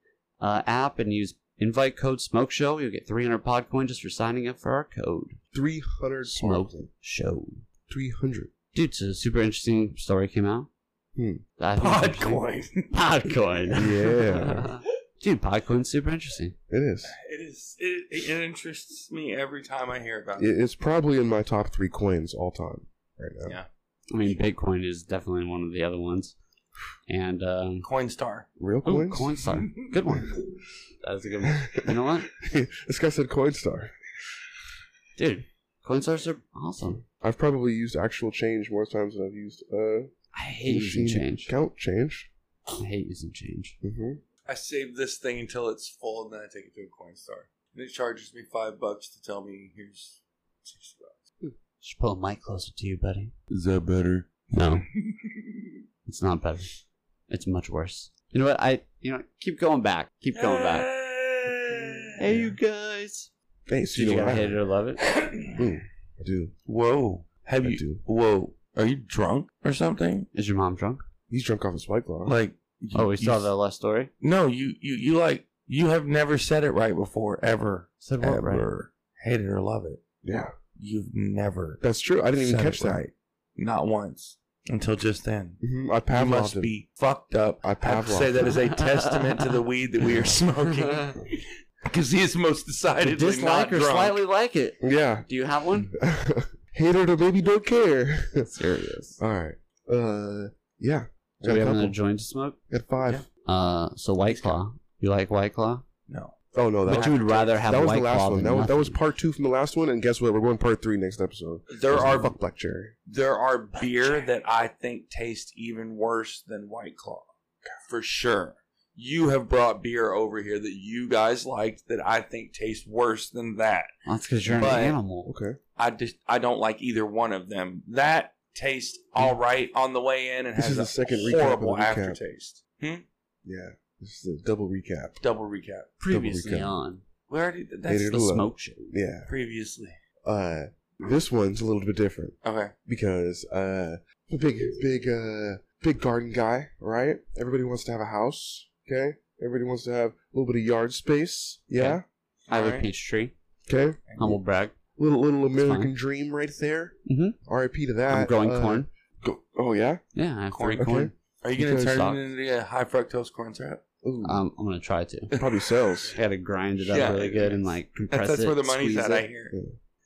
[SPEAKER 1] uh, app and use invite code Smoke Show. You'll get 300 Podcoin just for signing up for our code.
[SPEAKER 2] 300
[SPEAKER 1] Smoke
[SPEAKER 2] smoking.
[SPEAKER 1] show.
[SPEAKER 2] 300.
[SPEAKER 1] Dude, so a super interesting story came out.
[SPEAKER 2] Hmm.
[SPEAKER 1] I think it's interesting.
[SPEAKER 3] Podcoin.
[SPEAKER 1] [LAUGHS]
[SPEAKER 3] [LAUGHS]
[SPEAKER 1] Podcoin.
[SPEAKER 2] Yeah.
[SPEAKER 1] [LAUGHS] Dude, Podcoin's super interesting.
[SPEAKER 2] It is.
[SPEAKER 3] It is. It, it interests me every time I hear about it.
[SPEAKER 2] It- It's probably in my top three coins all time right now.
[SPEAKER 3] Yeah.
[SPEAKER 1] I mean, Bitcoin is definitely one of the other ones. And, um,
[SPEAKER 3] Coinstar.
[SPEAKER 2] Real
[SPEAKER 1] ooh,
[SPEAKER 2] coins? [LAUGHS]
[SPEAKER 1] Coinstar. Good one. That was a good one. You know what?
[SPEAKER 2] this guy said Coinstar.
[SPEAKER 1] Dude, Coin stars are awesome.
[SPEAKER 2] I've probably used actual change more times than I've used uh
[SPEAKER 1] I hate using
[SPEAKER 2] machine
[SPEAKER 1] change.
[SPEAKER 2] count change.
[SPEAKER 1] I hate using change.
[SPEAKER 2] hmm
[SPEAKER 3] I save this thing until it's full, and then I take it to a coin star, and it charges me five bucks to tell me here's sixty bucks.
[SPEAKER 1] Should pull a mic closer to you, buddy.
[SPEAKER 3] Is that better?
[SPEAKER 1] No, [LAUGHS] it's not better. It's much worse. You know what? I you know keep going back. Keep going back. Hey, you guys.
[SPEAKER 2] Thanks.
[SPEAKER 1] Did you
[SPEAKER 2] know
[SPEAKER 1] gotta
[SPEAKER 2] I,
[SPEAKER 1] hate it or love it?
[SPEAKER 3] [COUGHS]
[SPEAKER 2] Mm, I do.
[SPEAKER 3] Whoa! Have
[SPEAKER 2] I
[SPEAKER 3] you?
[SPEAKER 2] do.
[SPEAKER 3] Whoa! Are you drunk or something?
[SPEAKER 1] Is your mom drunk?
[SPEAKER 2] He's drunk off his white claw.
[SPEAKER 3] Like you-
[SPEAKER 1] Oh, we
[SPEAKER 3] you
[SPEAKER 1] saw
[SPEAKER 3] s-
[SPEAKER 1] that last story.
[SPEAKER 3] No, you you you like you have never said it right before ever
[SPEAKER 1] Said what? Right?
[SPEAKER 3] ever. Hate it or love it.
[SPEAKER 2] yeah,
[SPEAKER 3] You've never.
[SPEAKER 2] that's true. I didn't even
[SPEAKER 3] said
[SPEAKER 2] catch
[SPEAKER 3] it
[SPEAKER 2] that.
[SPEAKER 3] right. Not once until just then.
[SPEAKER 2] hmm I
[SPEAKER 3] You
[SPEAKER 2] Pavloved
[SPEAKER 3] must
[SPEAKER 2] him.
[SPEAKER 3] be fucked up. I
[SPEAKER 2] I
[SPEAKER 3] have to
[SPEAKER 2] Pavloved
[SPEAKER 3] say that
[SPEAKER 1] him.
[SPEAKER 3] is a testament to the weed that [LAUGHS] we are smoking [LAUGHS] because he is most decidedly
[SPEAKER 1] Dislike
[SPEAKER 3] not
[SPEAKER 1] or
[SPEAKER 3] drunk.
[SPEAKER 1] slightly like it.
[SPEAKER 2] Yeah. [LAUGHS]
[SPEAKER 1] Do you have one?
[SPEAKER 2] Hater to baby don't care.
[SPEAKER 1] [LAUGHS] Serious.
[SPEAKER 2] All right. Uh, yeah.
[SPEAKER 1] Do
[SPEAKER 2] Got
[SPEAKER 1] we
[SPEAKER 2] a
[SPEAKER 1] have another
[SPEAKER 2] couple.
[SPEAKER 1] joint to smoke?
[SPEAKER 2] Got five.
[SPEAKER 1] Uh, so White Claw. You like White Claw?
[SPEAKER 3] No,
[SPEAKER 2] Oh no, that
[SPEAKER 1] But
[SPEAKER 2] was,
[SPEAKER 1] you would rather have
[SPEAKER 2] that was
[SPEAKER 1] White
[SPEAKER 2] the last
[SPEAKER 1] Claw
[SPEAKER 2] one.
[SPEAKER 1] than
[SPEAKER 2] That was, that was
[SPEAKER 1] nothing.
[SPEAKER 2] part two from the last one, and guess what? We're going part three next episode.
[SPEAKER 3] there are
[SPEAKER 2] fuck black cherry.
[SPEAKER 3] there are beer that I think taste even worse than White Claw, for sure. You have brought beer over here that you guys liked that I think tastes worse than that.
[SPEAKER 1] That's because you're
[SPEAKER 3] But-
[SPEAKER 1] an animal.
[SPEAKER 2] Okay.
[SPEAKER 3] I just I don't like either one of them. That tastes all right on the way in and
[SPEAKER 2] Hmm. This
[SPEAKER 3] has
[SPEAKER 2] is
[SPEAKER 3] a
[SPEAKER 2] the second recap of the
[SPEAKER 3] horrible
[SPEAKER 2] recap.
[SPEAKER 3] aftertaste. Hmm?
[SPEAKER 2] Yeah. This is a double recap.
[SPEAKER 3] Double recap.
[SPEAKER 1] Previously
[SPEAKER 2] Double recap.
[SPEAKER 1] on
[SPEAKER 3] We already
[SPEAKER 2] Hater
[SPEAKER 3] that's
[SPEAKER 2] to
[SPEAKER 1] the
[SPEAKER 2] love.
[SPEAKER 1] smoke show.
[SPEAKER 2] Yeah.
[SPEAKER 3] previously.
[SPEAKER 2] Uh, this one's a little bit different
[SPEAKER 3] Okay.
[SPEAKER 2] because uh, I'm a big, big, uh, big garden guy. Right. Everybody wants to have a house. Okay. Everybody wants to have a little bit of yard space. Yeah.
[SPEAKER 1] I have a
[SPEAKER 3] Alright.
[SPEAKER 1] peach tree.
[SPEAKER 2] Okay.
[SPEAKER 1] Humble brag.
[SPEAKER 2] Little little
[SPEAKER 1] fine.
[SPEAKER 2] American dream right there.
[SPEAKER 1] Mhm.
[SPEAKER 2] R.I.P. to that.
[SPEAKER 1] I'm growing
[SPEAKER 2] Uh,
[SPEAKER 1] corn.
[SPEAKER 2] Go- oh yeah.
[SPEAKER 1] Yeah, I have
[SPEAKER 3] corn,
[SPEAKER 1] three
[SPEAKER 2] okay.
[SPEAKER 1] corn.
[SPEAKER 3] Are you going
[SPEAKER 2] Because-
[SPEAKER 3] to turn
[SPEAKER 1] Stop.
[SPEAKER 3] it into a high fructose
[SPEAKER 1] [LAUGHS]
[SPEAKER 3] corn syrup?
[SPEAKER 2] Ooh,
[SPEAKER 1] Um, I'm gonna try to. [LAUGHS]
[SPEAKER 2] probably sells.
[SPEAKER 1] You gotta grind it up
[SPEAKER 3] Yeah.
[SPEAKER 1] really good and like compress
[SPEAKER 3] That's, that's
[SPEAKER 1] it.
[SPEAKER 3] where the money's
[SPEAKER 1] squeeze
[SPEAKER 3] at,
[SPEAKER 1] it.
[SPEAKER 3] I hear.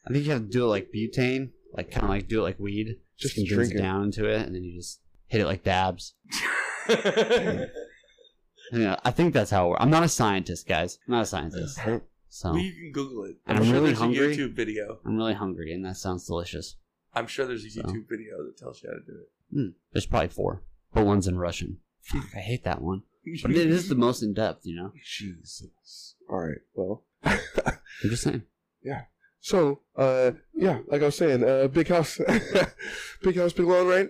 [SPEAKER 1] I think you have to do it like butane, like kind of like do it like weed. Just
[SPEAKER 2] Just
[SPEAKER 1] condense
[SPEAKER 2] drink
[SPEAKER 1] it
[SPEAKER 2] it.
[SPEAKER 1] down into it, and then you just hit it like dabs. You know, I think that's how it works. I'm not a scientist, guys. I'm not a scientist.
[SPEAKER 2] I don't-
[SPEAKER 1] So
[SPEAKER 3] Well, you can Google it.
[SPEAKER 1] And I'm really
[SPEAKER 3] there's
[SPEAKER 1] hungry.
[SPEAKER 3] a YouTube video.
[SPEAKER 1] I'm really hungry, and that sounds delicious.
[SPEAKER 3] I'm sure there's a
[SPEAKER 1] So.
[SPEAKER 3] YouTube video that tells you how to do it.
[SPEAKER 1] There's probably four, but one's in Russian. Fuck, I hate that one. But it is the most in depth, you know?
[SPEAKER 2] Jesus. All right. Well.
[SPEAKER 1] I'm just saying.
[SPEAKER 2] So, uh, yeah, like I was saying, uh, big house, [LAUGHS] big house, big lawn, right?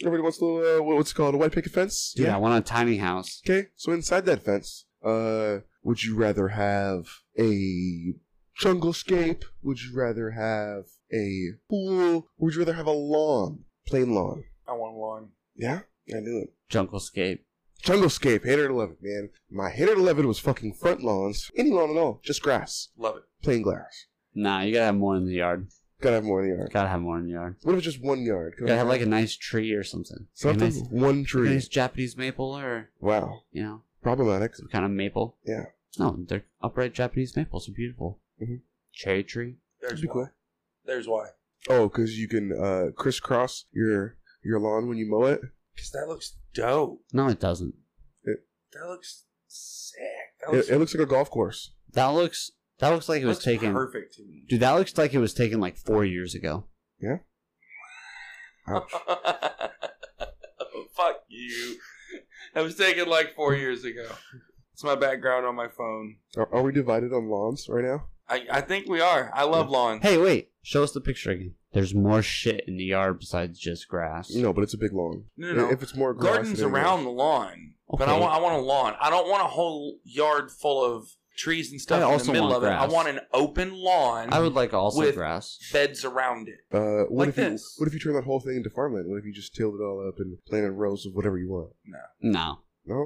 [SPEAKER 2] Everybody wants a little, uh, what- what's it called, a white picket fence.
[SPEAKER 1] Dude, I want a tiny house.
[SPEAKER 2] Okay. So inside that fence, uh, would you rather have a jungle scape? Would you rather have a pool? Would you rather have a lawn, plain lawn?
[SPEAKER 3] I want one.
[SPEAKER 2] Yeah, I knew it.
[SPEAKER 1] Junglescape.
[SPEAKER 2] Jungle scape, hater to love it, man. My hater to love it was fucking front lawns, any lawn at all, just grass,
[SPEAKER 3] Love it.
[SPEAKER 2] plain glass.
[SPEAKER 1] Nah, you gotta have more in the yard.
[SPEAKER 2] Gotta have more in the yard.
[SPEAKER 1] Gotta have more in the yard.
[SPEAKER 2] What if it's just one yard?
[SPEAKER 1] You gotta have like a nice tree or something. Like a
[SPEAKER 2] something,
[SPEAKER 1] nice-
[SPEAKER 2] one
[SPEAKER 1] like a
[SPEAKER 2] tree.
[SPEAKER 1] nice Japanese maple or,
[SPEAKER 2] Wow.
[SPEAKER 1] you know,
[SPEAKER 2] Problematic.
[SPEAKER 1] some kind of maple.
[SPEAKER 2] Yeah.
[SPEAKER 1] No, they're upright Japanese maples are beautiful.
[SPEAKER 2] Mhm.
[SPEAKER 1] Cherry tree.
[SPEAKER 3] There's
[SPEAKER 2] That'd be
[SPEAKER 3] why.
[SPEAKER 2] cool.
[SPEAKER 3] There's why.
[SPEAKER 2] Oh, because you can uh, crisscross your your lawn when you mow it.
[SPEAKER 3] Because that looks dope.
[SPEAKER 1] No, it doesn't.
[SPEAKER 3] That looks sick. That looks,
[SPEAKER 2] It, it looks like a golf course.
[SPEAKER 1] That looks that looks like it was
[SPEAKER 3] looks
[SPEAKER 1] taken.
[SPEAKER 3] perfect to me. [LAUGHS]
[SPEAKER 1] Dude, that looks like it was taken like four years ago.
[SPEAKER 2] Ouch.
[SPEAKER 3] Fuck you. That was taken like four years ago. It's my background on my phone.
[SPEAKER 2] Are, are we divided on lawns right now?
[SPEAKER 3] I, I think we are. I love lawns.
[SPEAKER 1] Hey, wait. Show us the picture again. There's more shit in the yard besides just grass.
[SPEAKER 2] No, but it's a big lawn.
[SPEAKER 3] No, no, no.
[SPEAKER 2] If it's more grass,
[SPEAKER 3] Gardens
[SPEAKER 2] it ain't
[SPEAKER 3] around the lawn. But I
[SPEAKER 1] Okay.
[SPEAKER 3] want I want a lawn. I don't want a whole yard full of trees and stuff
[SPEAKER 1] I
[SPEAKER 3] in
[SPEAKER 1] also
[SPEAKER 3] the middle
[SPEAKER 1] want
[SPEAKER 3] of it. I
[SPEAKER 1] grass.
[SPEAKER 3] want an open lawn
[SPEAKER 1] I would like also
[SPEAKER 3] With-
[SPEAKER 1] grass.
[SPEAKER 3] beds around it.
[SPEAKER 2] Uh, what
[SPEAKER 3] Like
[SPEAKER 2] if you
[SPEAKER 3] this.
[SPEAKER 2] what if you turn that whole thing into farmland? What if you just tilled it all up and planted rows of whatever you want?
[SPEAKER 1] No,
[SPEAKER 2] No,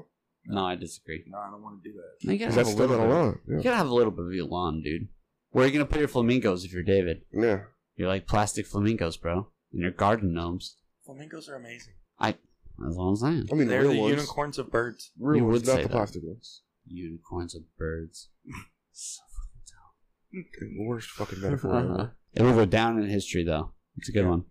[SPEAKER 1] no, I disagree.
[SPEAKER 3] No, I don't want to do that.
[SPEAKER 1] You gotta, have
[SPEAKER 2] because that's
[SPEAKER 1] Oh, a
[SPEAKER 2] still
[SPEAKER 1] little
[SPEAKER 2] not a
[SPEAKER 1] bit,
[SPEAKER 2] lawn. Yeah.
[SPEAKER 1] you gotta have a little bit of your lawn, dude. Where are you gonna put your flamingos if you're David?
[SPEAKER 2] yeah.
[SPEAKER 1] You're like plastic flamingos, bro. And your garden gnomes.
[SPEAKER 3] Flamingos are amazing.
[SPEAKER 1] That's what I'm saying.
[SPEAKER 2] I mean,
[SPEAKER 3] They're
[SPEAKER 2] real
[SPEAKER 3] the
[SPEAKER 2] ones.
[SPEAKER 3] unicorns of birds.
[SPEAKER 2] Real
[SPEAKER 1] You
[SPEAKER 2] ones,
[SPEAKER 1] would
[SPEAKER 2] not
[SPEAKER 1] say
[SPEAKER 2] the
[SPEAKER 1] that.
[SPEAKER 2] plastic ones.
[SPEAKER 1] Unicorns are
[SPEAKER 2] [LAUGHS]
[SPEAKER 1] birds. So
[SPEAKER 2] Okay,
[SPEAKER 1] [LAUGHS]
[SPEAKER 2] worst fucking metaphor
[SPEAKER 1] Uh-huh.
[SPEAKER 2] ever.
[SPEAKER 1] It'll go down in history, though. It's a good one.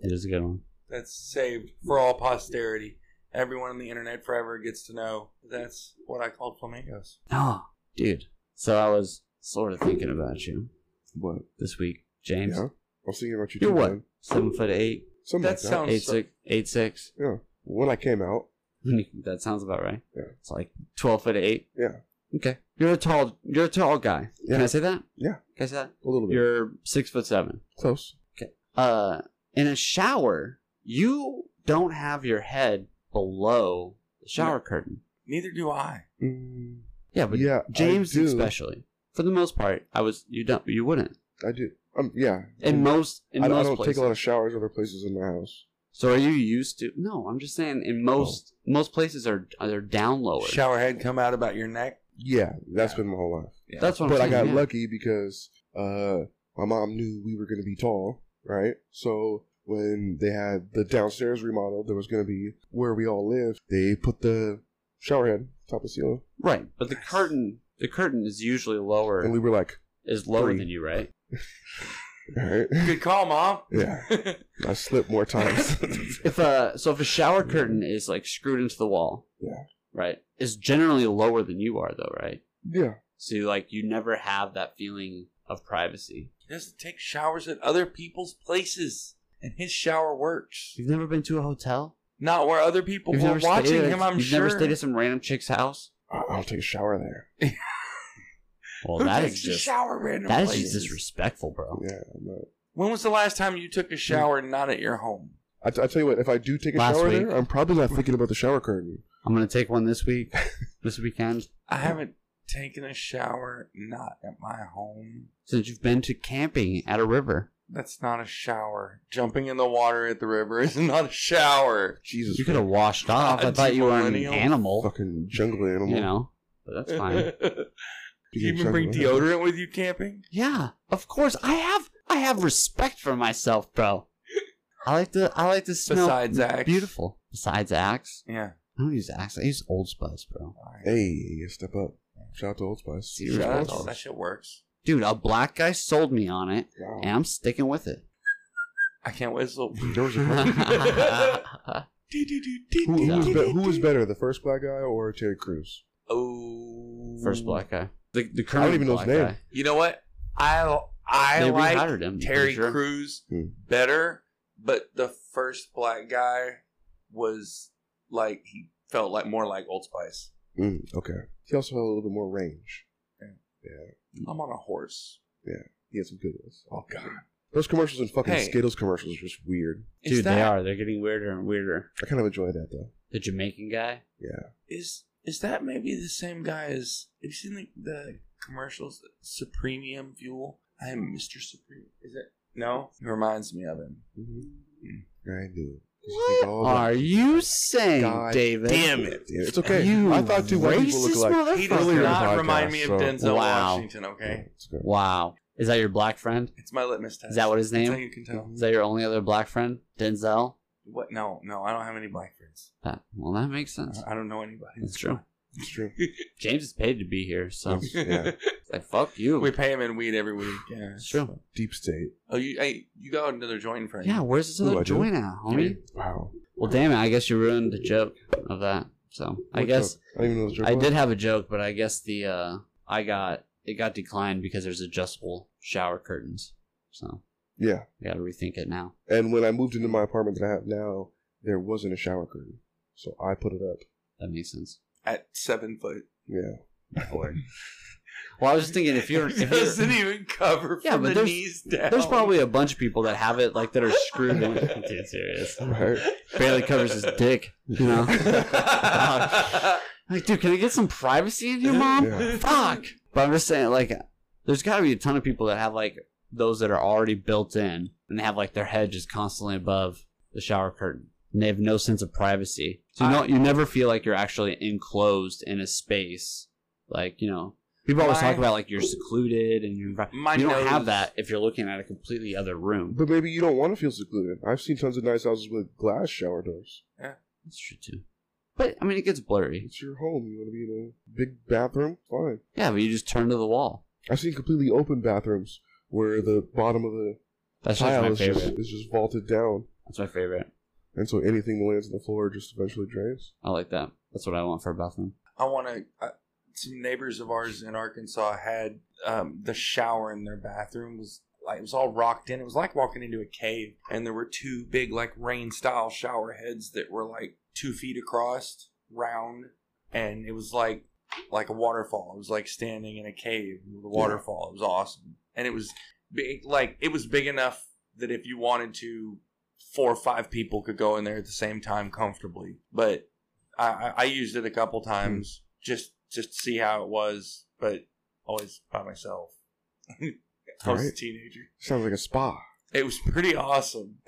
[SPEAKER 1] It is a good
[SPEAKER 2] [GASPS]
[SPEAKER 1] one.
[SPEAKER 3] That's saved for all posterity. Everyone on the internet forever gets to know that's what I called flamingos.
[SPEAKER 1] Oh, dude. So I was sort of thinking about you
[SPEAKER 2] What?
[SPEAKER 1] this week, James.
[SPEAKER 2] Yeah. I was thinking about you.
[SPEAKER 1] You're
[SPEAKER 2] too,
[SPEAKER 1] what?
[SPEAKER 2] man.
[SPEAKER 1] Seven foot eight,
[SPEAKER 2] Something
[SPEAKER 3] That
[SPEAKER 2] like that.
[SPEAKER 3] sounds- I'm
[SPEAKER 1] eight
[SPEAKER 3] sorry.
[SPEAKER 1] six, eight six. [LAUGHS]
[SPEAKER 2] yeah. When I came out,
[SPEAKER 1] that sounds about right.
[SPEAKER 2] Yeah.
[SPEAKER 1] It's like twelve foot eight.
[SPEAKER 2] Yeah.
[SPEAKER 1] Okay. You're a tall. You're a tall guy. Can
[SPEAKER 2] Yeah.
[SPEAKER 1] I say that?
[SPEAKER 2] Yeah.
[SPEAKER 1] Can I say that?
[SPEAKER 2] a little bit
[SPEAKER 1] You're six foot seven.
[SPEAKER 2] close.
[SPEAKER 1] Uh, in a shower, you don't have your head below the shower curtain.
[SPEAKER 3] Neither do I.
[SPEAKER 2] Mm,
[SPEAKER 1] Yeah, but
[SPEAKER 2] yeah, I
[SPEAKER 1] James
[SPEAKER 2] do.
[SPEAKER 1] especially, for the most part, I was you don't you wouldn't
[SPEAKER 2] I do. Um, yeah.
[SPEAKER 1] in most in
[SPEAKER 2] I, don't- I
[SPEAKER 1] most
[SPEAKER 2] don't
[SPEAKER 1] places.
[SPEAKER 2] take a lot of showers other places in my house.
[SPEAKER 1] so are you used to? No, I'm just saying
[SPEAKER 2] Oh.
[SPEAKER 1] in most most places are are down lower.
[SPEAKER 3] Shower head come out about your neck.
[SPEAKER 2] Yeah, that's been my whole life.
[SPEAKER 3] Yeah.
[SPEAKER 1] That's what
[SPEAKER 2] but I
[SPEAKER 1] I'm saying.
[SPEAKER 2] got
[SPEAKER 1] yeah.
[SPEAKER 2] lucky because uh, my mom knew we were going to be tall, right? So when they had the downstairs remodeled, there was going to be where we all lived. They put the shower head top of ceiling,
[SPEAKER 1] Right, but the curtain the curtain is usually lower
[SPEAKER 2] and we were like,
[SPEAKER 1] is lower
[SPEAKER 2] three.
[SPEAKER 1] than you, right?
[SPEAKER 2] all right,
[SPEAKER 3] Good call, mom.
[SPEAKER 2] [LAUGHS]
[SPEAKER 3] [LAUGHS]
[SPEAKER 2] yeah. I slipped more times. [LAUGHS]
[SPEAKER 1] If uh so if a shower curtain is like screwed into the wall,
[SPEAKER 2] Yeah.
[SPEAKER 1] right, is generally lower than you are though, right?
[SPEAKER 2] yeah,
[SPEAKER 1] So like you never have that feeling of privacy.
[SPEAKER 3] He doesn't take showers at other people's places, and his shower works.
[SPEAKER 1] You've never been to a hotel.
[SPEAKER 3] Not where other people
[SPEAKER 1] you've
[SPEAKER 3] were
[SPEAKER 1] never stayed
[SPEAKER 3] watching
[SPEAKER 1] at-
[SPEAKER 3] him. I'm
[SPEAKER 1] you've
[SPEAKER 3] sure.
[SPEAKER 1] never stayed at some random chick's house.
[SPEAKER 2] I- I'll take a shower there.
[SPEAKER 1] Well,
[SPEAKER 3] Who
[SPEAKER 1] that is
[SPEAKER 3] takes a
[SPEAKER 1] just
[SPEAKER 3] shower random
[SPEAKER 1] that is
[SPEAKER 3] places?
[SPEAKER 1] just disrespectful, bro.
[SPEAKER 2] Yeah, I'm not-
[SPEAKER 3] When was the last time you took a shower not at your home?
[SPEAKER 2] I, t- I tell you what, if I do take a
[SPEAKER 1] Last
[SPEAKER 2] shower
[SPEAKER 1] week.
[SPEAKER 2] there, I'm probably not thinking about the shower curtain.
[SPEAKER 1] I'm gonna take one this week, [LAUGHS] this weekend,
[SPEAKER 3] I haven't taken a shower not at my home.
[SPEAKER 1] since you've been to camping at a river.
[SPEAKER 3] That's not a shower. Jumping in the water at the river is [LAUGHS] not a shower.
[SPEAKER 2] Jesus,
[SPEAKER 1] You could have washed off. I
[SPEAKER 3] God,
[SPEAKER 1] thought you were an
[SPEAKER 3] millennial.
[SPEAKER 1] animal,
[SPEAKER 2] fucking jungle animal.
[SPEAKER 1] you know. But that's
[SPEAKER 3] [LAUGHS]
[SPEAKER 1] fine.
[SPEAKER 3] Do you
[SPEAKER 2] Fucking
[SPEAKER 3] even bring
[SPEAKER 2] jungle animal.
[SPEAKER 3] deodorant with you camping?
[SPEAKER 1] Yeah, of course. I have I have respect for myself, bro. I like to I like to smell
[SPEAKER 3] Besides Axe.
[SPEAKER 1] beautiful. Besides Axe,
[SPEAKER 3] Yeah.
[SPEAKER 1] I don't use Axe. I use Old Spice, bro.
[SPEAKER 3] All right.
[SPEAKER 2] Hey, step up. Shout out to Old Spice.
[SPEAKER 1] See,
[SPEAKER 3] Shout out to-
[SPEAKER 1] Old Spice.
[SPEAKER 3] that shit works.
[SPEAKER 1] Dude, a black guy sold me on it,
[SPEAKER 2] Wow.
[SPEAKER 1] and I'm sticking with
[SPEAKER 3] [LAUGHS]
[SPEAKER 1] it.
[SPEAKER 3] I
[SPEAKER 1] [LAUGHS]
[SPEAKER 3] can't
[SPEAKER 2] [LAUGHS]
[SPEAKER 3] whistle.
[SPEAKER 2] There was a
[SPEAKER 3] Doo-doo-doo-doo-doo-doo-doo.
[SPEAKER 2] Who,
[SPEAKER 3] [LAUGHS]
[SPEAKER 2] who, was be- who was better, the first black guy or Terry Crews?
[SPEAKER 3] Oh,
[SPEAKER 1] First black guy. The the
[SPEAKER 2] I
[SPEAKER 1] current
[SPEAKER 2] don't even know his
[SPEAKER 1] black
[SPEAKER 2] name.
[SPEAKER 1] guy.
[SPEAKER 3] You know what? I I
[SPEAKER 1] They
[SPEAKER 3] like
[SPEAKER 1] rehired him. I'm
[SPEAKER 3] Terry
[SPEAKER 1] sure.
[SPEAKER 3] Crews
[SPEAKER 2] Mm-hmm. Hmm.
[SPEAKER 3] better, but the first black guy was like he felt like more like Old Spice.
[SPEAKER 2] Mm, okay. He also had a little bit more range.
[SPEAKER 3] I'm on a horse.
[SPEAKER 2] He had some good ones. Hmm. Oh god, those commercials and fucking
[SPEAKER 3] Hey.
[SPEAKER 2] Skittles commercials are just weird.
[SPEAKER 3] Is
[SPEAKER 1] Dude, they
[SPEAKER 3] that-
[SPEAKER 1] are. They're getting weirder and weirder.
[SPEAKER 2] I kind of enjoy that though.
[SPEAKER 1] The Jamaican guy.
[SPEAKER 3] Is is that maybe the same guy as have you seen the, the commercials Supremium Fuel? I am Mr. Supreme. Is it no? He reminds me of him.
[SPEAKER 2] I knew it. 'Cause you think
[SPEAKER 1] What
[SPEAKER 2] all
[SPEAKER 1] are
[SPEAKER 2] black-
[SPEAKER 1] you saying,
[SPEAKER 2] God
[SPEAKER 1] David?
[SPEAKER 3] Damn it.
[SPEAKER 2] Damn, It's okay.
[SPEAKER 1] You
[SPEAKER 2] I thought two white people
[SPEAKER 1] racist
[SPEAKER 2] looked like.
[SPEAKER 3] He
[SPEAKER 1] motherfucker.
[SPEAKER 3] does
[SPEAKER 2] Earlier in the
[SPEAKER 3] not
[SPEAKER 2] podcast,
[SPEAKER 3] remind me of
[SPEAKER 2] so-
[SPEAKER 3] Denzel
[SPEAKER 1] Wow.
[SPEAKER 3] Washington, okay?
[SPEAKER 2] It's good.
[SPEAKER 1] Wow. Is that your black friend?
[SPEAKER 3] It's my litmus test.
[SPEAKER 1] Is that what his
[SPEAKER 3] That's how
[SPEAKER 1] name?
[SPEAKER 3] you can tell.
[SPEAKER 1] Is that your only other black friend? Denzel?
[SPEAKER 3] What? No, no, I don't have any black friends.
[SPEAKER 1] That, well, that makes
[SPEAKER 2] Uh,
[SPEAKER 1] sense.
[SPEAKER 3] I don't know anybody.
[SPEAKER 1] That's true.
[SPEAKER 2] It's true.
[SPEAKER 1] James is paid to be here,
[SPEAKER 2] [LAUGHS]
[SPEAKER 1] so
[SPEAKER 2] Yes.
[SPEAKER 3] [LAUGHS]
[SPEAKER 2] Yeah.
[SPEAKER 1] it's like fuck you.
[SPEAKER 3] we pay him in weed every week. Yeah.
[SPEAKER 1] It's true.
[SPEAKER 2] Deep state.
[SPEAKER 3] Oh, you hey, you got another joint in front of
[SPEAKER 1] Yeah,
[SPEAKER 3] you.
[SPEAKER 1] where's this
[SPEAKER 2] Ooh, I
[SPEAKER 1] other
[SPEAKER 2] do.
[SPEAKER 1] joint at, homie?
[SPEAKER 2] Wow.
[SPEAKER 1] Well, damn it! I guess you ruined the joke of that. So I
[SPEAKER 2] What's
[SPEAKER 1] guess
[SPEAKER 2] up? I didn't even know it was your
[SPEAKER 1] I
[SPEAKER 2] boy.
[SPEAKER 1] did have a joke, but I guess the uh, I got it got declined because there's adjustable shower curtains. So
[SPEAKER 2] Yeah.
[SPEAKER 1] I gotta rethink it now.
[SPEAKER 2] And when I moved into my apartment that I have now, there wasn't a shower curtain, so I put
[SPEAKER 1] [LAUGHS]
[SPEAKER 2] it up.
[SPEAKER 1] That makes sense.
[SPEAKER 3] At seven foot.
[SPEAKER 2] Yeah.
[SPEAKER 1] Well, I was just thinking if
[SPEAKER 3] [LAUGHS]
[SPEAKER 1] you're,
[SPEAKER 3] It
[SPEAKER 1] if
[SPEAKER 3] doesn't
[SPEAKER 1] you're
[SPEAKER 3] even cover
[SPEAKER 1] Yeah,
[SPEAKER 3] from
[SPEAKER 1] but
[SPEAKER 3] the
[SPEAKER 1] there's-
[SPEAKER 3] knees down.
[SPEAKER 1] there's probably a bunch of people that have it like that are screwed. in. [LAUGHS] Dude, serious.
[SPEAKER 2] Right.
[SPEAKER 1] Barely covers
[SPEAKER 3] [LAUGHS]
[SPEAKER 1] his dick. You know. Like, dude, can I get some privacy
[SPEAKER 3] [LAUGHS]
[SPEAKER 1] in here, mom?
[SPEAKER 2] Yeah.
[SPEAKER 1] Fuck. But I'm just saying, like, there's got to be a ton of people that have like those that are already built in, and they have like their head just constantly above the shower curtain, and they have no sense of privacy. So you know, you never feel like you're actually enclosed in a space. Like you know, people always
[SPEAKER 3] My-
[SPEAKER 1] talk about like you're secluded and you're. envi-
[SPEAKER 3] My
[SPEAKER 1] you don't
[SPEAKER 3] nose-
[SPEAKER 1] have that if you're looking at a completely other room.
[SPEAKER 2] [LAUGHS] But maybe you don't want to feel secluded. I've seen tons of nice houses with glass shower doors.
[SPEAKER 1] That's true too. But I mean, it gets blurry.
[SPEAKER 2] It's your home. You want to be in a big bathroom? Fine.
[SPEAKER 1] Yeah, but you just turn to the wall.
[SPEAKER 2] I've seen completely open bathrooms where the bottom of the
[SPEAKER 1] That's just
[SPEAKER 2] tile
[SPEAKER 1] my
[SPEAKER 2] is just,
[SPEAKER 1] favorite.
[SPEAKER 2] is just vaulted down.
[SPEAKER 1] That's my favorite.
[SPEAKER 2] And so anything that lands on the floor just eventually drains.
[SPEAKER 1] I like that. That's what I want for a bathroom.
[SPEAKER 3] I want to. Uh, some neighbors of ours in Arkansas had um, the shower in their bathroom was like, it was all rocked in. It was like walking into a cave, and there were two big like rain style shower heads that were like two feet across, round, and it was like like a waterfall. It was like standing in a cave with a waterfall. It was awesome, and it was big like it was big enough that if you wanted to, four or five people could go in there at the same time comfortably. But I, I, I used it a couple times just just to see how it was, but always by myself. [LAUGHS] I was a
[SPEAKER 2] Alright.
[SPEAKER 3] teenager.
[SPEAKER 2] Sounds like a spa.
[SPEAKER 3] It was
[SPEAKER 1] [LAUGHS]
[SPEAKER 3] pretty awesome.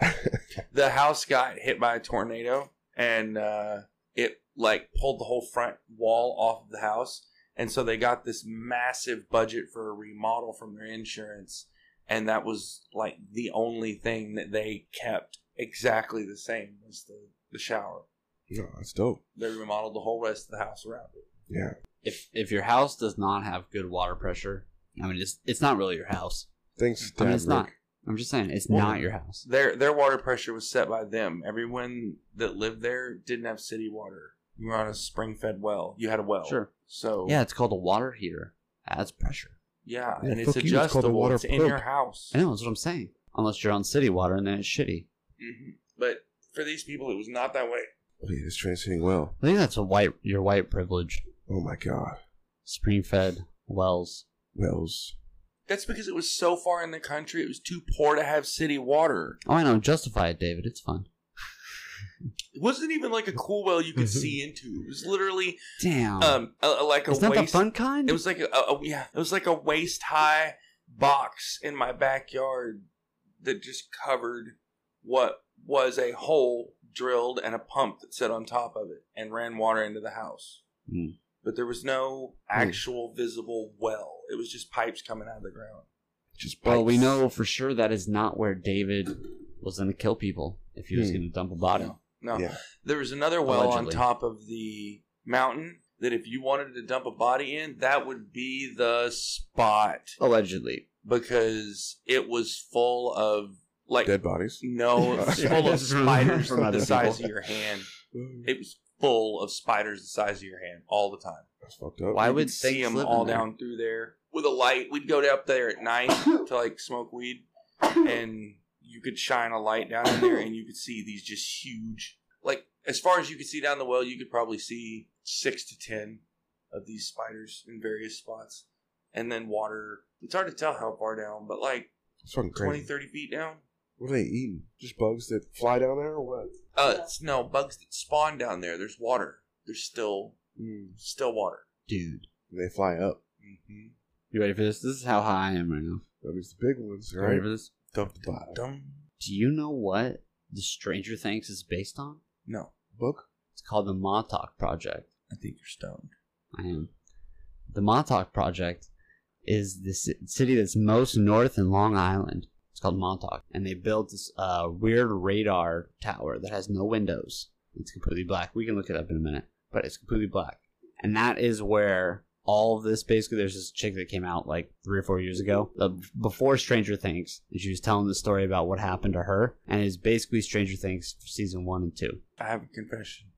[SPEAKER 3] the house got hit by a tornado and uh, it like pulled the whole front wall off of the house. And so they got this massive budget for a remodel from their insurance. And that was like the only thing that they kept exactly the same was the, the shower.
[SPEAKER 2] No, that's dope.
[SPEAKER 3] They remodeled the whole rest of the house around it.
[SPEAKER 2] Yeah.
[SPEAKER 1] If if your house does not have good water pressure, I mean it's it's not really your house.
[SPEAKER 2] Thanks,
[SPEAKER 1] I
[SPEAKER 2] Dad.
[SPEAKER 1] mean it's not.
[SPEAKER 2] Rick.
[SPEAKER 1] I'm just saying it's
[SPEAKER 2] Well-
[SPEAKER 1] not your house.
[SPEAKER 3] Their their water pressure was set by them. Everyone that lived there didn't have city water. You were on a spring fed well. You had a well.
[SPEAKER 1] Sure.
[SPEAKER 3] So
[SPEAKER 1] Yeah, it's called a water heater. Adds pressure.
[SPEAKER 3] Yeah,
[SPEAKER 2] Yeah,
[SPEAKER 3] and it's
[SPEAKER 2] fuck you, it's called a
[SPEAKER 3] adjustable.
[SPEAKER 2] water
[SPEAKER 3] it's in your
[SPEAKER 2] probe.
[SPEAKER 3] house.
[SPEAKER 1] I know that's what I'm saying. Unless you're on city water and then it's shitty.
[SPEAKER 3] hmm But for these people, it was not that way.
[SPEAKER 2] Wait, this train's hitting well.
[SPEAKER 1] I think that's a white your white privilege.
[SPEAKER 2] Oh my god.
[SPEAKER 1] Spring fed wells.
[SPEAKER 2] Wells.
[SPEAKER 3] That's because it was so far in the country. It was too poor to have city water.
[SPEAKER 1] Oh I know, justify it, David. It's fun.
[SPEAKER 3] It wasn't even like a cool well you
[SPEAKER 2] Mm-hmm.
[SPEAKER 3] could see into. It was literally
[SPEAKER 1] Damn.
[SPEAKER 3] um a, a- like a
[SPEAKER 1] it's not the
[SPEAKER 3] waist.
[SPEAKER 1] fun kind?
[SPEAKER 3] It was like a, a yeah. It was like a waist high box in my backyard that just covered what was a hole drilled and a pump that sat on top of it and ran water into the house.
[SPEAKER 1] Hmm.
[SPEAKER 3] But there was no actual visible well. It was just pipes coming out of the ground.
[SPEAKER 2] Just
[SPEAKER 1] well,
[SPEAKER 2] bites.
[SPEAKER 1] we know for sure that is not where David was gonna kill people if he was
[SPEAKER 2] Hmm.
[SPEAKER 1] gonna dump a body.
[SPEAKER 3] No, no.
[SPEAKER 2] Yeah.
[SPEAKER 3] There was another well
[SPEAKER 1] Allegedly.
[SPEAKER 3] on top of the mountain that if you wanted to dump a body in, that would be the spot [COUGHS]
[SPEAKER 1] Allegedly.
[SPEAKER 3] because it was full of like
[SPEAKER 2] Dead bodies.
[SPEAKER 1] [LAUGHS]
[SPEAKER 3] No, it was full of spiders
[SPEAKER 1] From other
[SPEAKER 3] the size
[SPEAKER 1] people.
[SPEAKER 3] of your hand. It was full of spiders the size of your hand all the time.
[SPEAKER 2] That's fucked up.
[SPEAKER 1] Why
[SPEAKER 3] You
[SPEAKER 1] would
[SPEAKER 3] could see
[SPEAKER 1] things
[SPEAKER 3] them
[SPEAKER 1] live in
[SPEAKER 3] all
[SPEAKER 1] there?
[SPEAKER 3] down through there with a light. We'd go up there
[SPEAKER 1] [COUGHS]
[SPEAKER 3] at night to like smoke weed, and you could shine a light down in there, and you could see these just huge, like as far as you could see down the well, you could probably see six to ten of these spiders in various spots, and then water. It's hard to tell how far down, but like
[SPEAKER 2] It's fucking
[SPEAKER 3] 20,
[SPEAKER 2] crazy.
[SPEAKER 3] 30 feet down.
[SPEAKER 2] What are they eating? Just bugs that fly down there or what?
[SPEAKER 3] Uh, it's- no bugs that spawn down there. There's water. There's still
[SPEAKER 2] Mm.
[SPEAKER 3] still water.
[SPEAKER 1] Dude.
[SPEAKER 2] They fly up.
[SPEAKER 3] Mm-hmm.
[SPEAKER 1] You ready for this? This is how high I am right now.
[SPEAKER 2] That means the big ones,
[SPEAKER 1] You ready
[SPEAKER 2] right?
[SPEAKER 1] for this?
[SPEAKER 3] Dum
[SPEAKER 2] Bye.
[SPEAKER 3] dum.
[SPEAKER 1] Do you know what the Stranger Things is based on?
[SPEAKER 3] No,
[SPEAKER 2] Book?
[SPEAKER 1] It's called the Montauk Project.
[SPEAKER 3] I think you're stoned.
[SPEAKER 1] I am. The Montauk Project is the ci- city that's most north in Long Island. It's called Montauk, and they built this uh, weird radar tower that has no windows. It's completely black. We can look it up in a minute, but it's completely black, and that is where all of this basically. There's this chick that came out like three or four years ago, uh, before Stranger Things, and she was telling the story about what happened to her, and it's basically Stranger Things season one and two.
[SPEAKER 3] I have a confession.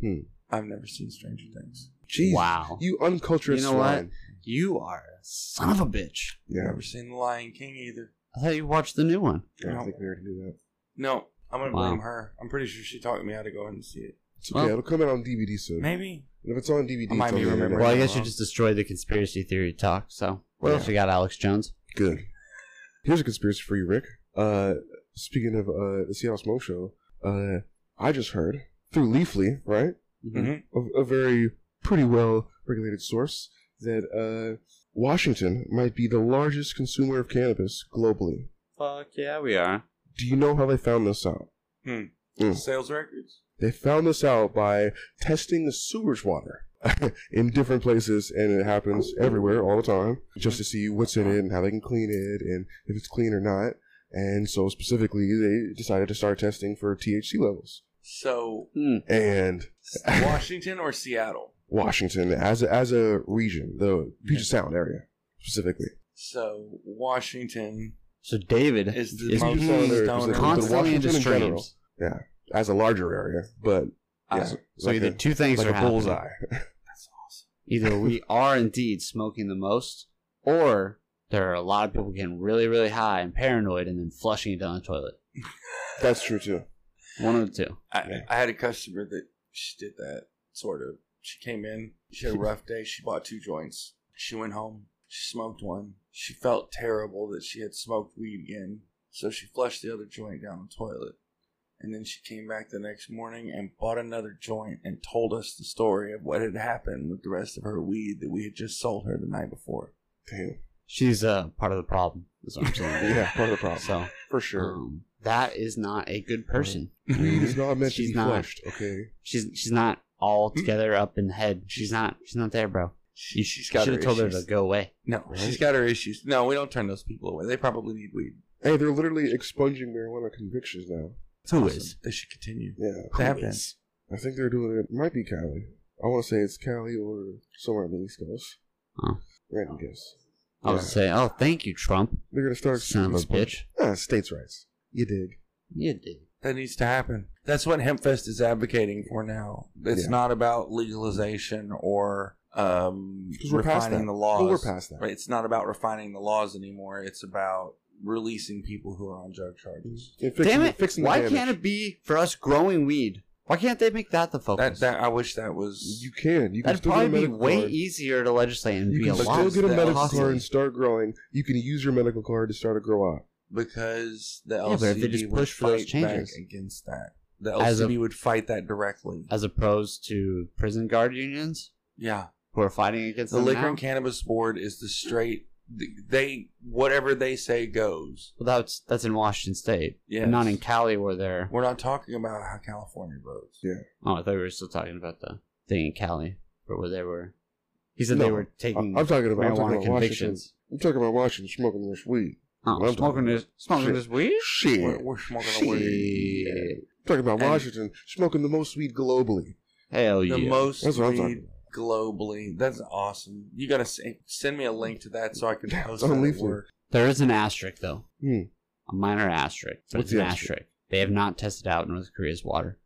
[SPEAKER 2] Hmm.
[SPEAKER 3] I've never seen Stranger Things.
[SPEAKER 2] Jeez.
[SPEAKER 1] Wow,
[SPEAKER 2] You uncultured
[SPEAKER 1] You know what?
[SPEAKER 2] swine.
[SPEAKER 1] you are a son of a bitch.
[SPEAKER 2] Yeah.
[SPEAKER 3] Never seen The Lion King either.
[SPEAKER 1] I thought you watched the new one.
[SPEAKER 2] I
[SPEAKER 3] No.
[SPEAKER 2] think we already knew that.
[SPEAKER 3] No, I'm gonna
[SPEAKER 1] Wow.
[SPEAKER 3] blame her. I'm pretty sure she talked me out to go ahead and see it.
[SPEAKER 2] It's okay.
[SPEAKER 1] Well-
[SPEAKER 2] It'll come out on DVD soon.
[SPEAKER 3] Maybe.
[SPEAKER 2] And if it's on DVD,
[SPEAKER 3] I might
[SPEAKER 2] it's on
[SPEAKER 3] be
[SPEAKER 2] the internet.
[SPEAKER 3] remembering
[SPEAKER 1] Well, I
[SPEAKER 3] Right.
[SPEAKER 1] guess you just destroyed the conspiracy theory talk. So what else
[SPEAKER 2] Yeah.
[SPEAKER 1] we got, Alex Jones?
[SPEAKER 2] Good. Here's a conspiracy for you, Rick. Uh, speaking of uh, the Seattle Smoke Show, uh, I just heard through Leafly, right, Mm-hmm.
[SPEAKER 3] Mhm.
[SPEAKER 2] a, a very pretty well regulated source, that uh, Washington might be the largest consumer of cannabis globally.
[SPEAKER 1] Fuck yeah, we are.
[SPEAKER 2] Do you know how they found this out? Mhm.
[SPEAKER 3] Sales records.
[SPEAKER 2] They found this out by testing the sewage water [LAUGHS] in different places, and it happens everywhere all the time, just to see what's in it and how they can clean it and if it's clean or not. And so, specifically, they decided to start testing for THC levels. [LAUGHS]
[SPEAKER 3] So
[SPEAKER 2] And
[SPEAKER 3] s- Washington or Seattle.
[SPEAKER 2] Washington, as a, as a region, the Puget Sound area specifically,
[SPEAKER 3] So Washington
[SPEAKER 1] So David
[SPEAKER 3] is
[SPEAKER 1] is,
[SPEAKER 3] the most
[SPEAKER 2] being-
[SPEAKER 3] stoner.
[SPEAKER 2] the
[SPEAKER 1] constantly into
[SPEAKER 2] Washington in
[SPEAKER 1] streams.
[SPEAKER 2] general. as a larger area, but yeah,
[SPEAKER 3] I-
[SPEAKER 1] Ah, so either
[SPEAKER 2] a,
[SPEAKER 1] two things
[SPEAKER 2] like
[SPEAKER 1] are
[SPEAKER 2] a
[SPEAKER 1] happening.
[SPEAKER 2] bullseye. [LAUGHS]
[SPEAKER 1] Either we are indeed smoking the most, or there are a lot of people getting really, really high and paranoid and then flushing it down the toilet.
[SPEAKER 2] That's true too.
[SPEAKER 1] One of the two.
[SPEAKER 3] I,
[SPEAKER 2] Yeah.
[SPEAKER 3] I had a customer that she did that sort of. She came in, she had a rough day. She bought two joints. She went home, she smoked one. She felt terrible that she had smoked weed again, so she flushed the other joint down the toilet. And then she came back the next morning and bought another joint and told us the story of what had happened with the rest of her weed that we had just sold her the night before.
[SPEAKER 2] Damn.
[SPEAKER 1] She's uh, part of the problem. Is what I'm saying.
[SPEAKER 2] [LAUGHS] Yeah, part of the problem
[SPEAKER 1] So
[SPEAKER 2] for sure.
[SPEAKER 1] um, that is not a good person.
[SPEAKER 2] Weed is not meant
[SPEAKER 1] Mm-hmm.
[SPEAKER 2] to
[SPEAKER 1] She's
[SPEAKER 2] be
[SPEAKER 1] not.
[SPEAKER 2] flushed. Okay.
[SPEAKER 1] She's she's not all together up in the head. She's not she's not there, bro.
[SPEAKER 3] [LAUGHS] Mm. She,
[SPEAKER 1] You
[SPEAKER 3] she's got
[SPEAKER 1] should
[SPEAKER 3] her
[SPEAKER 1] have told her
[SPEAKER 3] issues.
[SPEAKER 1] to go away.
[SPEAKER 3] no,
[SPEAKER 2] Right?
[SPEAKER 3] she's got her issues. No, we don't turn those people away. They probably need weed.
[SPEAKER 2] Hey, they're literally expunging marijuana convictions now.
[SPEAKER 1] Who
[SPEAKER 3] Awesome.
[SPEAKER 1] is?
[SPEAKER 3] They should continue.
[SPEAKER 2] Yeah.
[SPEAKER 1] Who
[SPEAKER 3] Happened.
[SPEAKER 1] is?
[SPEAKER 2] I think they're doing it. Might be Cali. I want to say it's Cali or somewhere on the East Coast.
[SPEAKER 1] Oh.
[SPEAKER 2] Random guess.
[SPEAKER 1] I was
[SPEAKER 2] Yeah.
[SPEAKER 1] saying, oh, thank you, Trump,
[SPEAKER 2] They're gonna start
[SPEAKER 1] son of a
[SPEAKER 2] expunging-
[SPEAKER 1] bitch.
[SPEAKER 2] Ah, states' rights. You dig?
[SPEAKER 1] You did.
[SPEAKER 3] That needs to happen. That's what Hempfest is advocating for now. It's
[SPEAKER 2] Yeah.
[SPEAKER 3] not about legalization or um,
[SPEAKER 2] 'Cause we're past
[SPEAKER 3] refining
[SPEAKER 2] that.
[SPEAKER 3] the laws.
[SPEAKER 2] Well, we're past that.
[SPEAKER 3] Right, It's not about refining the laws anymore. It's about releasing people who are on drug charges.
[SPEAKER 2] And fixing,
[SPEAKER 1] Damn it!
[SPEAKER 2] Fixing the
[SPEAKER 1] Why
[SPEAKER 2] damage.
[SPEAKER 1] can't it be for us growing weed? Why can't they make that the
[SPEAKER 3] That
[SPEAKER 1] focus?
[SPEAKER 3] that I wish that was.
[SPEAKER 2] You can. You can
[SPEAKER 1] That'd
[SPEAKER 2] still get a
[SPEAKER 1] probably be
[SPEAKER 2] medical
[SPEAKER 1] way
[SPEAKER 2] card.
[SPEAKER 1] easier to legislate and
[SPEAKER 2] You
[SPEAKER 1] be a
[SPEAKER 2] can
[SPEAKER 3] allowed.
[SPEAKER 1] lot.
[SPEAKER 2] still get a
[SPEAKER 3] That's
[SPEAKER 2] medical
[SPEAKER 1] possible.
[SPEAKER 2] card and start growing. You can use your medical card to start to grow out.
[SPEAKER 3] because the
[SPEAKER 1] Yeah,
[SPEAKER 3] LCB
[SPEAKER 1] but if they just
[SPEAKER 3] would
[SPEAKER 1] push for those
[SPEAKER 3] fight back
[SPEAKER 1] changes.
[SPEAKER 3] against that. The
[SPEAKER 1] As
[SPEAKER 3] LCB would fight that directly.
[SPEAKER 1] as opposed to prison guard unions
[SPEAKER 3] Yeah.
[SPEAKER 1] who are fighting against
[SPEAKER 3] The
[SPEAKER 1] them
[SPEAKER 3] Liquor
[SPEAKER 1] now?
[SPEAKER 3] and Cannabis Board is the straight. They whatever they say goes.
[SPEAKER 1] Well, that's that's in Washington State,
[SPEAKER 3] Yeah.
[SPEAKER 1] not in Cali, where they're.
[SPEAKER 3] We're not talking about how California votes.
[SPEAKER 1] Oh, I thought we were still talking about the thing in Cali, but where they were. He said they
[SPEAKER 2] No,
[SPEAKER 1] were
[SPEAKER 2] I-
[SPEAKER 1] taking
[SPEAKER 2] I'm talking about, I'm
[SPEAKER 1] marijuana
[SPEAKER 2] talking about Washington.
[SPEAKER 1] convictions.
[SPEAKER 2] I'm talking about Washington smoking this weed.
[SPEAKER 1] Oh,
[SPEAKER 2] Well,
[SPEAKER 1] smoking
[SPEAKER 2] I'm talking
[SPEAKER 1] this, smoking
[SPEAKER 2] shit.
[SPEAKER 1] this weed.
[SPEAKER 2] Shit.
[SPEAKER 3] We're, we're smoking a weed.
[SPEAKER 1] Shit.
[SPEAKER 2] I'm talking about
[SPEAKER 3] And-
[SPEAKER 2] Washington smoking the most weed globally.
[SPEAKER 1] Hell
[SPEAKER 3] The
[SPEAKER 1] yeah!
[SPEAKER 3] most
[SPEAKER 2] That's what I'm talking
[SPEAKER 3] weed globally. That's awesome. You gotta say, send me a link to that so I
[SPEAKER 2] [LAUGHS]
[SPEAKER 3] can post
[SPEAKER 2] on
[SPEAKER 3] that at
[SPEAKER 2] Leafly.
[SPEAKER 3] work.
[SPEAKER 1] there is an asterisk though,
[SPEAKER 2] Hmm.
[SPEAKER 1] a minor asterisk. But
[SPEAKER 2] What's
[SPEAKER 1] it's an
[SPEAKER 2] the
[SPEAKER 1] asterisk?
[SPEAKER 2] asterisk?
[SPEAKER 1] They have not tested out North Korea's water.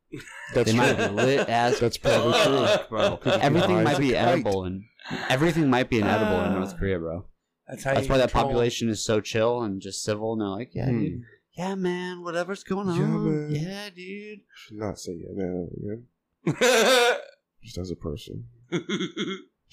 [SPEAKER 2] That's
[SPEAKER 1] They
[SPEAKER 2] true.
[SPEAKER 1] might be
[SPEAKER 2] [LAUGHS]
[SPEAKER 1] lit as
[SPEAKER 2] That's probably true.
[SPEAKER 1] fuck, bro.
[SPEAKER 2] Could be
[SPEAKER 1] Everything
[SPEAKER 2] high
[SPEAKER 1] might
[SPEAKER 2] as
[SPEAKER 1] be
[SPEAKER 2] a kite.
[SPEAKER 1] edible, and everything might be inedible in North
[SPEAKER 2] [SIGHS]
[SPEAKER 3] Ah.
[SPEAKER 1] Korea, bro.
[SPEAKER 3] That's how.
[SPEAKER 1] That's
[SPEAKER 3] you
[SPEAKER 1] why that
[SPEAKER 3] control- [LAUGHS]
[SPEAKER 2] [LAUGHS]
[SPEAKER 1] population is so chill and just civil, and they're like, yeah,
[SPEAKER 2] Hmm.
[SPEAKER 1] dude. yeah, man, whatever's going on,
[SPEAKER 2] Yeah, man.
[SPEAKER 1] yeah, dude.
[SPEAKER 2] Should not say yeah, man. Yeah. Just as a person.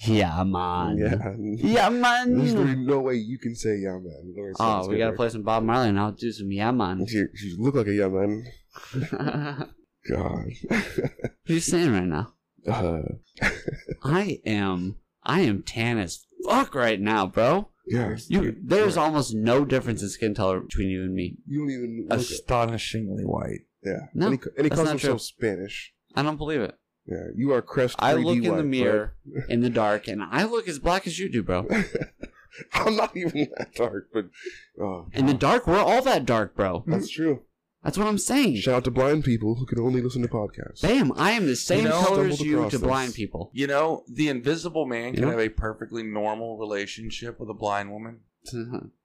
[SPEAKER 1] Yeah, man.
[SPEAKER 2] Yeah.
[SPEAKER 1] Yeah,
[SPEAKER 2] [LAUGHS] There's really
[SPEAKER 1] man.
[SPEAKER 2] no way you can say yeah, man. The way it
[SPEAKER 1] Oh,
[SPEAKER 2] sounds
[SPEAKER 1] we
[SPEAKER 2] good,
[SPEAKER 1] gotta
[SPEAKER 2] right?
[SPEAKER 1] play some Bob Marley, and I'll do some yeah, man.
[SPEAKER 2] You, you look like a yeah, man.
[SPEAKER 1] [LAUGHS] what
[SPEAKER 2] God. [LAUGHS]
[SPEAKER 1] are you saying right now?
[SPEAKER 2] uh,
[SPEAKER 1] I am, I am tan as fuck right now, bro.
[SPEAKER 2] yeah.
[SPEAKER 1] You, there's almost no difference in skin color between you and me.
[SPEAKER 2] You don't even look it.
[SPEAKER 3] Astonishingly white.
[SPEAKER 2] Yeah.
[SPEAKER 1] No,
[SPEAKER 2] and he, and he
[SPEAKER 1] that's
[SPEAKER 2] calls
[SPEAKER 1] not
[SPEAKER 2] himself Spanish.
[SPEAKER 1] I don't believe it.
[SPEAKER 2] Yeah. You are crest.
[SPEAKER 1] I
[SPEAKER 2] 3D
[SPEAKER 1] look in the
[SPEAKER 2] white,
[SPEAKER 1] mirror in the dark, and I look as black as you do, bro.
[SPEAKER 2] bro. [LAUGHS] I'm not even that dark, but oh,
[SPEAKER 1] In the dark, we're all that dark, bro.
[SPEAKER 2] that's true.
[SPEAKER 1] That's what I'm saying.
[SPEAKER 2] Shout out to blind people who can only listen to podcasts.
[SPEAKER 1] Bam! I am the same
[SPEAKER 3] know,
[SPEAKER 1] color as
[SPEAKER 2] stumbled
[SPEAKER 1] you
[SPEAKER 2] across
[SPEAKER 1] to
[SPEAKER 2] this.
[SPEAKER 1] blind people.
[SPEAKER 3] You know, the Invisible Man can
[SPEAKER 1] Yeah.
[SPEAKER 3] have a perfectly normal relationship with a blind woman.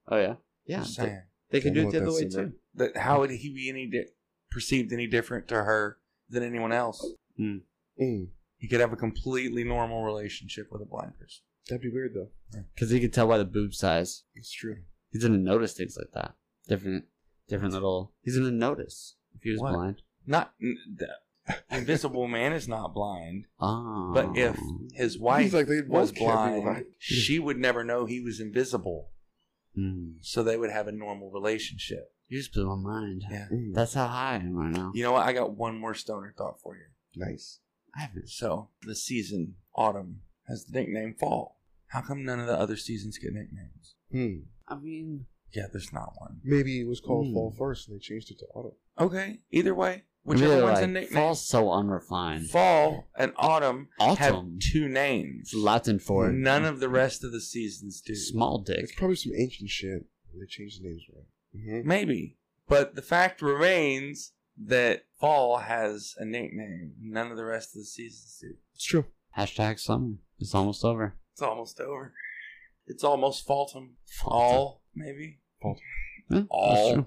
[SPEAKER 1] oh yeah, yeah.
[SPEAKER 3] Just
[SPEAKER 1] They,
[SPEAKER 3] saying.
[SPEAKER 1] they can
[SPEAKER 2] Don't
[SPEAKER 1] do it
[SPEAKER 2] want
[SPEAKER 1] the other
[SPEAKER 2] that
[SPEAKER 1] way
[SPEAKER 2] syndrome.
[SPEAKER 1] too.
[SPEAKER 3] That how would he be any di- perceived any different to her than anyone else?
[SPEAKER 2] Mm,
[SPEAKER 3] He could have a completely normal relationship with a blind person.
[SPEAKER 2] that'd be weird though.
[SPEAKER 1] Because he can tell by the boob size.
[SPEAKER 2] It's true.
[SPEAKER 1] He's gonna notice things like that. Different, different little. He's gonna notice if he was
[SPEAKER 3] What?
[SPEAKER 1] blind.
[SPEAKER 3] Not n- the Invisible Man is not blind,
[SPEAKER 1] Oh.
[SPEAKER 3] but if his wife
[SPEAKER 2] He's like they
[SPEAKER 3] was
[SPEAKER 2] both can't be
[SPEAKER 3] blind,
[SPEAKER 2] blind.
[SPEAKER 3] she would never know he was invisible,
[SPEAKER 1] Hmm.
[SPEAKER 3] so they would have a normal relationship.
[SPEAKER 1] you just blew my mind.
[SPEAKER 3] Yeah.
[SPEAKER 2] Mm,
[SPEAKER 1] That's how high I am right now.
[SPEAKER 3] You know what? I got one more stoner thought for you.
[SPEAKER 2] nice.
[SPEAKER 1] I haven't.
[SPEAKER 3] So the season autumn has the nickname fall. How come none of the other seasons get nicknames?
[SPEAKER 2] Hmm.
[SPEAKER 1] I mean,
[SPEAKER 3] Yeah, there's not one.
[SPEAKER 2] Maybe it was called
[SPEAKER 1] Mm.
[SPEAKER 2] fall first, and they changed it to autumn.
[SPEAKER 3] Okay, either way,
[SPEAKER 1] I mean,
[SPEAKER 3] whichever one's a
[SPEAKER 1] like,
[SPEAKER 3] nickname.
[SPEAKER 1] Fall's so unrefined.
[SPEAKER 3] Fall and autumn,
[SPEAKER 1] Autumn.
[SPEAKER 3] have two names.
[SPEAKER 1] It's Latin for
[SPEAKER 3] None of the rest of the seasons do.
[SPEAKER 1] small dick.
[SPEAKER 2] It's probably some ancient shit. They changed the names around. Mm-hmm.
[SPEAKER 3] Maybe. But the fact remains that fall has a nickname. None of the rest of the seasons do.
[SPEAKER 2] It's true.
[SPEAKER 1] Hashtag summer. It's almost over.
[SPEAKER 3] It's almost over. It's almost autumn.
[SPEAKER 1] Fall.
[SPEAKER 3] All, maybe. [LAUGHS]
[SPEAKER 1] Yeah, that's
[SPEAKER 3] all.
[SPEAKER 1] true.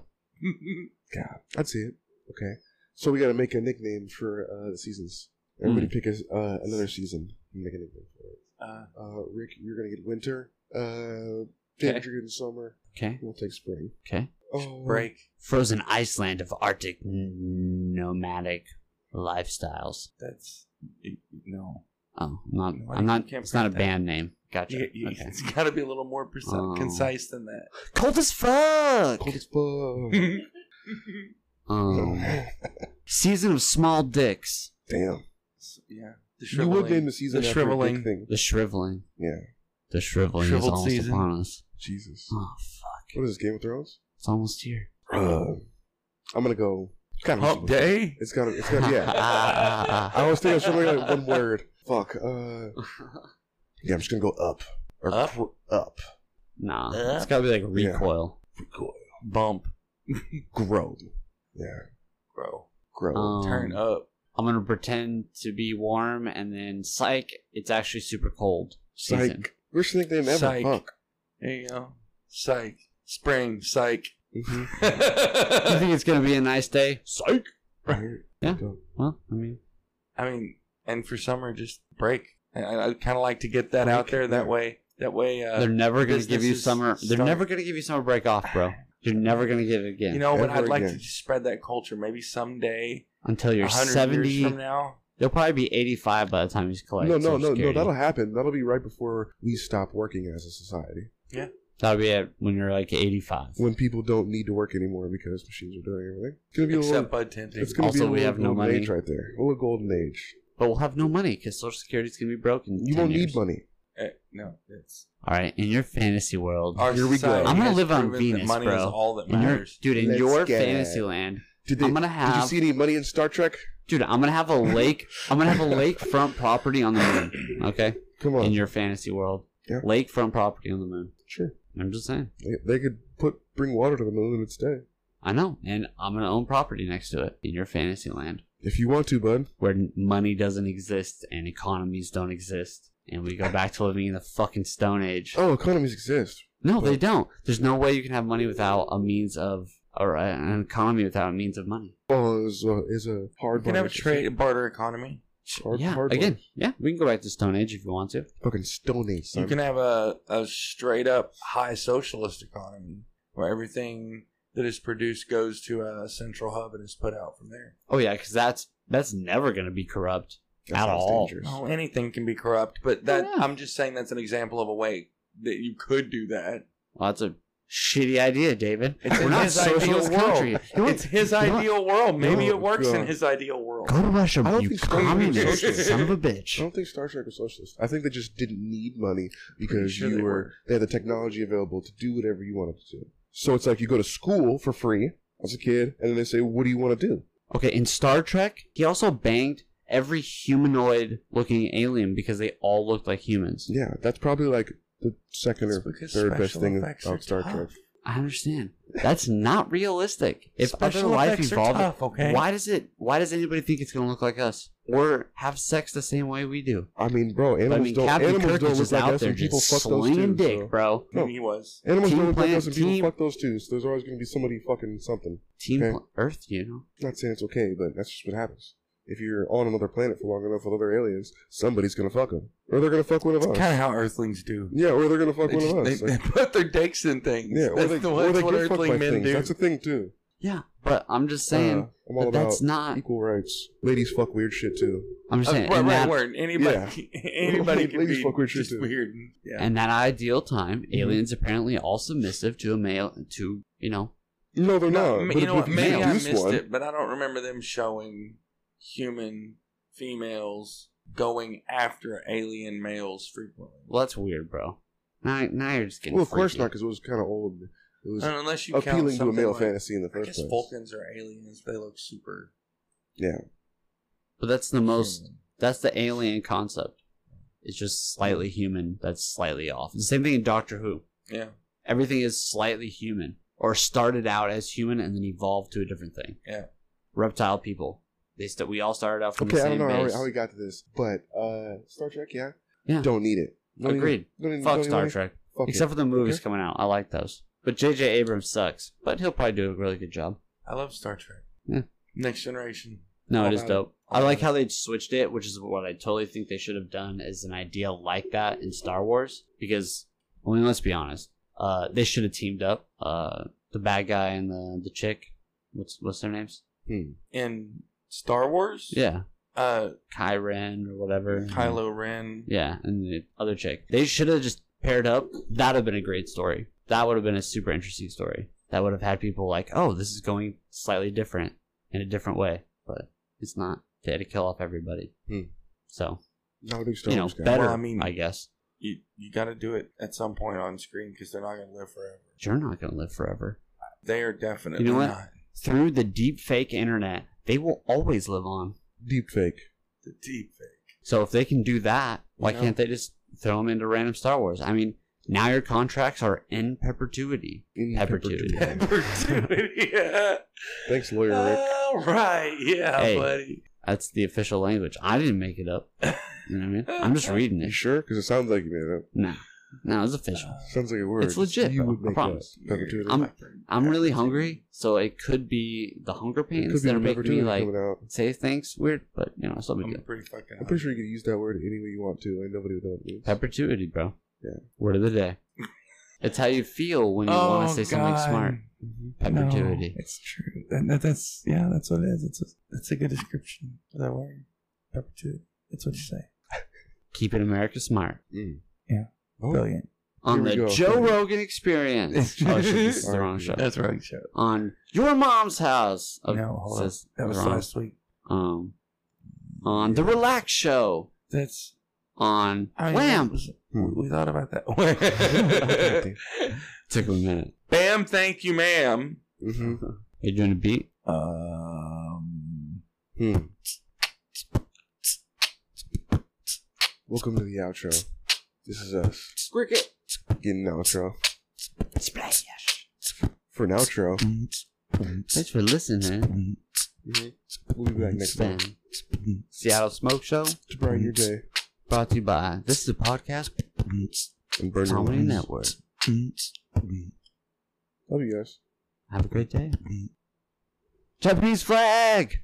[SPEAKER 2] God, I'd see it. Okay, so we got to make a nickname for uh, the seasons. Everybody
[SPEAKER 3] Hmm.
[SPEAKER 2] pick a, uh, another season. and Make a nickname for it.
[SPEAKER 3] uh,
[SPEAKER 2] Uh, Rick, you're gonna get winter. Uh, Can't
[SPEAKER 1] Okay.
[SPEAKER 2] drink it in summer.
[SPEAKER 1] Okay.
[SPEAKER 2] We'll take spring.
[SPEAKER 1] Okay.
[SPEAKER 2] Oh,
[SPEAKER 3] Break.
[SPEAKER 1] Frozen Iceland of Arctic n- nomadic lifestyles.
[SPEAKER 3] That's it- no.
[SPEAKER 1] Oh, I'm not.
[SPEAKER 3] No, I
[SPEAKER 1] I'm not.
[SPEAKER 3] can't
[SPEAKER 1] It's not a
[SPEAKER 3] print that.
[SPEAKER 1] band name. Gotcha.
[SPEAKER 3] You- you-
[SPEAKER 1] Okay.
[SPEAKER 3] It's got to be a little more precise,
[SPEAKER 1] Oh.
[SPEAKER 3] concise
[SPEAKER 1] [LAUGHS]
[SPEAKER 3] than that.
[SPEAKER 1] Cold as fuck.
[SPEAKER 2] Cold
[SPEAKER 3] [LAUGHS]
[SPEAKER 2] as fuck.
[SPEAKER 3] yeah.
[SPEAKER 1] Um, season of small dicks.
[SPEAKER 2] Damn.
[SPEAKER 3] The
[SPEAKER 2] You would name
[SPEAKER 3] shriveling.
[SPEAKER 2] the season
[SPEAKER 3] The
[SPEAKER 2] after a big
[SPEAKER 3] shriveling.
[SPEAKER 2] thing.
[SPEAKER 1] The shriveling.
[SPEAKER 2] Yeah.
[SPEAKER 1] The shriveling is
[SPEAKER 3] Shriveled
[SPEAKER 1] almost
[SPEAKER 3] season.
[SPEAKER 1] upon us.
[SPEAKER 2] Jesus.
[SPEAKER 1] Oh fuck!
[SPEAKER 2] What is this, Game of Thrones?
[SPEAKER 1] It's almost here.
[SPEAKER 2] Um, I'm gonna go. It's gotta be
[SPEAKER 3] Hump
[SPEAKER 2] something.
[SPEAKER 3] day.
[SPEAKER 2] It's gotta. It's gotta. Yeah. I was thinking of something like one word. Fuck. Uh. Yeah, I'm just gonna go up. Or
[SPEAKER 3] Up?
[SPEAKER 2] cr- up.
[SPEAKER 1] [LAUGHS] nah,
[SPEAKER 3] Uh,
[SPEAKER 1] it's gotta be like
[SPEAKER 2] yeah.
[SPEAKER 1] recoil.
[SPEAKER 3] Bump.
[SPEAKER 2] Grow. Yeah.
[SPEAKER 3] Bro.
[SPEAKER 2] Grow.
[SPEAKER 1] Um,
[SPEAKER 3] Turn up.
[SPEAKER 1] I'm gonna pretend to be warm, and then psych, it's actually super cold. Season.
[SPEAKER 2] Psych. Worst thing name ever.
[SPEAKER 3] Psych.
[SPEAKER 2] Fuck.
[SPEAKER 3] There you go. Psych. Spring. Psych.
[SPEAKER 1] [LAUGHS]
[SPEAKER 2] Mm-hmm.
[SPEAKER 1] You
[SPEAKER 3] I
[SPEAKER 1] think it's gonna be a nice day? Psych.
[SPEAKER 2] [LAUGHS] Right.
[SPEAKER 1] Yeah.
[SPEAKER 2] Dope.
[SPEAKER 1] Well, I mean,
[SPEAKER 3] mean, and for summer, just break. I, I kind of like to get that out there. That way, that way, uh,
[SPEAKER 1] they're never gonna give you
[SPEAKER 3] businesses
[SPEAKER 1] summer. They're
[SPEAKER 3] start-
[SPEAKER 1] never gonna give you summer break off, bro. You're never gonna get it again.
[SPEAKER 3] you know, but
[SPEAKER 2] Ever
[SPEAKER 3] I'd like to
[SPEAKER 2] again.
[SPEAKER 3] just spread that culture. Maybe someday,
[SPEAKER 1] until
[SPEAKER 3] a
[SPEAKER 1] you're
[SPEAKER 3] hundred
[SPEAKER 1] 70.
[SPEAKER 3] years from now,
[SPEAKER 1] They'll probably be 85 by the time he's collecting.
[SPEAKER 2] no, no, no, no. That'll happen. That'll be right before we stop working as a society.
[SPEAKER 1] That'll be it when you're like 85.
[SPEAKER 2] When people don't need to work anymore because machines are doing everything. It's gonna be a
[SPEAKER 3] except
[SPEAKER 2] little.
[SPEAKER 3] Bud Tempting.
[SPEAKER 2] It's gonna
[SPEAKER 1] Also,
[SPEAKER 2] be a
[SPEAKER 1] we
[SPEAKER 2] little
[SPEAKER 1] have no
[SPEAKER 2] golden
[SPEAKER 1] money.
[SPEAKER 2] age right there. A little golden age.
[SPEAKER 1] But we'll have no money because Social Security's going to be broken.
[SPEAKER 2] You won't need money.
[SPEAKER 3] Uh, no, it's
[SPEAKER 1] All right. In your fantasy world,
[SPEAKER 3] our
[SPEAKER 2] Here we go.
[SPEAKER 3] society
[SPEAKER 1] I'm gonna
[SPEAKER 3] has
[SPEAKER 1] live on
[SPEAKER 3] proven that
[SPEAKER 1] Venus,
[SPEAKER 3] money
[SPEAKER 1] bro.
[SPEAKER 3] Is all that
[SPEAKER 1] in your,
[SPEAKER 3] matters.
[SPEAKER 1] dude, in
[SPEAKER 2] Let's
[SPEAKER 1] your
[SPEAKER 2] get it.
[SPEAKER 1] fantasy land,
[SPEAKER 2] Did they?
[SPEAKER 1] I'm going to
[SPEAKER 2] did you
[SPEAKER 1] have,
[SPEAKER 2] see any money in Star Trek?
[SPEAKER 1] dude, I'm going to have a lake. I'm going to have a lakefront property on the moon. Okay.
[SPEAKER 2] Come on.
[SPEAKER 1] In your fantasy world,
[SPEAKER 2] Yeah.
[SPEAKER 1] lakefront property on the moon.
[SPEAKER 2] sure.
[SPEAKER 1] I'm just saying.
[SPEAKER 2] They, they could put bring water to the moon and it's dead.
[SPEAKER 1] I know. And I'm going to own property next to it in your fantasy land.
[SPEAKER 2] If you want to, bud.
[SPEAKER 1] where money doesn't exist and economies don't exist and we go back to living in the fucking stone age
[SPEAKER 2] Oh, economies exist.
[SPEAKER 1] no they don't there's no way you can have money without a means of or a- an economy without a means of money
[SPEAKER 2] Oh, is a, is a hard
[SPEAKER 3] You can have a
[SPEAKER 2] barter
[SPEAKER 3] trade
[SPEAKER 2] system.
[SPEAKER 3] a barter economy.
[SPEAKER 2] Hard-
[SPEAKER 1] yeah
[SPEAKER 2] hard
[SPEAKER 1] again
[SPEAKER 2] ones.
[SPEAKER 1] yeah we can go back to stone age if you want to
[SPEAKER 2] Fucking stone age. Son.
[SPEAKER 3] You can have a, a straight up high socialist economy where everything that is produced goes to a central hub and is put out from there.
[SPEAKER 1] oh yeah because that's that's never going to be corrupt
[SPEAKER 2] That
[SPEAKER 1] at
[SPEAKER 2] sounds
[SPEAKER 1] all.
[SPEAKER 2] dangerous.
[SPEAKER 3] No, anything can be corrupt, but that
[SPEAKER 1] Oh, yeah.
[SPEAKER 3] I'm just saying that's an example of a way that you could do that.
[SPEAKER 1] well, that's a shitty idea david
[SPEAKER 3] It's
[SPEAKER 1] we're
[SPEAKER 3] in
[SPEAKER 1] not
[SPEAKER 3] his ideal
[SPEAKER 1] socialist country
[SPEAKER 3] world.
[SPEAKER 1] You want-
[SPEAKER 3] It's his
[SPEAKER 1] you want-
[SPEAKER 3] ideal world. Maybe
[SPEAKER 2] No,
[SPEAKER 3] it works in
[SPEAKER 2] Oh, God.
[SPEAKER 3] his ideal world.
[SPEAKER 1] go to russia
[SPEAKER 2] I don't
[SPEAKER 1] you
[SPEAKER 2] think Stone Age
[SPEAKER 1] communist
[SPEAKER 3] exists.
[SPEAKER 1] son of a
[SPEAKER 3] [LAUGHS]
[SPEAKER 2] I
[SPEAKER 3] Oh.
[SPEAKER 1] bitch
[SPEAKER 2] don't think Star Trek was socialist. I think they just didn't need money
[SPEAKER 3] Pretty
[SPEAKER 2] because
[SPEAKER 3] sure
[SPEAKER 2] you
[SPEAKER 3] they
[SPEAKER 2] were,
[SPEAKER 3] were.
[SPEAKER 2] they had the technology available to do whatever you wanted to do. So it's like you go to school for free as a kid, and then they say, "What do you want to do?"
[SPEAKER 1] Okay, in Star Trek, he also banged every humanoid looking alien because they all looked like humans.
[SPEAKER 2] Yeah, that's probably like the second
[SPEAKER 3] It's
[SPEAKER 2] or
[SPEAKER 3] because
[SPEAKER 2] third best
[SPEAKER 3] special
[SPEAKER 2] thing
[SPEAKER 3] effects are
[SPEAKER 2] about Star
[SPEAKER 3] tough.
[SPEAKER 2] Trek.
[SPEAKER 1] I understand. That's not realistic. If
[SPEAKER 3] Special
[SPEAKER 1] other life
[SPEAKER 3] effects are
[SPEAKER 1] evolved,
[SPEAKER 3] tough, okay?
[SPEAKER 1] why does it why does anybody think it's gonna look like us? Or have sex the same way we do?
[SPEAKER 2] I mean, bro,
[SPEAKER 1] But, I
[SPEAKER 2] animals
[SPEAKER 1] mean
[SPEAKER 2] don't.
[SPEAKER 1] Captain
[SPEAKER 2] Animals
[SPEAKER 1] Kirk
[SPEAKER 2] don't
[SPEAKER 1] is
[SPEAKER 2] look
[SPEAKER 1] just
[SPEAKER 2] like
[SPEAKER 1] out
[SPEAKER 2] us,
[SPEAKER 1] there
[SPEAKER 2] and people
[SPEAKER 1] just
[SPEAKER 2] fuck those
[SPEAKER 1] slinging
[SPEAKER 2] too.
[SPEAKER 1] dick,
[SPEAKER 2] so-
[SPEAKER 1] bro.
[SPEAKER 2] No.
[SPEAKER 3] He was.
[SPEAKER 2] Animals
[SPEAKER 1] Team
[SPEAKER 2] don't look like
[SPEAKER 1] plant,
[SPEAKER 2] us, and people
[SPEAKER 1] team-
[SPEAKER 2] fuck those too. So there's always going to be somebody fucking something.
[SPEAKER 1] Team
[SPEAKER 2] Okay.
[SPEAKER 1] pl- Earth, you know.
[SPEAKER 2] Not saying it's okay, but that's just what happens. If you're on another planet for long enough with other aliens, somebody's going to fuck them, or they're going to fuck one of
[SPEAKER 3] It's
[SPEAKER 2] us.
[SPEAKER 3] kind of how Earthlings do.
[SPEAKER 2] Yeah, or they're going to fuck
[SPEAKER 3] They,
[SPEAKER 2] one
[SPEAKER 3] just-
[SPEAKER 2] of
[SPEAKER 3] they-
[SPEAKER 2] us.
[SPEAKER 3] they [LAUGHS]
[SPEAKER 2] Like,
[SPEAKER 3] put their dicks in things.
[SPEAKER 2] yeah, or
[SPEAKER 3] that's
[SPEAKER 2] they,
[SPEAKER 3] the,
[SPEAKER 2] or
[SPEAKER 3] that's
[SPEAKER 2] they
[SPEAKER 3] what
[SPEAKER 2] get fucked by
[SPEAKER 3] Earthling men
[SPEAKER 2] things.
[SPEAKER 3] do.
[SPEAKER 2] That's a thing too.
[SPEAKER 1] Yeah. But I'm just saying
[SPEAKER 2] Uh, I'm all
[SPEAKER 1] that
[SPEAKER 2] about
[SPEAKER 1] that's not
[SPEAKER 2] equal rights. Ladies fuck weird shit too.
[SPEAKER 1] I'm just
[SPEAKER 3] Uh,
[SPEAKER 1] saying
[SPEAKER 3] right,
[SPEAKER 1] and,
[SPEAKER 3] right,
[SPEAKER 1] that,
[SPEAKER 3] word. [LAUGHS]
[SPEAKER 2] [LAUGHS]
[SPEAKER 3] Anybody, anybody can
[SPEAKER 2] Ladies
[SPEAKER 3] be
[SPEAKER 2] fuck weird shit
[SPEAKER 3] just
[SPEAKER 2] too.
[SPEAKER 3] weird. and- Yeah.
[SPEAKER 1] and that ideal time,
[SPEAKER 2] Mhm.
[SPEAKER 1] aliens apparently all submissive to a male to you know
[SPEAKER 2] No, they're
[SPEAKER 3] No,
[SPEAKER 2] not.
[SPEAKER 3] m-
[SPEAKER 2] But
[SPEAKER 3] you
[SPEAKER 2] if
[SPEAKER 3] know what?
[SPEAKER 2] you
[SPEAKER 3] Maybe I
[SPEAKER 2] produce
[SPEAKER 3] missed
[SPEAKER 2] one-
[SPEAKER 3] it, but I don't remember them showing human females going after alien males frequently.
[SPEAKER 1] Well, that's weird, bro. Now, now you're just getting.
[SPEAKER 2] Well, of course
[SPEAKER 1] freaky.
[SPEAKER 2] not, because it was kind of old. It was
[SPEAKER 3] And unless you count
[SPEAKER 2] appealing to a
[SPEAKER 3] something
[SPEAKER 2] male
[SPEAKER 3] like,
[SPEAKER 2] fantasy in the
[SPEAKER 3] I
[SPEAKER 2] first
[SPEAKER 3] guess
[SPEAKER 2] place.
[SPEAKER 3] Vulcans are aliens. They look super.
[SPEAKER 2] Yeah,
[SPEAKER 1] But that's the most.
[SPEAKER 3] human.
[SPEAKER 1] That's the alien concept. It's just slightly human. That's slightly off. The same thing in Doctor Who.
[SPEAKER 3] Yeah.
[SPEAKER 1] Everything is slightly human, or started out as human and then evolved to a different thing.
[SPEAKER 3] Yeah.
[SPEAKER 1] Reptile people. They st- we all started out from
[SPEAKER 2] Okay,
[SPEAKER 1] the
[SPEAKER 2] I
[SPEAKER 1] same
[SPEAKER 2] don't know how we,
[SPEAKER 1] base.
[SPEAKER 2] how we got to this, but uh, Star Trek, yeah,
[SPEAKER 1] Yeah.
[SPEAKER 2] don't need it. Don't need
[SPEAKER 1] Agreed.
[SPEAKER 2] it. Don't need-
[SPEAKER 1] Fuck
[SPEAKER 2] don't
[SPEAKER 1] Star
[SPEAKER 2] need it.
[SPEAKER 1] Trek.
[SPEAKER 2] Fuck it.
[SPEAKER 1] Except for the movies
[SPEAKER 2] Okay.
[SPEAKER 1] coming out. I like those. But J.J. Abrams sucks. But he'll probably do a really good job.
[SPEAKER 3] I love Star Trek.
[SPEAKER 1] Yeah.
[SPEAKER 3] Next Generation.
[SPEAKER 1] No,
[SPEAKER 3] All
[SPEAKER 1] it is
[SPEAKER 3] about it.
[SPEAKER 1] dope.
[SPEAKER 3] All
[SPEAKER 1] I like
[SPEAKER 3] about
[SPEAKER 1] how they switched it, which is what I totally think they should have done as an idea like that in Star Wars. Because, I mean, let's be honest, Uh, they should have teamed up. Uh, the bad guy and the the chick. What's what's their names?
[SPEAKER 2] Hmm.
[SPEAKER 3] in Star Wars.
[SPEAKER 1] Yeah,
[SPEAKER 3] Uh,
[SPEAKER 1] Kai Ren or whatever.
[SPEAKER 2] Mm-hmm.
[SPEAKER 3] Kylo Ren.
[SPEAKER 1] Yeah, and the other chick. They should have just paired up. That would have been a great story. That would have been a super interesting story. That would have had people like, oh, this is going slightly different in a different way, but it's not. They had to kill off everybody.
[SPEAKER 2] Hmm.
[SPEAKER 1] So
[SPEAKER 2] I don't think Star
[SPEAKER 1] you know,
[SPEAKER 2] Wars got
[SPEAKER 1] better.
[SPEAKER 3] Well,
[SPEAKER 1] I
[SPEAKER 3] I
[SPEAKER 1] mean,
[SPEAKER 3] mean-
[SPEAKER 1] I guess
[SPEAKER 3] You you got to do it at some point on screen because they're not going to live forever.
[SPEAKER 1] you're not going to live forever.
[SPEAKER 3] They are definitely
[SPEAKER 1] You know what?
[SPEAKER 3] not
[SPEAKER 1] Through the deep fake internet, they will always live on.
[SPEAKER 2] deep fake.
[SPEAKER 3] the deep fake.
[SPEAKER 1] So if they can do that, why
[SPEAKER 3] Yeah.
[SPEAKER 1] can't they just throw them into random Star Wars? I mean, now your contracts are in perpetuity.
[SPEAKER 2] In
[SPEAKER 1] Perpetuity.
[SPEAKER 3] [LAUGHS]
[SPEAKER 2] perpetuity.
[SPEAKER 1] [LAUGHS]
[SPEAKER 3] Opportunity. yeah.
[SPEAKER 2] Thanks, lawyer Rick.
[SPEAKER 3] All right. Yeah,
[SPEAKER 1] Hey.
[SPEAKER 3] buddy.
[SPEAKER 1] That's the official language. I didn't make it up. You know what I mean? I'm just reading
[SPEAKER 2] You
[SPEAKER 1] it.
[SPEAKER 2] sure? Because it sounds like you made it.
[SPEAKER 1] No, no, it's official.
[SPEAKER 3] Uh,
[SPEAKER 2] up. Sounds like a word.
[SPEAKER 1] It's legit,
[SPEAKER 2] You
[SPEAKER 1] bro.
[SPEAKER 2] would
[SPEAKER 1] I
[SPEAKER 2] make that
[SPEAKER 1] promise.
[SPEAKER 2] perpetuity.
[SPEAKER 1] I'm- I'm really
[SPEAKER 3] Opportunity.
[SPEAKER 1] hungry, so it could be the hunger
[SPEAKER 2] It
[SPEAKER 1] pains that
[SPEAKER 2] the
[SPEAKER 1] are making me
[SPEAKER 2] perpetuity
[SPEAKER 1] like
[SPEAKER 2] coming out.
[SPEAKER 1] say things weird, but you know, it's no big
[SPEAKER 3] I'm
[SPEAKER 1] deal.
[SPEAKER 3] pretty fucking.
[SPEAKER 2] I'm
[SPEAKER 1] uh,
[SPEAKER 2] pretty sure you could use that word any way you want to, and nobody would know what it means.
[SPEAKER 1] Perpetuity, bro.
[SPEAKER 2] Yeah.
[SPEAKER 1] Word of the
[SPEAKER 2] [LAUGHS]
[SPEAKER 1] day. it's how you feel when you want to
[SPEAKER 3] Oh,
[SPEAKER 1] say something smart. Perpetuity.
[SPEAKER 3] it's true. That, that, that's yeah. That's what it is. It's a, that's a good description for that word. Perpetuity. That's what you say.
[SPEAKER 1] Keeping America smart.
[SPEAKER 2] Mm.
[SPEAKER 3] Yeah.
[SPEAKER 2] Oh,
[SPEAKER 3] Brilliant.
[SPEAKER 1] on
[SPEAKER 2] Here we
[SPEAKER 1] the
[SPEAKER 2] go.
[SPEAKER 1] Joe Rogan
[SPEAKER 2] [LAUGHS]
[SPEAKER 1] Experience. oh, shit, this is the wrong show.
[SPEAKER 3] That's right. Show.
[SPEAKER 1] On your mom's house. Oh,
[SPEAKER 3] no, hold
[SPEAKER 1] says
[SPEAKER 3] on. That was
[SPEAKER 1] wrong.
[SPEAKER 3] last week.
[SPEAKER 1] Um, on the Relax Show.
[SPEAKER 3] That's
[SPEAKER 1] On
[SPEAKER 3] I mean, Oh, that
[SPEAKER 1] Wham.
[SPEAKER 3] was- we we thought about that.
[SPEAKER 1] Took a minute.
[SPEAKER 3] [LAUGHS] Bam. Thank you, ma'am.
[SPEAKER 2] hmm
[SPEAKER 1] you doing a beat?
[SPEAKER 3] Um.
[SPEAKER 2] Hmm. Welcome to the outro. This is us
[SPEAKER 1] Cricket.
[SPEAKER 2] getting an outro.
[SPEAKER 1] Splash.
[SPEAKER 2] For an outro,
[SPEAKER 1] Thanks for listening.
[SPEAKER 2] Mm-hmm. we'll be back next time
[SPEAKER 1] Spin. Seattle Smoke Show.
[SPEAKER 2] to brighten your day
[SPEAKER 1] Brought to you by This is a Podcast
[SPEAKER 2] and burn your
[SPEAKER 1] Comedy
[SPEAKER 2] lungs.
[SPEAKER 1] Network.
[SPEAKER 2] Love you guys.
[SPEAKER 1] Have a great day. Japanese flag.